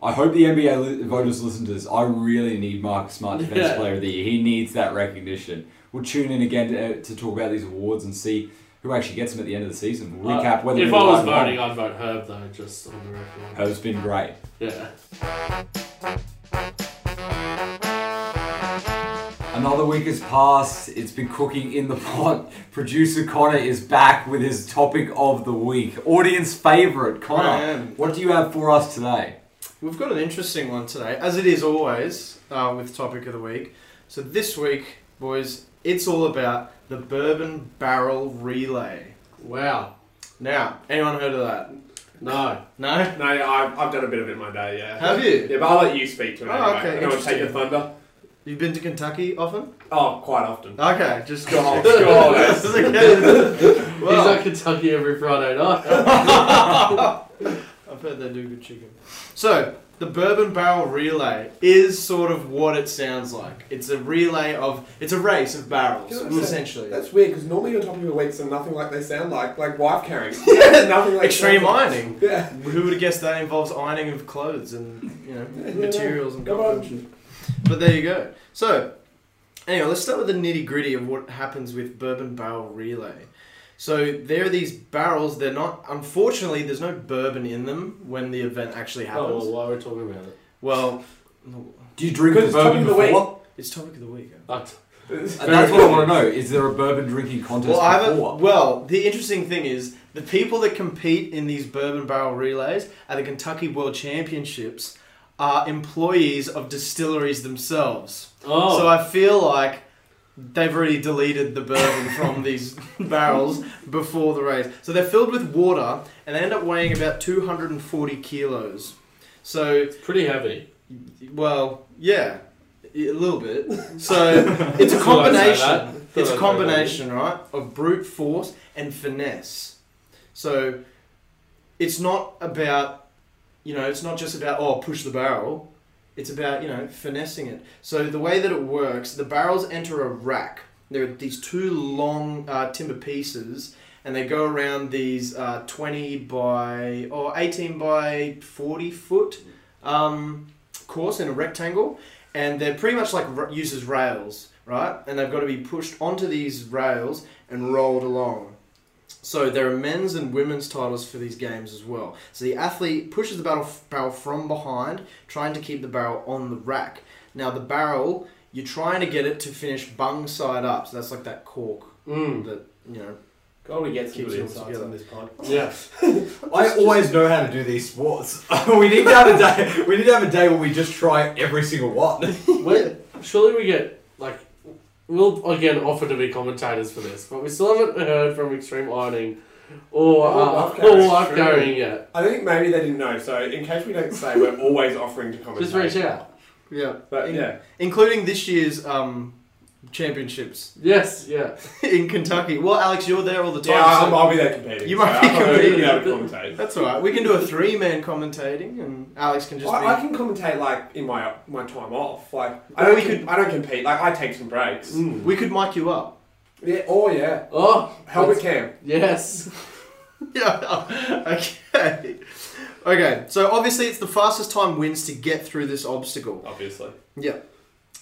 Speaker 1: I hope the NBA li- voters listen to this. I really need Marcus Smart Defensive
Speaker 2: Yeah.
Speaker 1: Player of the Year. He needs that recognition. We'll tune in again to, to talk about these awards and see who actually gets them at the end of the season. We'll recap
Speaker 2: Uh,
Speaker 1: whether
Speaker 2: if
Speaker 1: we
Speaker 2: I
Speaker 1: were
Speaker 2: was
Speaker 1: right or
Speaker 2: voting,
Speaker 1: wrong.
Speaker 2: I'd vote Herb though, just on the record.
Speaker 1: Herb's been great.
Speaker 2: Yeah.
Speaker 1: Another week has passed. It's been cooking in the pot. Producer Connor is back with his topic of the week. Audience favorite,
Speaker 5: I
Speaker 1: Connor.
Speaker 5: am.
Speaker 1: What do you have for us today?
Speaker 5: We've got an interesting one today, as it is always uh, with topic of the week. So this week, boys, it's all about the bourbon barrel relay.
Speaker 2: Wow.
Speaker 5: Now, anyone heard of that?
Speaker 2: No.
Speaker 5: No.
Speaker 4: No, I've, I've done a bit of it in my day, yeah.
Speaker 5: Have you?
Speaker 4: Yeah, but I'll let you speak to it
Speaker 5: Oh,
Speaker 4: anyway.
Speaker 5: okay,
Speaker 4: I don't want to take your
Speaker 5: interesting.
Speaker 4: thunder.
Speaker 5: You've been to Kentucky often?
Speaker 4: Oh, quite often.
Speaker 5: Okay, just
Speaker 4: Go on, go on.
Speaker 5: This is okay.
Speaker 2: He's
Speaker 5: Well,
Speaker 2: at Kentucky every Friday night.
Speaker 5: I've heard they do good chicken. So, the bourbon barrel relay is sort of what it sounds like. It's a relay of, it's a race of barrels,
Speaker 4: Can I say-
Speaker 5: essentially.
Speaker 4: That's weird, because normally your topic of the week's are nothing like they sound like, like wife carrying. yeah, nothing like
Speaker 5: Extreme ironing.
Speaker 4: Yeah.
Speaker 5: Who would have guessed that involves ironing of clothes and you know materials and
Speaker 4: Come
Speaker 5: composition? But there you go. So anyway, let's start with the nitty gritty of what happens with bourbon barrel relay. So there are these barrels. They're not. Unfortunately, there's no bourbon in them when the event actually
Speaker 2: Oh, well,
Speaker 5: happens.
Speaker 2: why are we talking about it?
Speaker 5: Well,
Speaker 1: Do you drink
Speaker 4: Good
Speaker 1: the bourbon
Speaker 4: topic of the
Speaker 1: before?
Speaker 5: it's topic of the week.
Speaker 2: Like,
Speaker 1: And that's what I want to know. Is there a bourbon drinking contest
Speaker 5: Well, I have a,
Speaker 1: before?
Speaker 5: well, the interesting thing is the people that compete in these bourbon barrel relays at the Kentucky World Championships are employees of distilleries themselves.
Speaker 2: Oh,
Speaker 5: So I feel like they've already deleted the bourbon from these barrels before the race. So they're filled with water and they end up weighing about 240 kilos. So,
Speaker 2: it's pretty heavy.
Speaker 5: well, yeah, a little bit. So it's a
Speaker 2: Thought I'd say
Speaker 5: combination.
Speaker 2: that. Thought
Speaker 5: It's a
Speaker 2: I'd say
Speaker 5: combination, right, of brute force and finesse. So it's not about, you know, it's not just about, oh, push the barrel. It's about, you know, finessing it. So the way that it works, the barrels enter a rack. There are these two long uh, timber pieces, and they go around these uh, 20 by, or 18 by 40 foot um, course in a rectangle and they're pretty much like r- uses rails, right? And they've got to be pushed onto these rails and rolled along. So there are men's and women's titles for these games as well. So the athlete pushes the barrel, barrel from behind, trying to keep the barrel on the rack. Now the barrel, you're trying to get it to finish bung side up. So that's like that cork
Speaker 4: Mm.
Speaker 5: that you know.
Speaker 4: God, we get some
Speaker 5: Keeps
Speaker 4: good
Speaker 5: it all
Speaker 4: insights
Speaker 5: together.
Speaker 4: on this pod.
Speaker 2: Yeah.
Speaker 1: I always know how to do these sports. we need to have a day. We need to have a day where we just try every single one.
Speaker 2: When, surely we get like we'll again offer to be commentators for this, but we still haven't heard from Extreme Ironing or
Speaker 4: Or
Speaker 2: uh,
Speaker 4: Love
Speaker 2: or
Speaker 4: Carrying.
Speaker 2: Life Carrying yet.
Speaker 4: I think maybe they didn't know. So in case we don't say, we're always offering to comment.
Speaker 2: Just reach out.
Speaker 5: Yeah,
Speaker 4: But
Speaker 5: In-
Speaker 4: yeah,
Speaker 5: including this year's um, championships
Speaker 2: Yes, yeah.
Speaker 5: in Kentucky. Well, Alex, you're there all the time.
Speaker 4: yeah,
Speaker 5: so-
Speaker 4: I'm, I'll be there competing.
Speaker 5: You
Speaker 4: so
Speaker 5: might be
Speaker 4: I'm not gonna
Speaker 5: competing.
Speaker 4: able to commentate.
Speaker 5: that's all right. We can do a three-man commentating, and Alex can just.
Speaker 4: I,
Speaker 5: be...
Speaker 4: I can commentate like in my my time off. Like I don't,
Speaker 5: Well, we Mm.
Speaker 4: com- I don't compete. Like I take some breaks.
Speaker 5: We could mic you up.
Speaker 4: Yeah. Oh yeah.
Speaker 2: Oh,
Speaker 4: Helmet cam.
Speaker 2: yes.
Speaker 5: Yeah. Okay. Okay. So obviously, it's the fastest time wins to get through this obstacle.
Speaker 4: Obviously.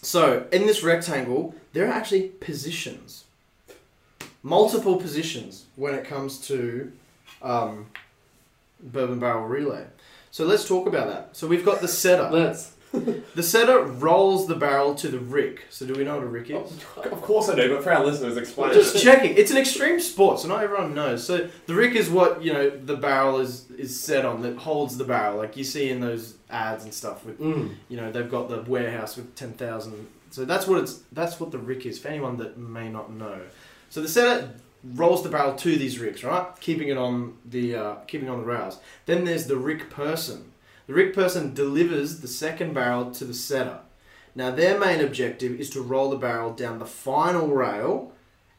Speaker 5: So in this rectangle, there are actually positions, multiple positions when it comes to um, bourbon barrel relay. So let's talk about that. So we've got the setter.
Speaker 2: Let's.
Speaker 5: The setter rolls the barrel to the rick. So do we know what a rick is?
Speaker 4: Of course I do. But for our listeners, explain.
Speaker 5: Just
Speaker 4: it.
Speaker 5: checking. It's an extreme sport, so not everyone knows. So the rick is what you know the barrel is is set on that holds the barrel, like you see in those ads and stuff. With
Speaker 2: Mm.
Speaker 5: you know they've got the warehouse with ten thousand. So that's what it's that's what the rick is for anyone that may not know. So the setter rolls the barrel to these ricks, right, keeping it on the uh, keeping it on the rails. Then there's the rick person. The rick person delivers the second barrel to the setter. Now their main objective is to roll the barrel down the final rail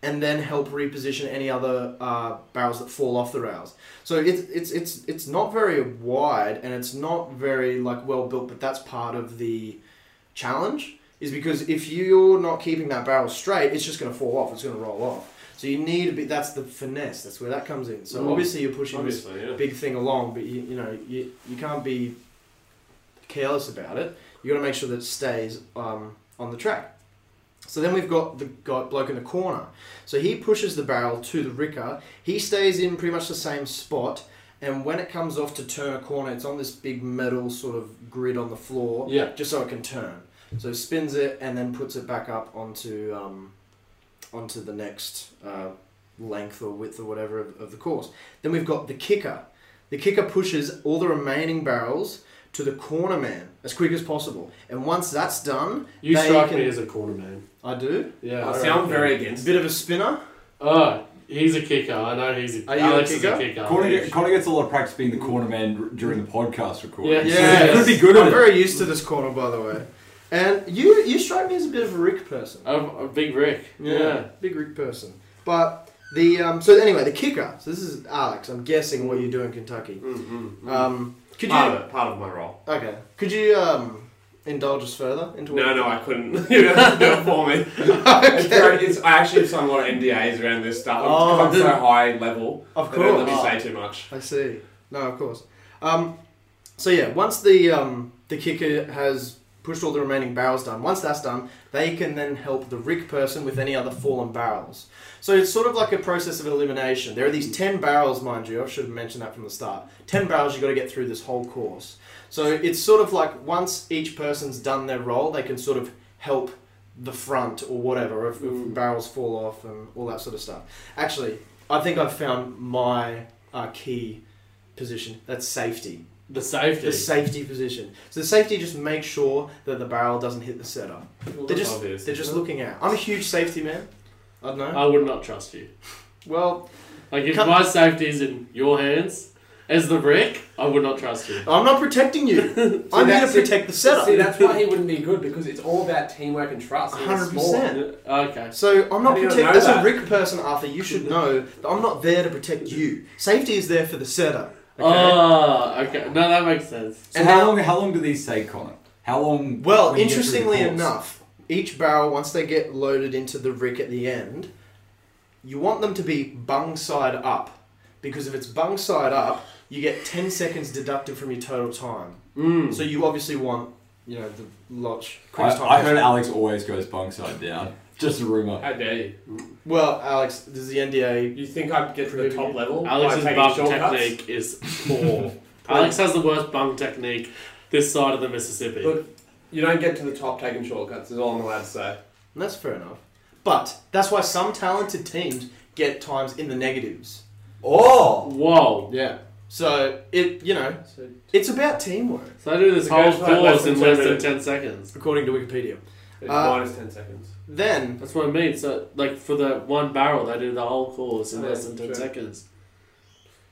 Speaker 5: and then help reposition any other uh, barrels that fall off the rails. So it's it's it's it's not very wide and it's not very like well built, but that's part of the challenge. Is because if you're not keeping that barrel straight, it's just going to fall off. It's going to roll off. So you need a bit. That's the finesse. That's where that comes in. So
Speaker 2: Mm.
Speaker 5: obviously you're pushing this
Speaker 4: Obviously, yeah.
Speaker 5: big thing along, but you, you know you, you can't be careless about it. You got to make sure that it stays um, on the track. So then we've got the guy, bloke in the corner. So he pushes the barrel to the ricker. He stays in pretty much the same spot, and when it comes off to turn a corner, it's on this big metal sort of grid on the floor,
Speaker 2: Yeah.
Speaker 5: just so it can turn. So spins it and then puts it back up onto um, onto the next uh, length or width or whatever of, of the course. Then we've got the kicker. The kicker pushes all the remaining barrels to the corner man as quick as possible. And once that's done,
Speaker 2: You
Speaker 5: They
Speaker 2: strike
Speaker 5: can-
Speaker 2: me as a corner man.
Speaker 5: uh, I do.
Speaker 2: Yeah.
Speaker 4: I
Speaker 2: I
Speaker 4: sound
Speaker 2: reckon.
Speaker 4: very
Speaker 5: It's a
Speaker 4: against.
Speaker 5: bit of a spinner.
Speaker 2: Oh, he's a kicker. I know he's a.
Speaker 5: Are you a
Speaker 2: Alex
Speaker 5: kicker?
Speaker 2: is a kicker.
Speaker 1: Connor, get- Connor gets a lot of practice being the corner man r- during the podcast recording.
Speaker 2: Yeah.
Speaker 1: So
Speaker 5: Yes.
Speaker 1: he could be good
Speaker 5: I'm
Speaker 1: at it.
Speaker 5: very used to this corner, by the way. And you, you strike me as a bit of a Rick person.
Speaker 2: I'm a big Rick. Yeah.
Speaker 5: big Rick person. But the um, so anyway, the kicker. So this is Alex. I'm guessing what you do in Kentucky.
Speaker 4: Mm-hmm.
Speaker 5: Um, could
Speaker 4: part
Speaker 5: you?
Speaker 4: of it, part of my role.
Speaker 5: Okay. Could you um, indulge us further into? what-
Speaker 4: No, no, I couldn't. you have to do it for me. It's very, it's, I actually have signed a lot of NDAs around this stuff. I'm,
Speaker 5: Oh,
Speaker 4: I'm so
Speaker 5: didn't-
Speaker 4: high level.
Speaker 5: Of
Speaker 4: they Don't let me
Speaker 5: course.
Speaker 4: say too much.
Speaker 5: I see. No, of course. Um, so yeah, once the um, the kicker has pushed all the remaining barrels done, once that's done, they can then help the rick person with any other fallen barrels. So it's sort of like a process of elimination. There are these ten barrels, mind you. I should have mentioned that from the start. Ten barrels you got to get through this whole course. So it's sort of like once each person's done their role, they can sort of help the front or whatever, if, if barrels fall off and all that sort of stuff. Actually, I think I've found my uh, key position. That's safety.
Speaker 2: The safety.
Speaker 5: The safety position. So the safety just makes sure that the barrel doesn't hit the setter. They're just
Speaker 2: obvious,
Speaker 5: they're just looking out. I'm a huge safety man. I don't know.
Speaker 2: I would not trust you.
Speaker 5: Well,
Speaker 2: Like if
Speaker 5: Come-
Speaker 2: my safety is in your hands as the wreck, I would not trust you.
Speaker 5: I'm not protecting you. I'm here to
Speaker 3: that's it.
Speaker 5: protect the setter.
Speaker 3: See, that's why he wouldn't be good because it's all about teamwork and trust. He was small.
Speaker 5: 100%.
Speaker 2: Okay.
Speaker 5: So I'm
Speaker 3: How
Speaker 5: not
Speaker 3: do you
Speaker 5: protect-
Speaker 3: know
Speaker 5: as a
Speaker 3: that?
Speaker 5: Rick person, Arthur. You should know that I'm not there to protect you. Safety is there for the setter.
Speaker 2: Oh, okay. No, that makes sense.
Speaker 1: So
Speaker 5: And
Speaker 1: how
Speaker 5: how-
Speaker 1: long? How long do these take, Connor? How long?
Speaker 5: Well,
Speaker 1: when you get through the
Speaker 5: interestingly
Speaker 1: course?
Speaker 5: enough, each barrel once they get loaded into the rick at the end, you want them to be bung side up because if it's bung side up, you get ten seconds deducted from your total time.
Speaker 2: Mm.
Speaker 5: So you obviously want you know the lodge quickest time.
Speaker 1: I, I heard
Speaker 5: possible.
Speaker 1: Alex always goes bung side down. Just a rumor.
Speaker 4: How dare you?
Speaker 5: Well, Alex, this is the NDA.
Speaker 4: You think I'd get to the top level?
Speaker 2: Alex's
Speaker 4: by taking
Speaker 2: bung
Speaker 4: shortcuts?
Speaker 2: technique is poor. Alex has the worst bung technique this side of the Mississippi.
Speaker 3: Look, You don't get to the top taking shortcuts. Is all I'm allowed to say.
Speaker 5: And that's fair enough. But that's why some talented teams get times in the negatives.
Speaker 1: Oh,
Speaker 2: Whoa.
Speaker 5: Yeah. So it you know
Speaker 4: So-
Speaker 5: it's about teamwork
Speaker 2: So I do this
Speaker 4: The
Speaker 2: whole
Speaker 4: ghost flight less
Speaker 2: course
Speaker 4: than
Speaker 2: in less
Speaker 4: ten
Speaker 2: than 10 seconds.
Speaker 5: according to Wikipedia.
Speaker 4: It's
Speaker 5: Uh,
Speaker 4: minus 10 seconds.
Speaker 5: Then
Speaker 2: That's what I mean. So, like, for the one barrel, they do the whole course in
Speaker 4: Oh, Yeah,
Speaker 2: less than 10
Speaker 4: true.
Speaker 2: seconds.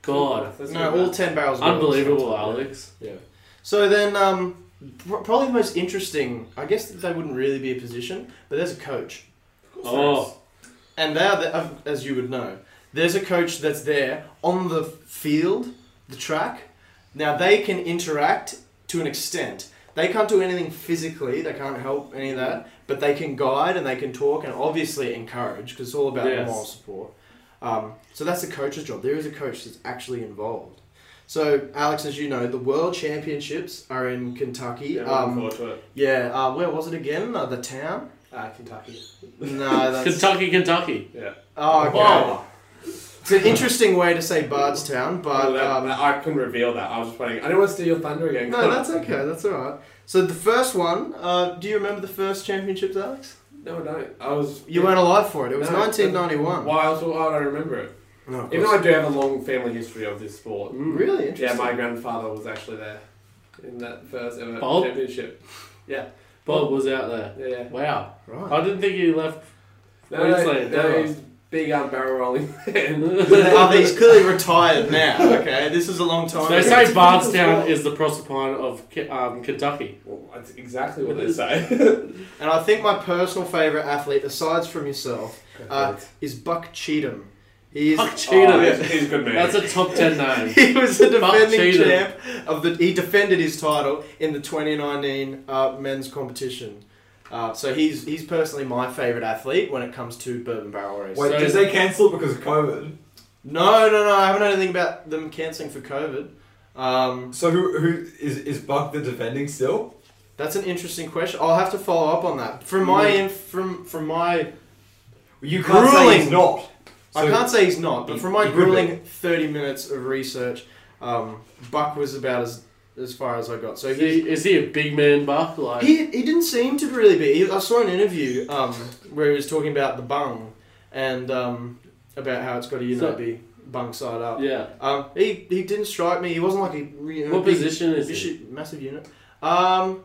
Speaker 2: God.
Speaker 4: That's
Speaker 5: no,
Speaker 4: not
Speaker 5: all
Speaker 4: bad.
Speaker 5: ten barrels. were
Speaker 2: Unbelievable,
Speaker 5: something.
Speaker 2: Alex.
Speaker 5: So then, um, pr- probably the most interesting. I guess that they wouldn't really be a position, but there's a coach,
Speaker 2: Oh,
Speaker 5: and they are, the, as you would know, there's a coach that's there on the field, the track. Now they can interact to an extent. They can't do anything physically. They can't help any of that, but they can guide and they can talk and obviously encourage because it's all about
Speaker 2: Yes.
Speaker 5: moral support. Um, so that's the coach's job. There is a coach that's actually involved. So Alex, as you know, the World Championships are in Kentucky.
Speaker 4: Yeah,
Speaker 5: um,
Speaker 4: looking forward to it.
Speaker 5: yeah, uh, where was it again? Uh, the town?
Speaker 4: Ah, Kentucky.
Speaker 5: No, that's.
Speaker 2: Kentucky, Kentucky.
Speaker 4: Yeah.
Speaker 5: Oh, okay.
Speaker 2: Wow.
Speaker 5: It's an interesting way to say Bardstown, but.
Speaker 3: Well, that-
Speaker 5: Um,
Speaker 3: that- I couldn't reveal that. I was just waiting. I didn't want to steal your thunder again.
Speaker 5: no, that's okay, that's alright. So the first one, uh, do you remember the first championships, Alex?
Speaker 3: No, I don't. I was.
Speaker 5: You weren't alive for it, it was
Speaker 3: No,
Speaker 5: 1991.
Speaker 3: Why else would I remember it?
Speaker 5: No, of
Speaker 3: Even
Speaker 5: course. Mm.
Speaker 3: though I do have a long family history of this sport.
Speaker 5: really
Speaker 3: Yeah,
Speaker 5: interesting.
Speaker 3: my grandfather was actually there in that first ever
Speaker 2: Bob?
Speaker 3: championship.
Speaker 2: Bob was out there.
Speaker 3: Yeah, yeah.
Speaker 2: Wow.
Speaker 5: right.
Speaker 2: I didn't think he left.
Speaker 3: No, no,
Speaker 2: Queensland,
Speaker 3: no,
Speaker 2: never.
Speaker 3: he's big um, barrel rolling.
Speaker 5: But are these clearly retired now? Okay, this is a long time
Speaker 2: They
Speaker 5: ago.
Speaker 2: say Bardstown is the Proserpine of Ke- um, Kentucky.
Speaker 3: well, that's exactly what they say.
Speaker 5: And I think my personal favourite athlete, aside from yourself, uh, is Buck Cheatham. He is
Speaker 2: Buck
Speaker 3: Oh,
Speaker 2: Cheatham.
Speaker 3: he's, he's a good man.
Speaker 2: That's a top 10 name.
Speaker 5: he was the
Speaker 2: Buck
Speaker 5: defending
Speaker 2: Cheatham.
Speaker 5: champ of the. He defended his title in the 2019 uh, men's competition. Uh, so he's he's personally my favourite athlete when it comes to bourbon barrel race.
Speaker 2: So-
Speaker 6: Wait, did they cancel because of COVID?
Speaker 5: No, no, no. I haven't heard anything about them cancelling for COVID. Um,
Speaker 6: So who who is is Buck the defending still?
Speaker 5: that's an interesting question. I'll have to follow up on that. From my inf- from from my,
Speaker 6: You can't say he's
Speaker 5: Grueling.
Speaker 6: not.
Speaker 5: I
Speaker 6: So-
Speaker 5: can't say he's not, but from my
Speaker 6: He could be.
Speaker 5: grueling 30 minutes of research, um, Buck was about as as far as I got. So
Speaker 2: Is
Speaker 5: he's
Speaker 2: he, is he a big man buck? Like,
Speaker 5: He, he didn't seem to really be. He, I saw an interview um, where he was talking about the bung and um, about how it's got to you know
Speaker 2: So-
Speaker 5: be bung side up.
Speaker 2: yeah.
Speaker 5: Um, he he didn't strike me. He wasn't like a you know,
Speaker 2: What
Speaker 5: big-
Speaker 2: position is he?
Speaker 5: big- massive unit. Um,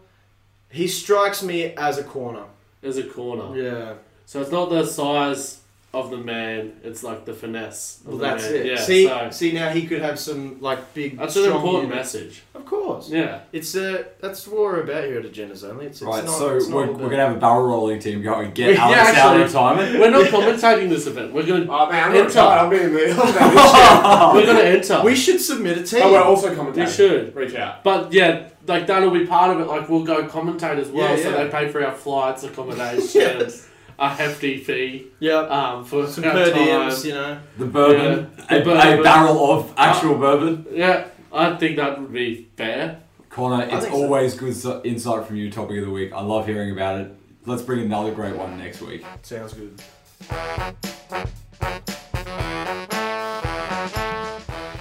Speaker 5: he strikes me as a corner.
Speaker 2: As a corner.
Speaker 5: Yeah,
Speaker 2: So it's not the size of the man, it's like the finesse. Of
Speaker 5: well
Speaker 2: the
Speaker 5: that's
Speaker 2: man.
Speaker 5: it.
Speaker 2: Yeah,
Speaker 5: see
Speaker 2: so
Speaker 5: see now he could have some like big.
Speaker 2: that's an
Speaker 5: strong
Speaker 2: important
Speaker 5: unit.
Speaker 2: message.
Speaker 5: Of course,
Speaker 2: Yeah.
Speaker 5: it's uh, that's what we're about here at Agendas Only. It's, it's
Speaker 1: right,
Speaker 5: not,
Speaker 1: so
Speaker 5: it's not
Speaker 1: we're,
Speaker 5: all
Speaker 1: we're
Speaker 5: about-
Speaker 1: gonna have a barrel rolling team go and get
Speaker 5: Yeah,
Speaker 1: Alex out of
Speaker 5: actually.
Speaker 1: retirement.
Speaker 2: We're not commentating this event. We're going to
Speaker 3: oh man, I'm
Speaker 2: Enter.
Speaker 3: not tired. I'm being the. I'm being the-
Speaker 2: we're going to enter.
Speaker 5: Oh. We should submit a team.
Speaker 2: Oh,
Speaker 3: But we're also
Speaker 2: we
Speaker 3: commentating.
Speaker 2: should.
Speaker 3: Reach out.
Speaker 2: But yeah, like that'll be part of it. Like we'll go commentate as well,
Speaker 5: Yeah,
Speaker 2: so
Speaker 5: yeah.
Speaker 2: they pay for our flights, accommodations,
Speaker 5: Yes.
Speaker 2: a hefty fee
Speaker 5: yeah,
Speaker 2: um, for
Speaker 5: some
Speaker 2: our
Speaker 5: per
Speaker 2: time.
Speaker 5: diems, you know.
Speaker 1: The bourbon,
Speaker 2: Yeah,
Speaker 1: a,
Speaker 2: the bourbon. Uh,
Speaker 1: a barrel of actual bourbon.
Speaker 2: Yeah, I think that would be fair.
Speaker 1: Connor, it's
Speaker 5: think so.
Speaker 1: always good so- insight from you. Topic of the week. I love hearing about it. Let's bring another great one next week.
Speaker 5: Sounds good.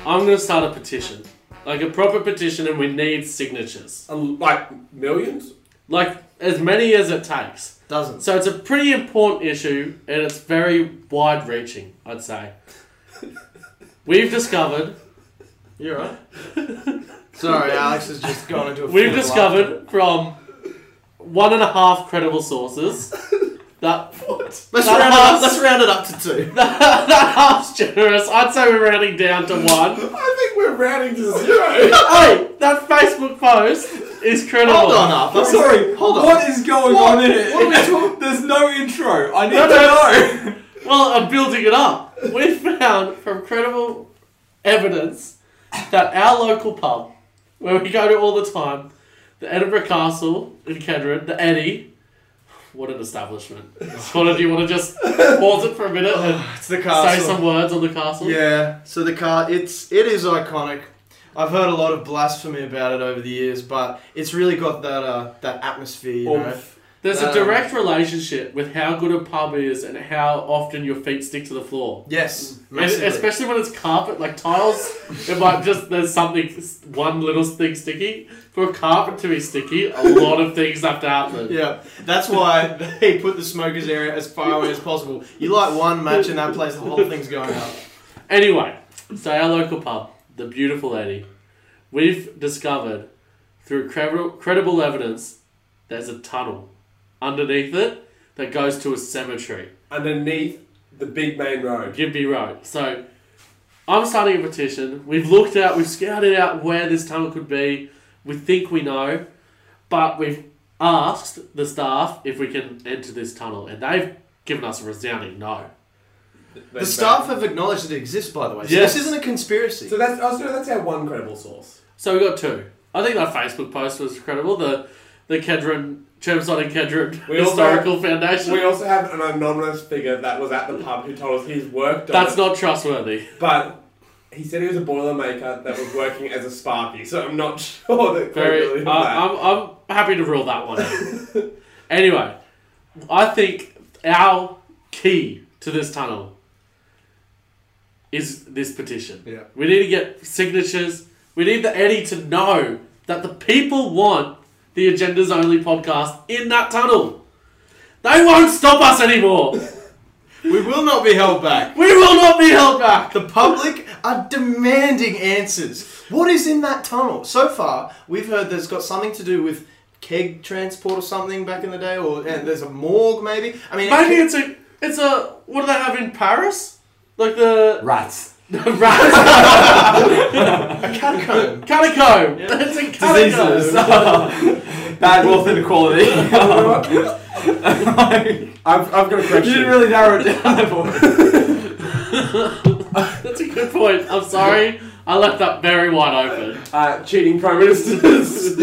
Speaker 2: I'm going to start a petition, like a proper petition, and we need signatures,
Speaker 3: Um, like millions.
Speaker 2: like as many as it takes.
Speaker 5: Doesn't.
Speaker 2: So it's a pretty important issue, and it's very wide-reaching. I'd say. We've discovered. You're right.
Speaker 5: Sorry, Alex has just gone into a. fit
Speaker 2: We've
Speaker 5: of
Speaker 2: discovered from one and a half credible sources that
Speaker 5: laughter. Let's
Speaker 2: That
Speaker 5: round, it up,
Speaker 2: half's-
Speaker 5: let's round it up to two.
Speaker 2: that half's generous. I'd say we're rounding down to one.
Speaker 6: I think we're rounding to zero.
Speaker 2: hey, that Facebook post is credible.
Speaker 5: Hold on, Arthur.
Speaker 1: Sorry,
Speaker 5: Oh, Hold on.
Speaker 1: What is going on in it?
Speaker 5: What are we
Speaker 1: There's no intro. I need
Speaker 2: No,
Speaker 1: to
Speaker 2: no.
Speaker 1: know.
Speaker 2: Well, I'm building it up. We found from credible evidence that our local pub, where we go to all the time, the Edinburgh Castle in Kedron, the Eddie. What an establishment. What do you want to just pause it for a minute and
Speaker 5: It's the
Speaker 2: say some words on the castle?
Speaker 5: Yeah. So the car, it's it is iconic. I've heard a lot of blasphemy about it over the years, but it's really got that uh, that atmosphere. You know?
Speaker 2: Oomph. There's a
Speaker 5: Um,
Speaker 2: direct relationship with how good a pub is and how often your feet stick to the floor.
Speaker 5: Yes,
Speaker 2: And
Speaker 5: massively.
Speaker 2: especially when it's carpet, like tiles, it might just there's something one little thing sticky. For a carpet to be sticky, a lot of things have to happen.
Speaker 5: Yeah, that's why they put the smokers area as far away as possible. You light one match in that place, the whole thing's going up.
Speaker 2: Anyway, so our local pub, the beautiful Eddie, we've discovered through credible, credible evidence there's a tunnel underneath it that goes to a cemetery.
Speaker 3: Underneath the big main road.
Speaker 2: Give me right. So I'm starting a petition. We've looked out, we've scouted out where this tunnel could be. We think we know, but we've asked the staff if we can enter this tunnel, and they've given us a resounding no.
Speaker 5: The staff have acknowledged that it exists, by the way. So
Speaker 2: Yes.
Speaker 5: This isn't a conspiracy.
Speaker 3: So that's, I was gonna- that's our one credible source.
Speaker 2: So we got two. I think that Facebook post was credible. The the Kedron Chermside and Kedron
Speaker 3: We also-
Speaker 2: Historical Foundation.
Speaker 3: We also have an anonymous figure that was at the pub who told us he's worked on
Speaker 2: That's
Speaker 3: it,
Speaker 2: not trustworthy.
Speaker 3: but he said he was a boilermaker that was working as a sparky, so I'm not sure that
Speaker 2: Very. uh, um, I-
Speaker 3: credibility of that.
Speaker 2: I'm, I'm happy to rule that one out. anyway, I think our key to this tunnel is this petition.
Speaker 5: Yeah.
Speaker 2: We need to get signatures. We need the Eddie to know that the people want the Agendas Only podcast in that tunnel. They won't stop us anymore.
Speaker 5: We will not be held back.
Speaker 2: we will not be held back.
Speaker 5: The public are demanding answers. What is in that tunnel? So far, we've heard there's got something to do with keg transport or something back in the day, or and there's a morgue maybe. I mean,
Speaker 2: Maybe it's a. It's a. What do they have in Paris? Like the
Speaker 1: Rats.
Speaker 2: rats.
Speaker 5: a catacomb.
Speaker 2: Catacomb.
Speaker 5: Yeah.
Speaker 2: It's a catacomb.
Speaker 1: Diseases. Bad wealth inequality. you
Speaker 3: I've, I've got a question.
Speaker 1: didn't really narrow it down there for me.
Speaker 2: That's a good point. I'm sorry. I left that very wide open.
Speaker 3: uh, cheating prime ministers.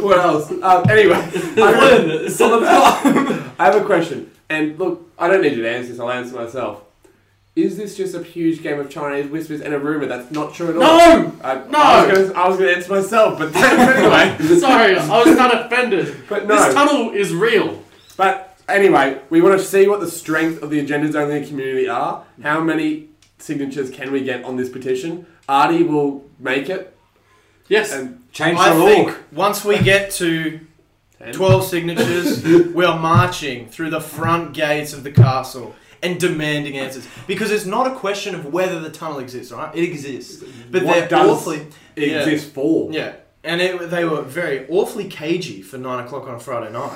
Speaker 3: what else? Um, anyway, I,
Speaker 1: Flynn, it's on the ballot.
Speaker 3: I have a question. And look, I don't need you to answer this. I'll answer myself. Is this just a huge game of Chinese whispers and a rumor that's not true at all?
Speaker 2: No!
Speaker 3: I,
Speaker 2: No!
Speaker 3: I was gonna- I was going to answer myself, but anyway.
Speaker 2: Sorry, I was not offended.
Speaker 3: But no.
Speaker 2: This tunnel is real.
Speaker 3: But anyway, we want to see what the strength of the agendas only community are. How many signatures can we get on this petition? Artie will make it.
Speaker 2: Yes.
Speaker 3: And
Speaker 1: Change the
Speaker 5: I
Speaker 1: law.
Speaker 5: think once we get to
Speaker 3: Ten?
Speaker 5: twelve signatures, we are marching through the front gates of the castle and demanding answers because it's not a question of whether the tunnel exists. all Right? It exists, but
Speaker 3: What
Speaker 5: they're
Speaker 3: does
Speaker 5: awfully
Speaker 3: it
Speaker 5: Yeah.
Speaker 3: exists for.
Speaker 5: Yeah, and it, they were very awfully cagey for nine o'clock on a Friday night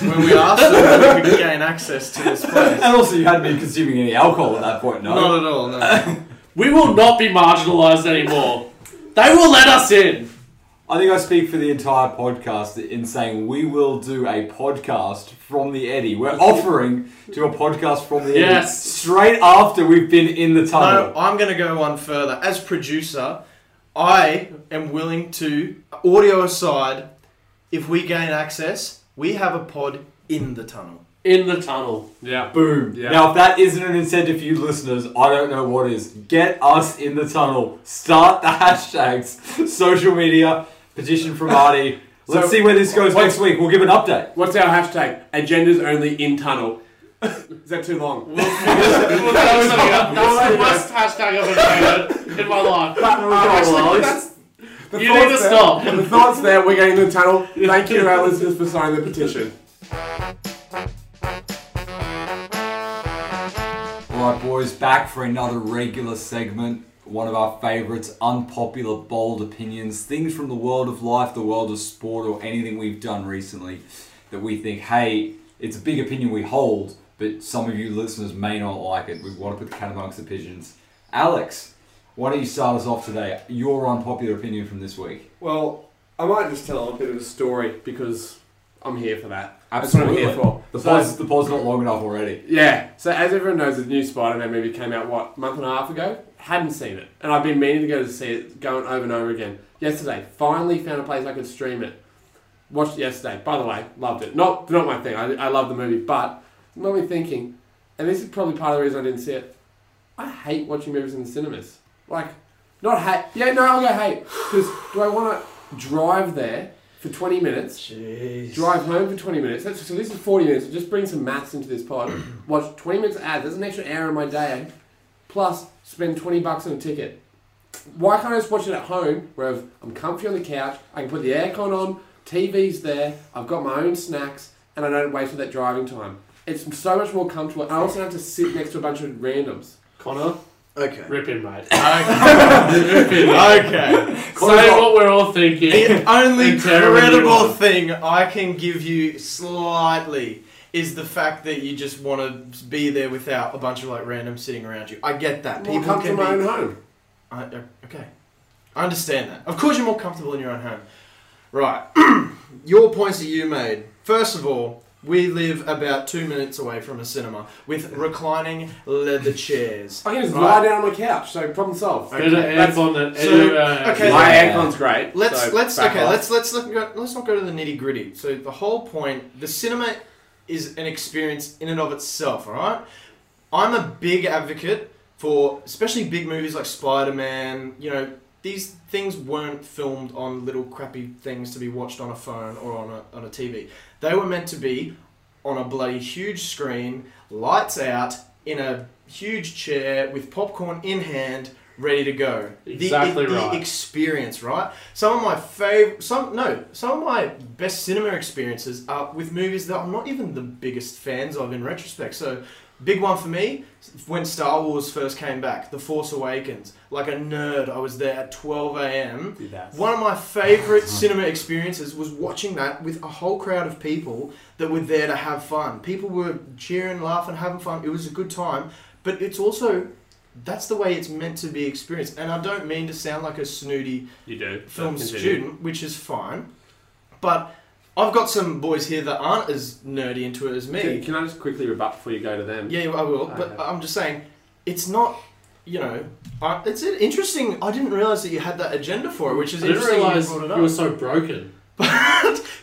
Speaker 5: when we asked them if we could gain access to this place.
Speaker 1: And also, you hadn't been consuming any alcohol at that point, no?
Speaker 5: Not at all. No.
Speaker 2: we will not be marginalised anymore. They will let us in.
Speaker 1: I think I speak for the entire podcast in saying we will do a podcast from the Eddy. We're offering to a podcast from the Eddy
Speaker 2: Yes.
Speaker 1: straight after we've been in the
Speaker 5: no,
Speaker 1: tunnel.
Speaker 5: I'm going to go one further. As producer, I am willing to audio aside. If we gain access, we have a pod in the tunnel.
Speaker 2: In the tunnel.
Speaker 3: Yeah.
Speaker 1: Boom.
Speaker 3: Yeah.
Speaker 1: Now, if that isn't an incentive for you listeners, I don't know what is. Get us in the tunnel. Start the hashtags, social media, petition from Marty. Let's
Speaker 3: So,
Speaker 1: see where this goes
Speaker 3: what-
Speaker 1: next week. We'll give an update.
Speaker 3: What's our hashtag? Agendas only in tunnel. Is that too long?
Speaker 2: that was the worst hashtag I've ever heard in my life.
Speaker 3: Actually, that's- the
Speaker 2: You need to
Speaker 3: thought's there.
Speaker 2: stop.
Speaker 3: The thought's there. We're getting the tunnel. Thank you to our listeners for signing the petition.
Speaker 1: right, boys, back for another regular segment. One of our favourites, unpopular, bold opinions, things from the world of life, the world of sport, or anything we've done recently that we think, hey, it's a big opinion we hold, but some of you listeners may not like it. We want to put the cat amongst the pigeons. Alex, why don't you start us off today? Your unpopular opinion from this week.
Speaker 3: Well, I might just tell a bit of a story because I'm here for that. That's what I'm here for.
Speaker 1: The
Speaker 3: So-
Speaker 1: pod's, the pod's not long enough already.
Speaker 3: Yeah. So as everyone knows, the new Spider-Man movie came out what a month and a half ago. Hadn't seen it, and I've been meaning to go to see it, going over and over again. Yesterday, finally found a place I could stream it. Watched it yesterday. By the way, loved it. Not not my thing. I, I love the movie, but it got me thinking, and this is probably part of the reason I didn't see it. I hate watching movies in the cinemas. Like, not hate. Yeah, no, I'll go hate because do I want to drive there for twenty minutes?
Speaker 5: Jeez.
Speaker 3: Drive home for 20 minutes. That's, so this is 40 minutes. Just bring some maths into this pod. Watch 20 minutes of ads. That's an extra hour in my day. Plus, spend 20 bucks on a ticket. Why can't I just watch it at home where I've, I'm comfy on the couch, I can put the aircon on, TV's there, I've got my own snacks, and I don't waste all that driving time. It's so much more comfortable. and I also don't have to sit next to a bunch of randoms.
Speaker 2: Connor,
Speaker 5: Okay.
Speaker 2: rip him, mate.
Speaker 5: okay.
Speaker 2: Say what we're all thinking.
Speaker 5: The only
Speaker 2: Terrible
Speaker 5: credible
Speaker 2: hero.
Speaker 5: thing I can give you slightly is the fact that you just want to be there without a bunch of like random sitting around you. I get that.
Speaker 3: More
Speaker 5: Uh, People
Speaker 3: comfortable
Speaker 5: can
Speaker 3: in my own
Speaker 5: be.
Speaker 3: home.
Speaker 5: I, uh, okay. I understand that. Of course, you're more comfortable in your own home. Right. your points that you made. First of all, we live about two minutes away from a cinema with reclining leather chairs.
Speaker 3: I can just
Speaker 5: Right.
Speaker 3: lie down on my couch, so problem solved.
Speaker 2: Better
Speaker 3: That's-
Speaker 2: aircon than
Speaker 5: so,
Speaker 2: anywhere.
Speaker 5: okay.
Speaker 3: My
Speaker 1: Yeah.
Speaker 3: aircon's great.
Speaker 5: Let's
Speaker 3: so
Speaker 5: let's
Speaker 3: back
Speaker 5: okay.
Speaker 3: off.
Speaker 5: Let's let's look, go- let's not go to the nitty gritty. So the whole point, the cinema is an experience in and of itself. All right. I'm a big advocate for especially big movies like Spider Man. You know these things weren't filmed on little crappy things to be watched on a phone or on a on a TV. They were meant to be on a bloody huge screen, lights out, in a huge chair with popcorn in hand, ready to go. The-
Speaker 2: Exactly
Speaker 5: the,
Speaker 2: right.
Speaker 5: experience, right? Some of my favorite, some no, some of my best cinema experiences are with movies that I'm not even the biggest fans of in retrospect. So, big one for me when Star Wars first came back, The Force Awakens. Like a nerd, I was there at 12 a.m. One of my favorite cinema experiences was watching that with a whole crowd of people that were there to have fun. People were cheering, laughing, having fun. It was a good time, but it's also that's the way it's meant to be experienced. And I don't mean to sound like a snooty
Speaker 3: You do. so
Speaker 5: film
Speaker 3: continue.
Speaker 5: student, which is fine, but I've got some boys here that aren't as nerdy into it as me.
Speaker 3: Can, can I just quickly rebut before you go to them?
Speaker 5: Yeah, I will.
Speaker 3: I
Speaker 5: But
Speaker 3: have-
Speaker 5: I'm just saying, it's not. You know, I, it's an interesting. I didn't realize that you had that agenda for it, which
Speaker 2: I
Speaker 5: is
Speaker 2: didn't
Speaker 5: interesting.
Speaker 2: realise
Speaker 5: you
Speaker 2: you
Speaker 5: brought it
Speaker 2: were
Speaker 5: up.
Speaker 2: so broken.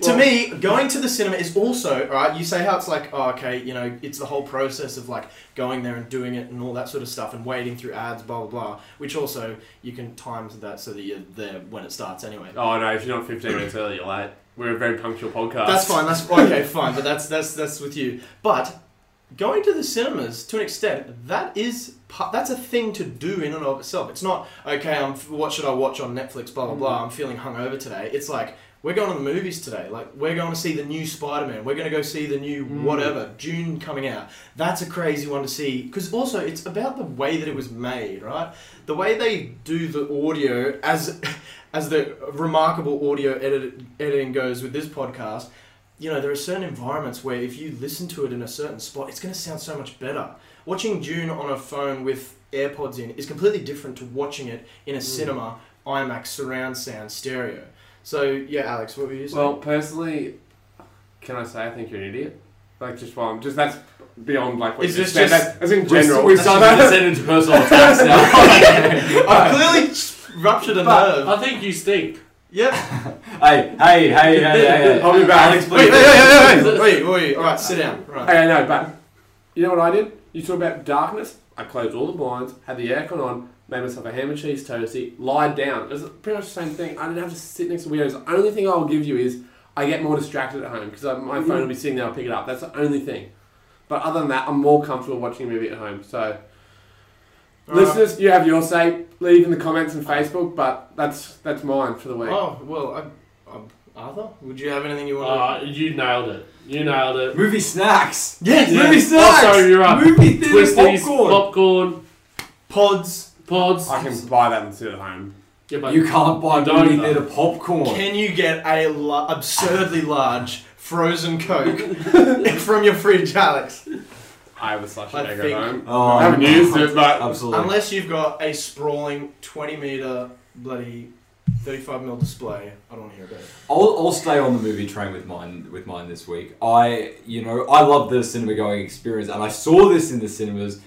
Speaker 5: to me, going to the cinema is also right. You say how it's like, oh, okay, you know, it's the whole process of like going there and doing it and all that sort of stuff and waiting through ads, blah blah blah. Which also you can time that so that you're there when it starts anyway.
Speaker 3: Oh no, if you're not 15 minutes early, you're late. We're a very punctual podcast.
Speaker 5: That's fine. That's okay. Fine, but that's that's that's with you. But going to the cinemas to an extent that is pa- that's a thing to do in and of itself. It's not okay. I'm what should I watch on Netflix? Blah blah blah. I'm feeling hungover today. It's like we're going to the movies today. Like we're going to see the new Spider Man. We're going to go see the new whatever June coming out. That's a crazy one to see because also it's about the way that it was made, right? The way they do the audio as as the remarkable audio edit, editing goes with this podcast, you know, there are certain environments where if you listen to it in a certain spot, it's going to sound so much better. Watching June on a phone with AirPods in is completely different to watching it in a cinema, IMAX surround sound stereo. So, yeah, Alex, what were you saying?
Speaker 3: Well, personally, can I say I think you're an idiot? Like, just while I'm just that's beyond like what
Speaker 5: Is
Speaker 3: you
Speaker 5: this
Speaker 3: said.
Speaker 5: just-
Speaker 3: That's, that's in
Speaker 1: We're-
Speaker 3: general.
Speaker 1: We've started to descend into personal attacks now.
Speaker 5: I've clearly ruptured a nerve.
Speaker 2: I think you stink.
Speaker 5: yep.
Speaker 1: hey, hey, hey, hey, hey, hey.
Speaker 3: I'll be back.
Speaker 1: Alex,
Speaker 5: Wait, wait, wait,
Speaker 1: please.
Speaker 5: wait, wait, wait, wait. All right, sit down. Right.
Speaker 3: Okay, no, but you know what I did? You talk about darkness. I closed all the blinds, had the aircon on, made myself a ham and cheese toasty, lied down. It was pretty much the same thing. I didn't have to sit next to weirdos. The only thing I'll give you is I get more distracted at home because my
Speaker 5: Mm-hmm.
Speaker 3: phone will be sitting there. I'll pick it up. That's the only thing. But other than that, I'm more comfortable watching a movie at home. So,
Speaker 5: All right.
Speaker 3: listeners, you have your say. Leave in the comments and Facebook. But that's that's mine for the week.
Speaker 5: Oh, well, I, I, Arthur, would you have anything you want to...
Speaker 2: Uh, you nailed it. You nailed it.
Speaker 1: Movie snacks.
Speaker 5: Yes,
Speaker 2: Yeah.
Speaker 3: Oh,
Speaker 1: Movie snacks.
Speaker 2: Also, you're up.
Speaker 1: Movie theater
Speaker 2: Twisties,
Speaker 1: popcorn.
Speaker 2: popcorn,
Speaker 5: pods.
Speaker 2: pods.
Speaker 3: I can buy that and sit at home.
Speaker 2: Yeah, but
Speaker 1: you can't buy
Speaker 2: Don't
Speaker 1: movie
Speaker 2: though.
Speaker 1: theater popcorn.
Speaker 5: Can you get a la- absurdly large frozen Coke from your fridge, Alex?
Speaker 3: I have a slushy
Speaker 5: I
Speaker 3: egg at
Speaker 5: think-
Speaker 3: home.
Speaker 1: Oh,
Speaker 3: I haven't
Speaker 1: no.
Speaker 3: used it, but
Speaker 1: Absolutely.
Speaker 5: Unless you've got a sprawling 20 meter bloody 35mm display. I don't want to hear about it.
Speaker 1: I'll, I'll stay on the movie train with mine with mine this week. I you know I love the cinema going experience, and I saw this in the cinemas,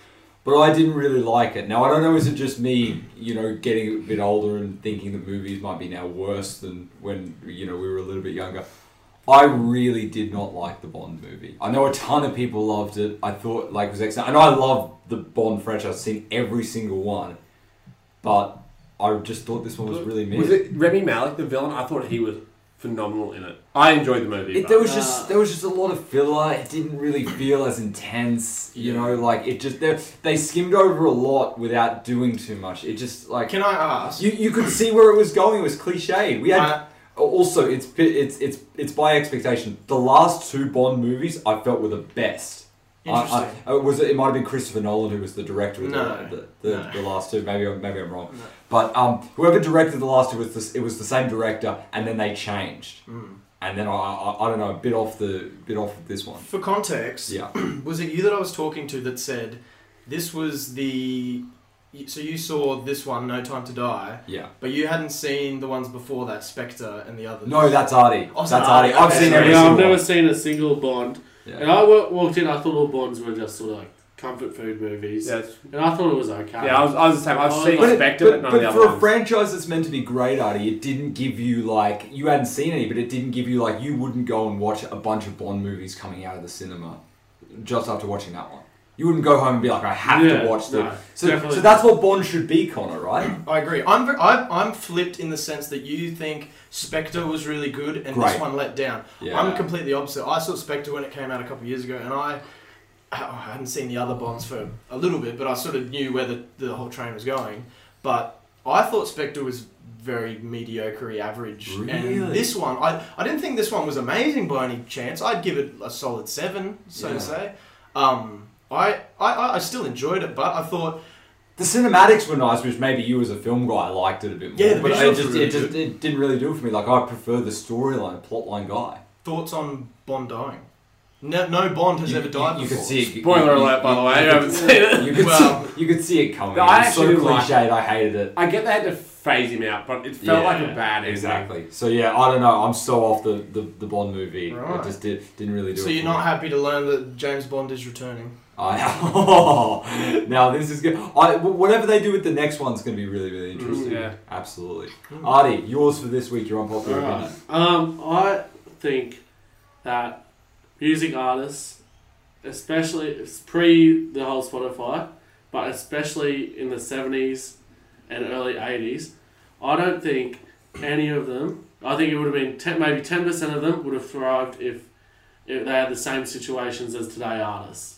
Speaker 1: but I didn't really like it. Now I don't know is it just me you know getting a bit older and thinking that movies might be now worse than when you know we were a little bit younger. I really did not like the Bond movie. I know a ton of people loved it. I thought like it was excellent, and I love the Bond franchise. I've seen every single one, but I just thought this one was really mid.
Speaker 3: was it Remy Malik, the villain? I thought he was phenomenal in it. I enjoyed the movie.
Speaker 1: It,
Speaker 3: but-
Speaker 1: there was
Speaker 2: Uh,
Speaker 1: just there was just a lot of filler. It didn't really feel as intense, you know. Like it just they they skimmed over a lot without doing too much. It just like
Speaker 5: Can I ask?
Speaker 1: you you could see where it was going. It was cliched. We had
Speaker 5: uh,
Speaker 1: also it's pi- it's it's it's by expectation. The last two Bond movies I felt were the best. I-
Speaker 5: interesting.
Speaker 1: I, it was it might have been Christopher Nolan who was the director of
Speaker 5: No,
Speaker 1: the, the, the,
Speaker 5: no.
Speaker 1: the last two. Maybe I'm maybe I'm wrong.
Speaker 5: No.
Speaker 1: But um, whoever directed the last two was this, it was the same director, and then they changed
Speaker 5: Mm.
Speaker 1: and then I, I, I don't know, bit off the bit off of this one.
Speaker 5: For context,
Speaker 1: Yeah,
Speaker 5: was it you that I was talking to that said this was the. So you saw this one, No Time to Die,
Speaker 1: yeah.
Speaker 5: but you hadn't seen the ones before that, Spectre and the others.
Speaker 1: No, that's Artie.
Speaker 5: Oh, it's
Speaker 1: that's
Speaker 5: not
Speaker 1: Artie.
Speaker 5: Artie.
Speaker 1: I've
Speaker 5: Okay,
Speaker 1: seen
Speaker 5: sorry.
Speaker 1: every
Speaker 2: Yeah, I've
Speaker 1: single
Speaker 2: never
Speaker 1: one.
Speaker 2: seen a single Bond. And
Speaker 1: Yeah.
Speaker 2: I wa- walked in, I thought all Bonds were just sort of like comfort food movies.
Speaker 3: Yeah, it's-
Speaker 2: And I thought it was okay.
Speaker 3: yeah, I was, I was the same. I've
Speaker 2: Oh,
Speaker 3: seen
Speaker 2: but
Speaker 1: But, it-
Speaker 3: Spectre,
Speaker 1: but-
Speaker 3: but none
Speaker 1: but
Speaker 3: of the
Speaker 1: for
Speaker 3: other
Speaker 1: a
Speaker 3: ones.
Speaker 1: franchise that's meant to be great, Artie, it didn't give you like you hadn't seen any, but it didn't give you like you wouldn't go and watch a bunch of Bond movies coming out of the cinema just after watching that one. You wouldn't go home and be like, I have
Speaker 2: Yeah,
Speaker 1: to watch the.
Speaker 2: no,
Speaker 1: so,
Speaker 2: definitely
Speaker 1: so that's what Bond should be, Connor, right?
Speaker 5: I agree. I'm, ver- I'm I'm flipped in the sense that you think Spectre was really good and
Speaker 1: Great.
Speaker 5: this one let down.
Speaker 1: Yeah.
Speaker 5: I'm completely opposite. I saw Spectre when it came out a couple of years ago, and I I hadn't seen the other Bonds for a little bit, but I sort of knew where the, the whole train was going. But I thought Spectre was very mediocre, average,
Speaker 1: Really?
Speaker 5: and this one I I didn't think this one was amazing by any chance. I'd give it a solid seven, so
Speaker 1: Yeah.
Speaker 5: to say. Um, I, I- I I still enjoyed it, but I thought.
Speaker 1: The cinematics were nice, which maybe you as a film guy liked it a bit more.
Speaker 5: Yeah, the
Speaker 1: but
Speaker 5: visuals
Speaker 1: it just,
Speaker 5: were really
Speaker 1: it just it didn't really do it for me. Like I prefer the storyline, plotline guy.
Speaker 5: Thoughts on Bond dying? No, no Bond has
Speaker 1: you,
Speaker 5: ever died
Speaker 1: you, you
Speaker 5: before.
Speaker 1: could see it.
Speaker 3: Spoiler
Speaker 1: you- you-
Speaker 3: alert, by the way, I
Speaker 1: you
Speaker 3: haven't
Speaker 1: could-
Speaker 3: seen it.
Speaker 1: You could,
Speaker 5: Well-
Speaker 1: see, you could see it coming.
Speaker 3: No,
Speaker 1: it
Speaker 3: I
Speaker 1: was so
Speaker 3: actually liked-
Speaker 1: cliched. I hated it.
Speaker 3: I get they had to phase him out, but it felt
Speaker 1: Yeah,
Speaker 3: like a bad ending.
Speaker 1: Exactly. So yeah, I don't know. I'm so off the, the, the Bond movie.
Speaker 5: Right.
Speaker 1: It just did, didn't really do
Speaker 5: So
Speaker 1: it.
Speaker 5: you're
Speaker 1: for
Speaker 5: not
Speaker 1: me.
Speaker 5: happy to learn that James Bond is returning?
Speaker 1: I, oh, now this is good. I, whatever they do with the next one's going to be really really interesting.
Speaker 3: Mm, yeah.
Speaker 1: Absolutely.
Speaker 5: Hmm.
Speaker 1: Artie, yours for this week. Your unpopular
Speaker 2: Alright.
Speaker 1: opinion.
Speaker 2: Um, I think that music artists, especially it's pre the whole Spotify, but especially in the seventies and early eighties, I don't think any of them. I think it would have been ten, maybe ten percent of them would have thrived if if they had the same situations as today artists.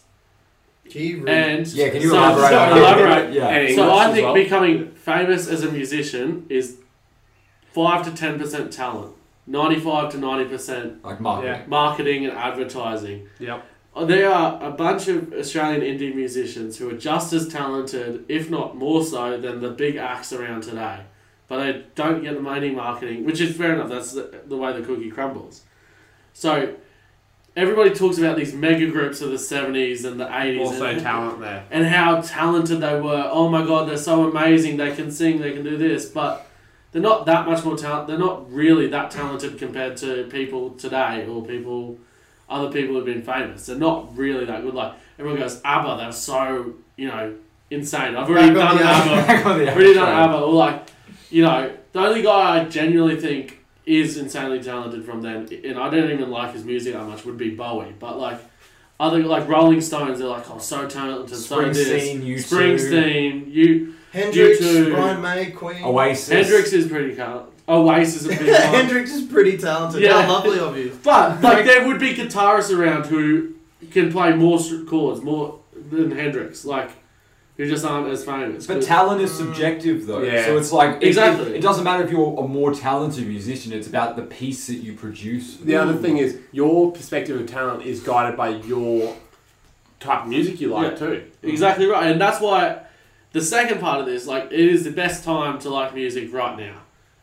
Speaker 5: Can you
Speaker 2: And
Speaker 1: Yeah, can you
Speaker 2: so-
Speaker 1: elaborate?
Speaker 2: so
Speaker 1: on that?
Speaker 2: elaborate.
Speaker 1: Yeah.
Speaker 3: And
Speaker 2: So
Speaker 3: English
Speaker 2: I
Speaker 3: as
Speaker 2: think
Speaker 3: well.
Speaker 2: becoming famous as a musician is five to ten percent talent, ninety-five to ninety percent
Speaker 1: Like marketing.
Speaker 2: marketing and advertising.
Speaker 3: Yep.
Speaker 2: Uh, There are a bunch of Australian indie musicians who are just as talented, if not more so, than the big acts around today. But they don't get the money marketing, which is fair enough. That's the, the way the cookie crumbles. So everybody talks about these mega groups of the seventies and the eighties.
Speaker 3: Also talent there.
Speaker 2: and how talented they were. Oh my god, they're so amazing. They can sing, they can do this, but they're not that much more talent. They're not really that talented compared to people today or people, other people who've been famous. They're not really that good. Like everyone goes, ABBA, they're so you know insane. I've already
Speaker 5: Back on
Speaker 2: done
Speaker 5: the
Speaker 2: an
Speaker 5: ABBA.
Speaker 2: ABBA.
Speaker 1: Back on the
Speaker 2: I've already done
Speaker 1: outro.
Speaker 2: an ABBA. Or like, you know, the only guy I genuinely think is insanely talented from them, and I don't even like his music that much, would be Bowie. But like. Other like Rolling Stones, they're like, oh, so talented, so this.
Speaker 1: Springsteen, U2.
Speaker 2: Springsteen, you
Speaker 5: Hendrix,
Speaker 2: You too.
Speaker 5: Brian May, Queen.
Speaker 1: Oasis.
Speaker 2: Hendrix is pretty cool. Oasis is a big one.
Speaker 5: Hendrix is pretty talented.
Speaker 2: Yeah.
Speaker 5: How lovely of you.
Speaker 2: But like there would be guitarists around who can play more str- chords more than Hendrix. Like who just aren't as famous.
Speaker 1: But
Speaker 2: 'Cause-
Speaker 1: talent is subjective, though.
Speaker 3: Yeah.
Speaker 1: So it's like it- it-
Speaker 2: Exactly.
Speaker 1: It, doesn't matter if you're a more talented musician. It's about the piece that you produce.
Speaker 3: The other thing is your perspective of talent is guided by your type of music you like
Speaker 2: Yeah.
Speaker 3: too.
Speaker 2: Mm-hmm. Exactly right, and that's why the second part of this, like, it is the best time to like music right now,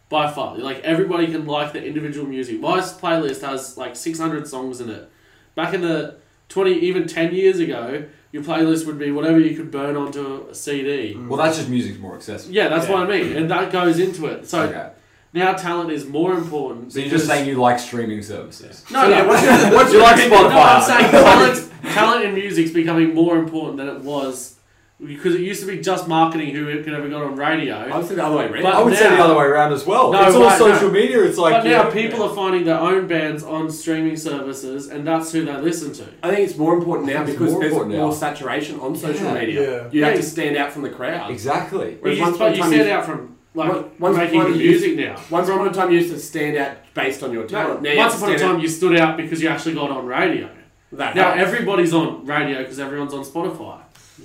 Speaker 2: by far. Like everybody can like the individual music. My playlist has like six hundred songs in it. Back in the twenty, even ten years ago, your playlist would be whatever you could burn onto a CD.
Speaker 1: Well, that's just music's more accessible.
Speaker 2: Yeah, that's
Speaker 3: Yeah.
Speaker 2: what I mean, and that goes into it. So
Speaker 1: Okay.
Speaker 2: now talent is more important.
Speaker 1: So you're just
Speaker 2: because-
Speaker 1: saying you like streaming services.
Speaker 2: No, no.
Speaker 1: what's your, what's your like Spotify?
Speaker 2: No, I'm saying talent, talent in music's becoming more important than it was because it used to be just marketing who could ever got on
Speaker 3: I
Speaker 2: radio.
Speaker 3: was the other way around.
Speaker 2: But
Speaker 1: I would say the
Speaker 2: now-
Speaker 1: other way around as well.
Speaker 2: No,
Speaker 1: it's all
Speaker 2: right,
Speaker 1: social media. It's like
Speaker 2: But
Speaker 1: you
Speaker 2: now
Speaker 1: know-
Speaker 2: people are finding their own bands on streaming services, and that's who they listen to.
Speaker 3: I think it's more important now
Speaker 1: It's
Speaker 3: because
Speaker 1: more
Speaker 3: there's more
Speaker 1: important now.
Speaker 3: saturation on social
Speaker 1: Yeah.
Speaker 3: media.
Speaker 4: Yeah.
Speaker 3: You have
Speaker 2: Yeah.
Speaker 3: to stand out from the crowd.
Speaker 1: exactly.
Speaker 2: But
Speaker 3: Whereas
Speaker 2: you,
Speaker 3: once upon
Speaker 2: but
Speaker 3: a
Speaker 2: you
Speaker 3: time
Speaker 2: stand
Speaker 3: you-
Speaker 2: out from
Speaker 3: Once-
Speaker 2: like
Speaker 3: once
Speaker 2: making
Speaker 3: upon
Speaker 2: the
Speaker 3: a used-
Speaker 2: music now.
Speaker 3: Once upon a time, you used to stand out based on your
Speaker 2: No,
Speaker 3: talent. now you have
Speaker 2: once
Speaker 3: to
Speaker 2: upon a
Speaker 3: stand
Speaker 2: time, you stood out because you actually got on radio.
Speaker 3: out- that-
Speaker 2: Now
Speaker 3: that-
Speaker 2: everybody's on radio because everyone's on Spotify.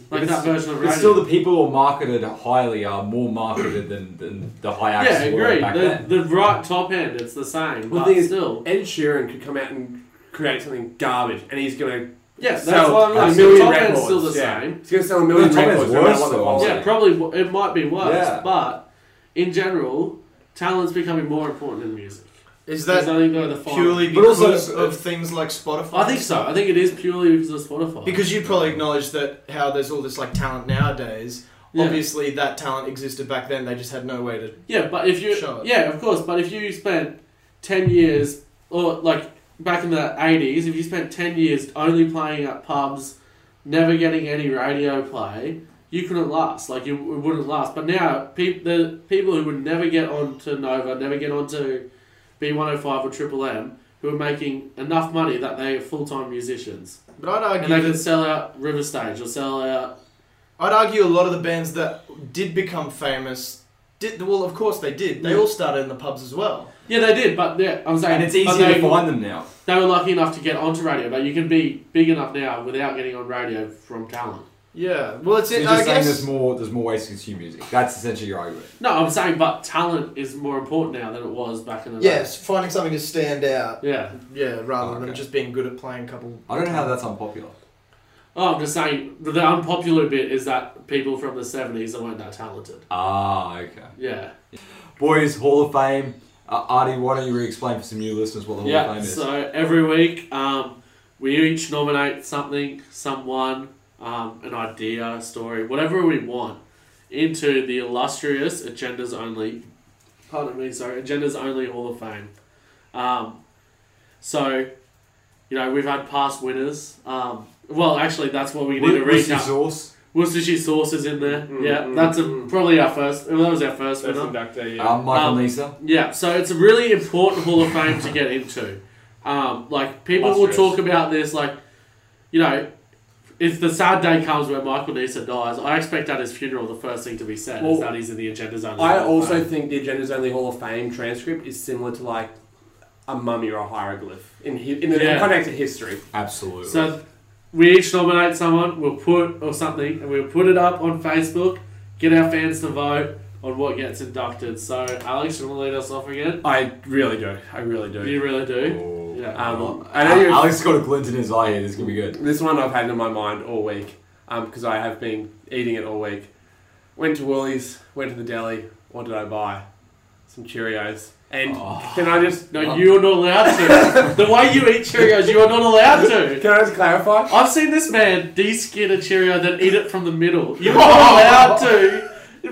Speaker 2: Like
Speaker 1: It's-
Speaker 2: that version of radio.
Speaker 1: But still, the people who are marketed highly are more marketed than, than the high
Speaker 2: yeah,
Speaker 1: axis were
Speaker 2: agree.
Speaker 1: back
Speaker 2: The,
Speaker 1: then.
Speaker 2: the right top end, it's the same.
Speaker 3: Well, the
Speaker 2: but
Speaker 3: thing is,
Speaker 2: still,
Speaker 3: Ed Sheeran could come out and create something garbage, and he's going to
Speaker 2: yeah, that's
Speaker 3: sell
Speaker 2: what
Speaker 3: a
Speaker 2: I'm like. The
Speaker 3: million
Speaker 2: top
Speaker 3: records.
Speaker 2: end's still the
Speaker 3: yeah.
Speaker 2: same.
Speaker 3: He's going to sell a million
Speaker 1: The top
Speaker 3: records.
Speaker 1: end's
Speaker 3: no matter
Speaker 1: worse,
Speaker 3: what the
Speaker 1: though,
Speaker 3: quality
Speaker 1: I'd
Speaker 2: Yeah,
Speaker 1: say.
Speaker 2: probably w- it might be worse,
Speaker 1: Yeah.
Speaker 2: but in general, talent's becoming more important in music.
Speaker 5: Is
Speaker 2: Because
Speaker 5: that
Speaker 2: I think they're the final-
Speaker 5: purely
Speaker 1: But also-
Speaker 5: because of things like Spotify?
Speaker 2: I think so. I think it is purely because of Spotify.
Speaker 5: Because you probably acknowledge that how there's all this like talent nowadays.
Speaker 2: Yeah.
Speaker 5: Obviously, that talent existed back then. They just had no way to.
Speaker 2: yeah, but if you
Speaker 5: Sure.
Speaker 2: yeah, of course. But if you spent ten years or like back in the eighties, if you spent ten years only playing at pubs, never getting any radio play, you couldn't last. Like you it wouldn't last. But now peop the people who would never get onto Nova, never get onto B one hundred five or Triple M, who are making enough money that they are full time musicians.
Speaker 5: But I'd
Speaker 2: And they
Speaker 5: argue
Speaker 2: can
Speaker 5: that,
Speaker 2: sell out River Stage or sell out.
Speaker 5: I'd argue a lot of the bands that did become famous did well. Of course, they did. They
Speaker 2: Yeah.
Speaker 5: all started in the pubs as well.
Speaker 2: Yeah, they did, but yeah, I'm saying.
Speaker 1: And it's
Speaker 2: but
Speaker 1: easier
Speaker 2: they,
Speaker 1: to find them now.
Speaker 2: They were lucky enough to get onto radio, but you can be big enough now without getting on radio from talent.
Speaker 5: Yeah. Well, it's
Speaker 1: So you're
Speaker 5: I
Speaker 1: just saying
Speaker 5: guess
Speaker 1: there's more there's more ways to consume music. That's essentially your argument.
Speaker 2: No, I'm saying, but talent is more important now than it was back in the
Speaker 5: yes, finding something to stand out.
Speaker 2: day. Yeah.
Speaker 5: Yeah, rather
Speaker 1: Okay.
Speaker 5: than just being good at playing a couple.
Speaker 1: I don't know how that's unpopular.
Speaker 2: Oh, I'm just saying, the the unpopular bit is that people from the 70s that weren't that talented.
Speaker 1: Ah, okay.
Speaker 2: Yeah.
Speaker 1: Boys, Hall of Fame. Uh, Artie, why don't you re-explain for some new listeners what the Hall of
Speaker 2: yeah,
Speaker 1: Fame is?
Speaker 2: so every week um, we each nominate something, someone, um, an idea, a story, whatever we want, into the illustrious Agendas Only, pardon me, sorry, Agendas Only Hall of Fame. Um, so, you know, we've had past winners. Um, well, actually, that's what we need to
Speaker 1: Wor- Worcestershire
Speaker 2: recap.
Speaker 1: sauce.
Speaker 2: Worcestershire sauce is in there.
Speaker 4: Mm,
Speaker 2: yeah,
Speaker 4: mm,
Speaker 2: that's a,
Speaker 4: mm.
Speaker 2: probably our first. Well, that was our first
Speaker 4: That's
Speaker 2: winner.
Speaker 4: inductee, yeah.
Speaker 1: Um, Mike
Speaker 2: Um,
Speaker 1: and Lisa.
Speaker 2: Yeah, so it's a really important Hall of Fame to get into. Um, like people will
Speaker 4: Illustrious.
Speaker 2: talk about this, like you know, if the sad day comes where Michael Nisa dies, I expect at his funeral the first thing to be said
Speaker 3: Well,
Speaker 2: is that he's in the agenda's only.
Speaker 3: I
Speaker 2: Hall of
Speaker 3: also
Speaker 2: Fame.
Speaker 3: think the Agenda's Only Hall of Fame transcript is similar to like a mummy or a hieroglyph in hi- in the
Speaker 2: Yeah.
Speaker 3: context of history.
Speaker 1: Absolutely.
Speaker 2: so. We each nominate someone, we'll put or something, and we'll put it up on Facebook. Get our fans to vote on what gets inducted. So Alex, you want to lead us off again?
Speaker 3: I really do. I really do.
Speaker 2: You really do.
Speaker 1: Oh.
Speaker 2: Yeah.
Speaker 3: Um, I know
Speaker 1: Al-
Speaker 3: you're,
Speaker 1: Alex has got a glint in his eye here. This is gonna be good.
Speaker 3: This one I've had in my mind all week because I have been eating it all week. Went to Woolies, went to the deli. What did I buy? Some Cheerios. And
Speaker 1: Oh.
Speaker 3: can I just
Speaker 2: No, you are not allowed to. the way you eat Cheerios, you are not allowed to.
Speaker 3: can I just clarify?
Speaker 2: I've seen this man de-skin a Cheerio then eat it from the middle. You're not allowed to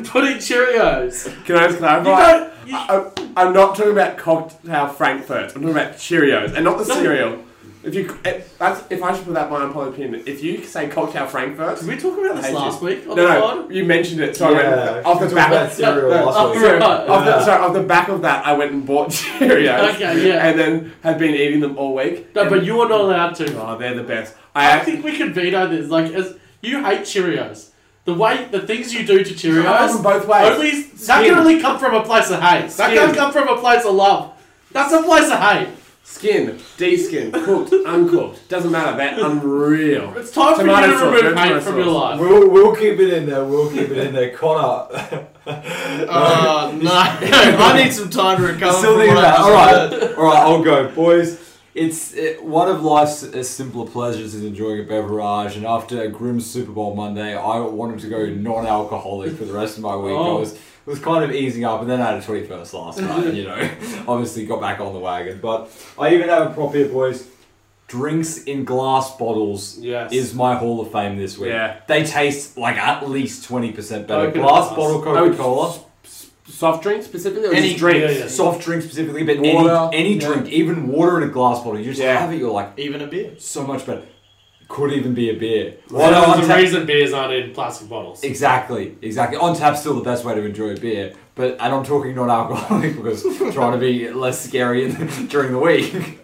Speaker 2: put in Cheerios.
Speaker 3: Can I just
Speaker 2: You
Speaker 3: clarify?
Speaker 2: don't. You,
Speaker 3: I, I, am not talking about cocktail frankfurts. I'm talking about Cheerios, and not the
Speaker 2: No.
Speaker 3: cereal. If you, if, that's, if I should put that in my unpopular opinion, if you say cocktail frankfurts,
Speaker 2: did we talk about
Speaker 3: I
Speaker 2: this
Speaker 3: hate
Speaker 2: last week on the
Speaker 3: no, no,
Speaker 2: pod?
Speaker 3: you mentioned it. So I went off the back.
Speaker 1: about cereal last
Speaker 3: no,
Speaker 1: week.
Speaker 2: no.
Speaker 3: Sorry,
Speaker 2: Right.
Speaker 3: off the,
Speaker 1: Yeah.
Speaker 3: sorry, off the back of that, I went and bought Cheerios.
Speaker 2: Okay, yeah.
Speaker 3: And then have been eating them all week.
Speaker 2: No, but
Speaker 3: And-
Speaker 2: you are not allowed to.
Speaker 3: Oh, they're the best.
Speaker 2: I
Speaker 3: I,
Speaker 2: think we can veto this. Like, as you hate Cheerios, the way the things you do to
Speaker 3: I love them
Speaker 2: Cheerios,
Speaker 3: both ways.
Speaker 2: only that can
Speaker 3: Skin.
Speaker 2: only come from a place of hate. That
Speaker 3: Skin.
Speaker 2: can't come from a place of love. That's a place of hate.
Speaker 3: Skin, D skin, cooked, uncooked, doesn't matter. They're unreal.
Speaker 2: It's time for
Speaker 3: Tomato
Speaker 2: you to
Speaker 3: sauce,
Speaker 2: remove
Speaker 3: red tomato
Speaker 2: paint from your life.
Speaker 1: We'll, we'll keep it in there. We'll keep it in there. Connor.
Speaker 5: Oh, no. I need some time to recover.
Speaker 1: Still
Speaker 5: from
Speaker 1: thinking
Speaker 5: what I
Speaker 1: about.
Speaker 5: just
Speaker 1: All
Speaker 5: heard.
Speaker 1: right, all right. I'll go, boys. It's uh one of life's uh, simpler pleasures is enjoying a beverage, and after a grim Super Bowl Monday, I wanted to go non-alcoholic for the rest of my week. I
Speaker 2: Oh.
Speaker 1: was was kind of easing up, and then I had a twenty-first last night. You know, obviously got back on the wagon, but I even have a prop here, boys. Drinks in glass bottles
Speaker 4: Yes.
Speaker 1: is my Hall of Fame this week.
Speaker 3: Yeah.
Speaker 1: They taste like at least twenty percent better.
Speaker 4: Coconut
Speaker 1: Glass
Speaker 4: glass.
Speaker 1: bottle Coca Cola.
Speaker 3: Soft drinks specifically, or
Speaker 5: Any-
Speaker 3: just drinks?
Speaker 4: yeah, yeah.
Speaker 1: soft drink specifically, but
Speaker 3: Water,
Speaker 1: any, any
Speaker 3: yeah.
Speaker 1: drink, even water in a glass bottle, you just
Speaker 3: Yeah.
Speaker 1: have it, you're like,
Speaker 5: Even a beer.
Speaker 1: so much better. Could even be a beer.
Speaker 2: Well,
Speaker 1: On- on
Speaker 2: there's a
Speaker 1: tap-
Speaker 2: reason beers aren't in plastic bottles.
Speaker 1: exactly, exactly. On tap's still the best way to enjoy a beer, but and I'm talking non alcoholic because I'm trying to be less scary in, during the week.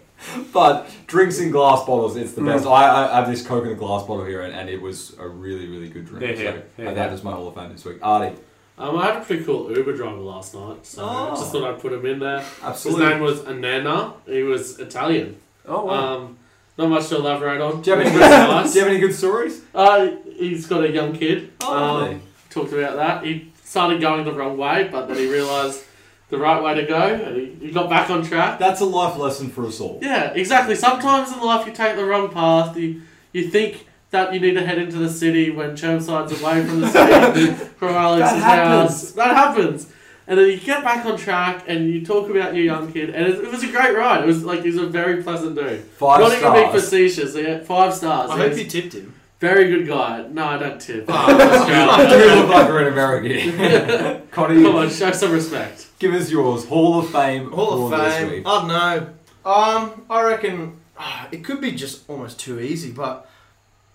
Speaker 1: But drinks in glass bottles, it's the best. I, I have this coconut glass bottle here, and, and it was a really, really good drink.
Speaker 3: Yeah, yeah,
Speaker 1: so
Speaker 3: yeah,
Speaker 1: that is my Hall of Fame this week. Artie,
Speaker 2: Um, I had a pretty cool Uber driver last night, so
Speaker 1: Oh.
Speaker 2: just thought I'd put him in there. His
Speaker 1: absolutely.
Speaker 2: name was Anana. He was Italian.
Speaker 3: Oh wow.
Speaker 2: Um, not much to elaborate on.
Speaker 1: do you, have any good,
Speaker 2: Nice.
Speaker 1: do you have any good stories?
Speaker 2: Uh, he's got a young kid.
Speaker 1: Oh,
Speaker 2: um, talked about that. He started going the wrong way, but then he realised the right way to go, and he, he got back on track.
Speaker 1: That's a life lesson for us all.
Speaker 2: Yeah, exactly. Sometimes in life you take the wrong path. You you think that you need to head into the city when Chermside's away from the city, from Alex's house.
Speaker 1: happens.
Speaker 2: That happens. And then you get back on track and you talk about your young kid, and it, it was a great ride. It was like he's a very pleasant dude.
Speaker 1: Five
Speaker 2: Not
Speaker 1: stars.
Speaker 2: even being facetious. Yeah, five stars.
Speaker 5: I
Speaker 2: He
Speaker 5: hope Ah,
Speaker 2: was
Speaker 5: you tipped him.
Speaker 2: very good guy. No, I don't tip.
Speaker 1: Do we look like we're in America?
Speaker 2: Come
Speaker 1: Connie,
Speaker 2: on, show some respect.
Speaker 1: give us yours. Hall of Fame.
Speaker 5: Hall of
Speaker 1: for this
Speaker 5: Fame.
Speaker 1: week.
Speaker 5: I don't know. Um, I reckon ah, it could be just almost too easy, but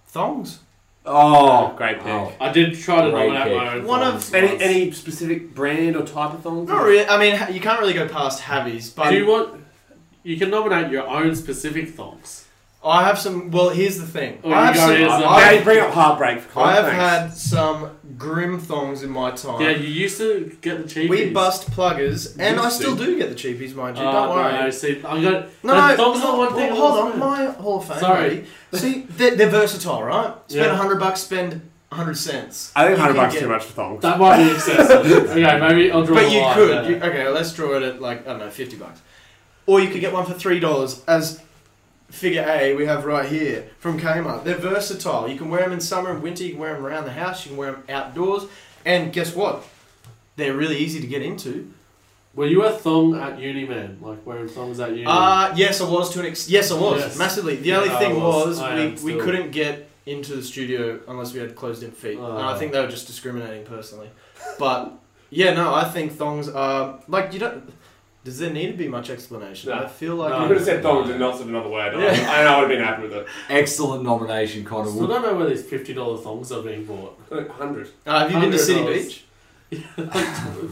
Speaker 5: thongs.
Speaker 3: oh, great pick.
Speaker 1: Oh.
Speaker 2: I did try to
Speaker 1: Great
Speaker 2: nominate my
Speaker 1: pick.
Speaker 2: own.
Speaker 5: One of-
Speaker 2: thoughts
Speaker 3: Any
Speaker 2: once.
Speaker 3: any specific brand or type of thongs?
Speaker 5: Not really. I mean, ha- you can't really go past Havies, but
Speaker 2: Do you want? You can nominate your own specific thongs.
Speaker 5: I have some. Well, here's the thing.
Speaker 2: Or
Speaker 5: I
Speaker 2: Oh, you
Speaker 5: have
Speaker 2: go
Speaker 5: some.
Speaker 2: as a-
Speaker 5: I,
Speaker 3: Now you bring up heartbreak. For
Speaker 5: I have
Speaker 3: context.
Speaker 5: had some grim thongs in my time.
Speaker 2: Yeah, you used to get the cheapies.
Speaker 5: we bust pluggers, and I
Speaker 3: Used
Speaker 5: still
Speaker 3: to.
Speaker 5: do get the cheapies, mind you.
Speaker 2: Oh,
Speaker 5: don't worry.
Speaker 2: No, see, I'm gonna.
Speaker 5: No,
Speaker 2: the
Speaker 5: no,
Speaker 2: thongs are
Speaker 5: no,
Speaker 2: one thing.
Speaker 5: Hold
Speaker 2: that
Speaker 5: on,
Speaker 2: was-
Speaker 5: my Hall of Fame.
Speaker 2: Sorry.
Speaker 5: buddy. See, they're, they're versatile, right? Spend
Speaker 2: Yeah.
Speaker 5: a hundred bucks, spend a hundred cents.
Speaker 3: I think
Speaker 5: You
Speaker 3: hundred
Speaker 5: can
Speaker 3: bucks
Speaker 5: get-
Speaker 3: too much for thongs.
Speaker 2: That might be excessive. okay, maybe I'll draw a
Speaker 5: But you
Speaker 2: line
Speaker 5: could.
Speaker 2: there.
Speaker 5: You, okay, let's draw it at like I don't know, fifty bucks, or you could get one for three dollars as. Figure A, we have right here from Kmart. They're versatile. You can wear them in summer and winter. You can wear them around the house. You can wear them outdoors. And guess what? They're really easy to get into.
Speaker 2: Were you a thong at uni, man? Like wearing thongs at uni?
Speaker 5: Uh, yes, I was to an ex- Yes, I was
Speaker 2: Yes.
Speaker 5: massively. The
Speaker 2: Yeah,
Speaker 5: only
Speaker 2: I
Speaker 5: thing
Speaker 2: was.
Speaker 5: was,
Speaker 2: I am
Speaker 5: we, we
Speaker 2: still.
Speaker 5: couldn't get into the studio unless we had closed-in feet, and I
Speaker 2: Oh.
Speaker 5: think they were just discriminating personally. But yeah, no, I think thongs are like you don't. Does there need to be much explanation?
Speaker 3: No.
Speaker 5: I feel like
Speaker 3: No.
Speaker 4: You could have said thongs and not said another word. I-
Speaker 5: Yeah.
Speaker 4: I, I would have been happy with it.
Speaker 1: Excellent nomination, Connor.
Speaker 2: Still
Speaker 1: We'll,
Speaker 2: don't know where these fifty dollar thongs are being bought.
Speaker 4: Like, 100.
Speaker 5: Uh, have you been to City
Speaker 2: $100.
Speaker 5: Beach?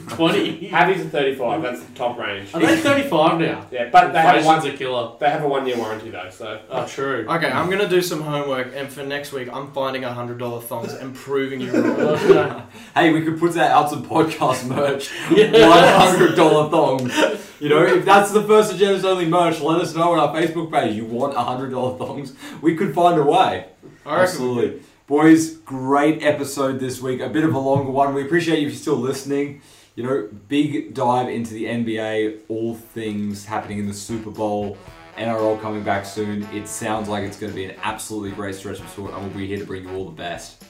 Speaker 2: Twenty.
Speaker 4: Happy's a 35, that's the top range.
Speaker 2: Are they thirty five now?
Speaker 4: Yeah, but they have,
Speaker 2: Inflation's
Speaker 4: one,
Speaker 2: a killer.
Speaker 4: they have a one year warranty though, so.
Speaker 2: Oh, true.
Speaker 5: Okay, I'm gonna do some homework, and for next week, I'm finding a hundred dollar thongs and proving you wrong.
Speaker 2: Okay.
Speaker 1: hey, we could put that out some podcast merch.
Speaker 2: Yes.
Speaker 1: One hundred dollar thongs. You know, if that's the first agenda's only merch, let us know on our Facebook page. You want hundred dollar thongs? We could find a way.
Speaker 5: I reckon
Speaker 1: Absolutely. Boys, great episode this week. A bit of a longer one. We appreciate you still listening. You know, big dive into the NBA, all things happening in the Super Bowl, NRL coming back soon. It sounds like it's going to be an absolutely great stretch of sport, and we'll be here to bring you all the best.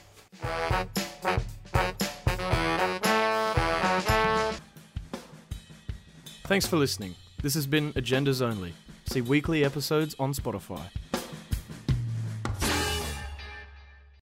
Speaker 7: Thanks for listenning. This has been Agendas Only. See weekly episodes on Spotify.